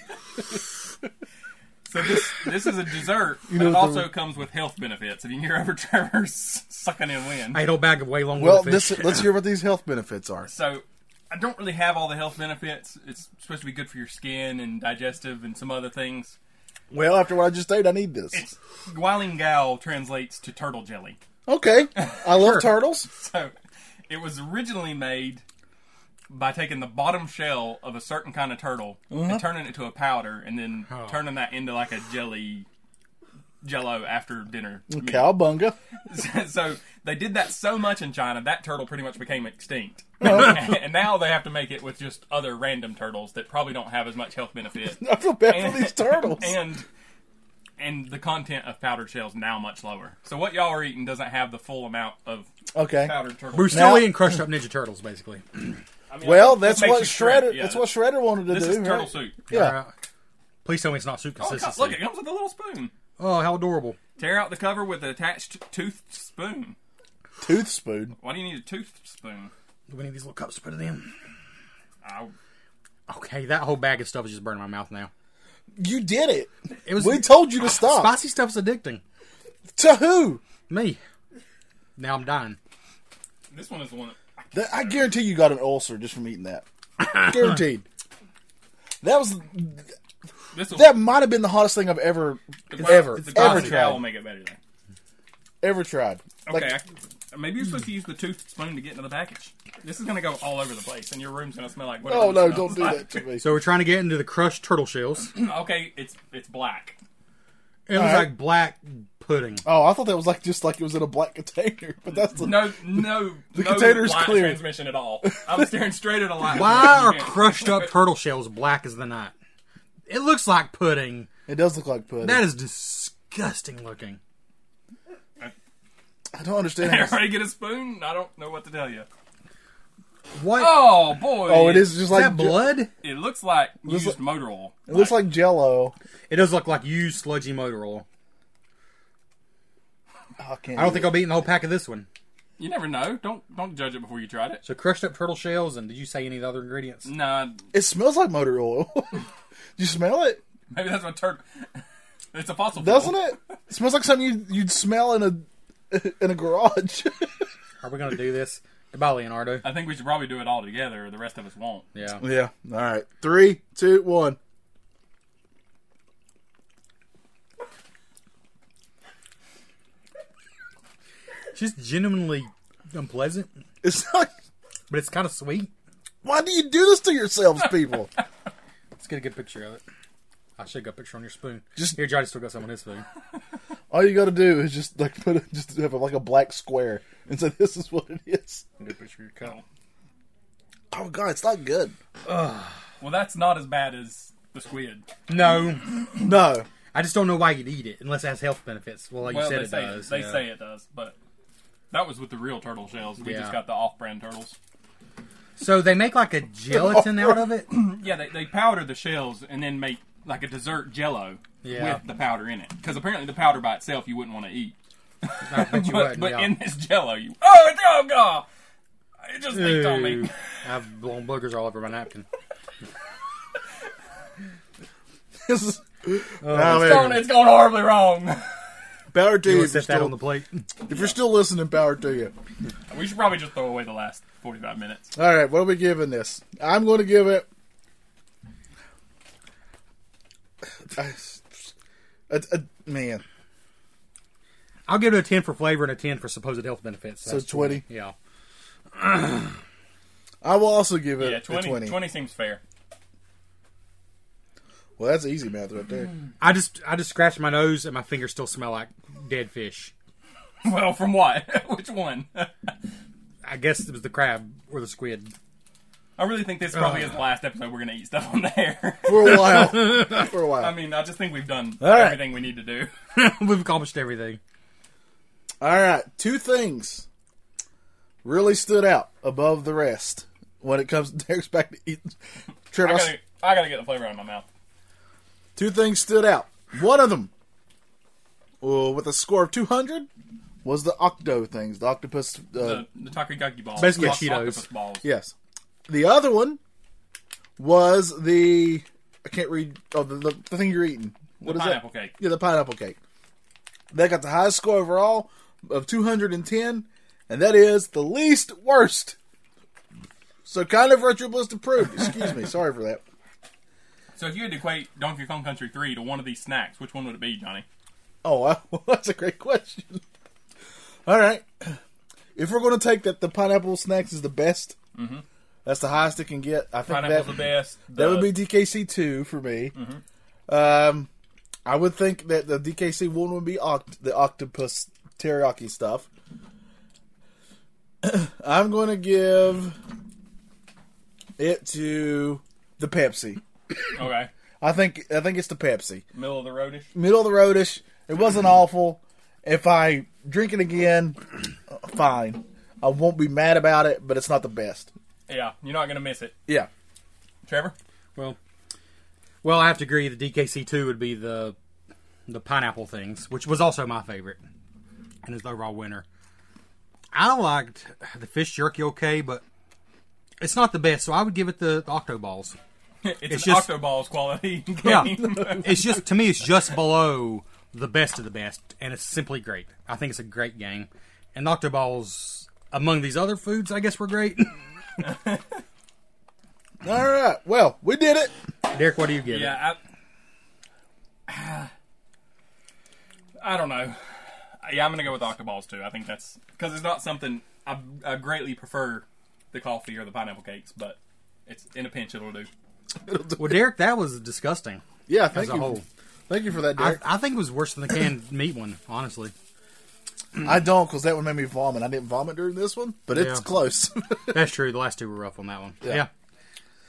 S5: so this this is a dessert, but
S3: know
S5: it
S3: what
S5: also
S3: the-
S5: comes with health benefits. If you *laughs* hear over Trevor's sucking in wind,
S4: I ate a whole bag of way long
S3: Well,
S4: little fish.
S3: this let's hear what these health benefits
S5: *laughs*
S3: are.
S5: so I don't really have all the health benefits. It's supposed to be good for your skin and digestive and some other things.
S3: Well, after what I just ate, I need this.
S5: Gualingao translates to turtle jelly. *laughs*
S3: Okay, I love turtles.
S5: So it was originally made by taking the bottom shell of a certain kind of turtle and turning it to a powder and then turning that into like a jelly jello after dinner. meal.
S3: Cowbunga.
S5: *laughs* so they did that so much in China that turtle pretty much became extinct. *laughs* and now they have to make it with just other random turtles that probably don't have as much health benefit.
S3: *laughs* I feel *laughs* bad for these turtles.
S5: And and the content of powdered shells now much lower. So what y'all are eating doesn't have the full amount of
S3: Okay.
S5: powdered turtle.
S4: We're still
S3: Now-
S4: eating crushed up Ninja Turtles, basically.
S3: Well, that's
S5: makes
S3: what
S5: you shred,
S3: Shredder.
S5: yeah.
S3: That's what Shredder wanted to
S5: This
S3: do.
S5: is turtle
S3: right?
S5: soup.
S3: Yeah.
S4: Alright. Please tell me it's not soup
S5: Oh, God,
S4: consistency.
S5: look, it comes with a little spoon.
S4: oh, how adorable.
S5: Tear out the cover with an attached tooth spoon.
S3: Tooth spoon.
S5: Why do you need a tooth spoon?
S4: Do we need these little cups to put it in?
S5: Ow.
S4: Okay, that whole bag of stuff is just burning my mouth now.
S3: You did it.
S4: It was
S3: We told you to stop.
S4: Spicy stuff's addicting.
S3: To who?
S4: Me. Now I'm dying.
S5: This one is the one. That,
S3: That- I guarantee you got an ulcer just from eating
S5: *laughs*
S3: that. Guaranteed. That was
S5: this will,
S3: that might have been the hottest thing I've ever ever
S5: the
S3: ever
S5: glass cow
S3: tried.
S5: will make it better. Then.
S3: Ever tried. Like,
S5: Okay. I- maybe you're supposed to use the tooth spoon to get into the package. This is gonna go all over the place, and your room's gonna smell like. Whatever
S3: Oh
S5: it
S3: no,
S5: smells
S3: don't do
S5: like.
S3: that
S5: *laughs*
S3: to me.
S4: So we're trying to get into the crushed turtle shells. It
S5: okay, it's it's black.
S4: was like black pudding.
S3: Oh, I thought that was like just like it was in a black container, *laughs* but that's the
S5: No,
S3: *laughs*
S5: no, the no
S3: container's
S5: light
S3: clear.
S5: Transmission at all. I'm staring straight at a light.
S4: Why are crushed
S5: *laughs*
S4: up turtle shells black as the night? It looks like pudding.
S3: It does look like pudding.
S4: That is disgusting looking.
S3: I don't understand.
S5: *laughs*
S3: how this-
S5: Everybody get a spoon. I don't know what to tell you.
S4: What?
S5: Oh boy!
S3: oh, it is just
S4: is
S3: like
S4: that blood?
S5: It looks like used
S3: like-
S5: motor oil.
S3: It looks like Jello.
S4: It does look like used sludgy motor oil.
S3: Oh, I, can't
S4: I don't
S3: do
S4: think I'll be eating the whole pack of this one.
S5: You never know. Don't don't judge it before you tried it.
S4: So crushed up turtle shells, and did you say any of the other ingredients?
S5: Nah,
S3: it. it smells like motor oil. *laughs* you smell it,
S5: maybe that's what turtle. *laughs* It's a fossil. fuel.
S3: doesn't it? It smells like something you, you'd smell in a in a garage. *laughs*
S4: Are we gonna do this? Bye, Leonardo.
S5: I think we should probably do it all together. The rest of us won't.
S4: Yeah.
S3: Yeah. All right. Three, two, one.
S4: She's genuinely unpleasant,
S3: It's like,
S4: but it's kind of sweet.
S3: why do you do this to yourselves, people?
S4: Let's get a good picture of it. I should got a picture on your spoon.
S3: Just-
S4: Just here, Johnny still got some on his spoon.
S3: *laughs* All you got to do is just like put a, just have like a black square and say this is what it is.
S4: Get a picture of your cup.
S3: Oh god, it's not good.
S5: Well, that's not as bad as the squid.
S4: *laughs* No,
S3: No,
S4: I just don't know why you'd eat it unless it has health benefits. Well, like
S5: well,
S4: you said,
S5: they
S4: it
S5: say
S4: does.
S5: they
S4: yeah.
S5: say it does, but that was with the real turtle shells. We
S4: Yeah.
S5: just got the off-brand turtles.
S4: So they make like a gelatin out of it. *laughs*
S5: Yeah, they, they powder the shells and then make like a dessert jello
S4: Yeah.
S5: with the powder in it. Because apparently the powder by itself you wouldn't want to eat.
S4: I bet you
S5: But,
S4: would,
S5: but
S4: yeah.
S5: in this jello, you oh it's- oh god, it just leaked on
S4: Ooh,
S5: me.
S4: I've blown boogers all over my napkin.
S3: *laughs* this is. Oh,
S5: It's gone, it's gone horribly wrong. *laughs*
S3: Power to you.
S4: You
S3: If you're,
S4: set that on the
S3: still,
S4: plate.
S3: if you're still listening, power to you.
S5: we should probably just throw away the last forty-five minutes.
S3: All right, what are we giving this? I'm going to give it *sighs* a, a, a- man.
S4: I'll give it a ten for flavor and a ten for supposed health benefits.
S3: So
S4: That's
S3: 20.
S4: Yeah.
S3: I will also give it
S5: Yeah, 20,
S3: a 20.
S5: 20 seems fair. *laughs*
S3: Well, that's easy math right there.
S4: I just I just scratched my nose and my fingers still smell like dead fish.
S5: Well, from what? *laughs* Which one?
S4: I guess it was the crab or the squid. *laughs*
S5: I really think
S4: Uh.
S5: this probably is the last episode we're gonna eat stuff on the *laughs* air.
S3: For a while. For a while.
S5: I mean, I just think we've done
S3: right.
S5: everything we need to do.
S4: We've accomplished everything.
S3: All right, two things really stood out above the rest when it comes *laughs* to back to eating. Trevor,
S5: I
S3: I s-
S5: gotta, I gotta get the flavor out of my mouth.
S3: two things stood out. One of them, well, with a score of 200, was the octo things, the octopus. Uh,
S5: The, the takoyaki balls,
S4: Basically
S5: Oct-
S4: Cheetos.
S5: octopus balls.
S3: Yes. The other one was the I can't read. Oh, the, the, the thing you're eating. What
S5: The
S3: is
S5: pineapple
S3: that?
S5: cake.
S3: Yeah, the pineapple cake. That got the highest score overall of 210, and that is the least worst. So kind of retro bliss approved. Excuse me, sorry for that.
S5: So if you had to equate Donkey Kong Country 3 to one of these snacks, which one would it be, Johnny?
S3: Oh, *laughs* wow. that's a great question. All right, if we're going to take that the pineapple snacks is the best, that's the highest it can get. I think
S5: Mm-hmm. Pineapple's
S3: that,
S5: the best. The,
S3: That would be DKC two for me. Um, I would think that the DKC one would be oct- the octopus teriyaki stuff. *clears throat* I'm going to give it to the Pepsi.
S5: okay.
S3: I think I think it's the Pepsi.
S5: Middle of the roadish.
S3: Middle of the roadish. It wasn't awful. If I drink it again, *clears throat* fine. I won't be mad about it, but it's not the best.
S5: Yeah, you're not gonna miss it,
S3: Yeah.
S5: Trevor. *laughs*
S4: Well, well, I have to agree. The DKC two would be the the pineapple things, which was also my favorite, and is the overall winner. I liked the fish jerky okay, but it's not the best, so I would give it the, the octo balls.
S5: It's,
S4: It's
S5: an
S4: just-
S5: octo balls quality *laughs* game.
S4: Yeah. it's just to me, it's just below the best of the best, and it's simply great. I think it's a great game, and the octo balls among these other foods, I guess, were great. *laughs*
S3: All right. Well, we did it.
S4: Derek, what do you give it?
S5: yeah. *sighs* I, I don't know. Yeah, I'm gonna go with octo balls too. I think that's because it's not something I, I greatly prefer the coffee or the pineapple cakes, but it's in a pinch it'll do.
S4: Well, Derek, that was disgusting
S3: Yeah.
S4: as
S3: Thank
S4: a
S3: you.
S4: whole.
S3: Thank you for that,
S4: I,
S3: Derek.
S4: I think it was worse than the canned meat one, honestly.
S3: I don't because that one made me vomit. I didn't vomit during this one, but it's
S4: Yeah.
S3: close. *laughs*
S4: That's true. The last two were rough on that one. Yeah.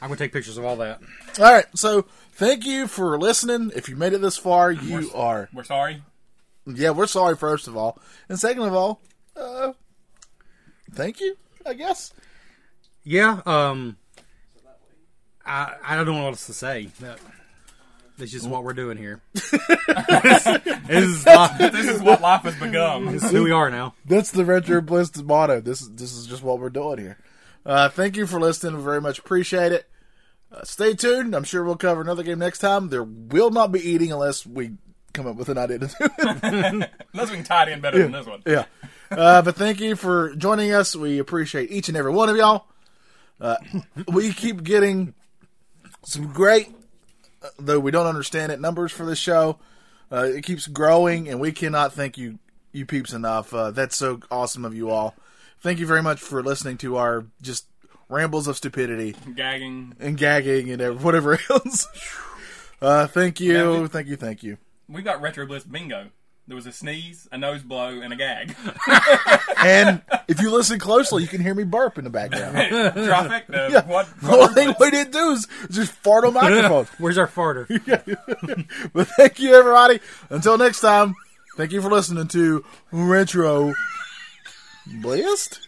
S4: I'm going to take pictures of all that.
S3: All right, so thank you for listening. If you made it this far, you are
S5: We're sorry.
S3: yeah. We're sorry, first of all, and second of all, uh, thank you. I guess
S4: Yeah. Um, I, I don't know what else to say. That- That's just what we're doing here. *laughs* this is, li-
S5: This is what life has
S3: *laughs*
S5: become. *laughs*
S4: this is who we are now.
S3: that's the retro bliss motto. This is this is just what we're doing here. Uh, thank you for listening. We Very much appreciate it. Uh, stay tuned. I'm sure we'll cover another game next time. There will not be eating unless we come up with an idea to do it.
S5: Unless we can tie it in better than this one.
S3: yeah. Uh, but thank you for joining us. We appreciate each and every one of y'all. Uh, we keep getting some great, uh, though we don't understand it, numbers for this show. Uh, it keeps growing, and we cannot thank you, you peeps, enough. Uh, that's so awesome of you all. Thank you very much for listening to our just rambles of stupidity
S5: Gagging.
S3: and gagging and ev- whatever *laughs* else. Uh, thank you, thank you, thank you.
S5: We've got retro bliss bingo. There was a sneeze, a nose blow, and a gag. *laughs*
S3: And if you listen closely, you can hear me burp in the background.
S5: Trifecta. Uh, What?
S3: *laughs* The only thing we did do is just fart
S5: *laughs*
S3: on microphones.
S4: Where's our farter?
S3: but thank you, everybody. Until next time, thank you for listening to Retro Blast.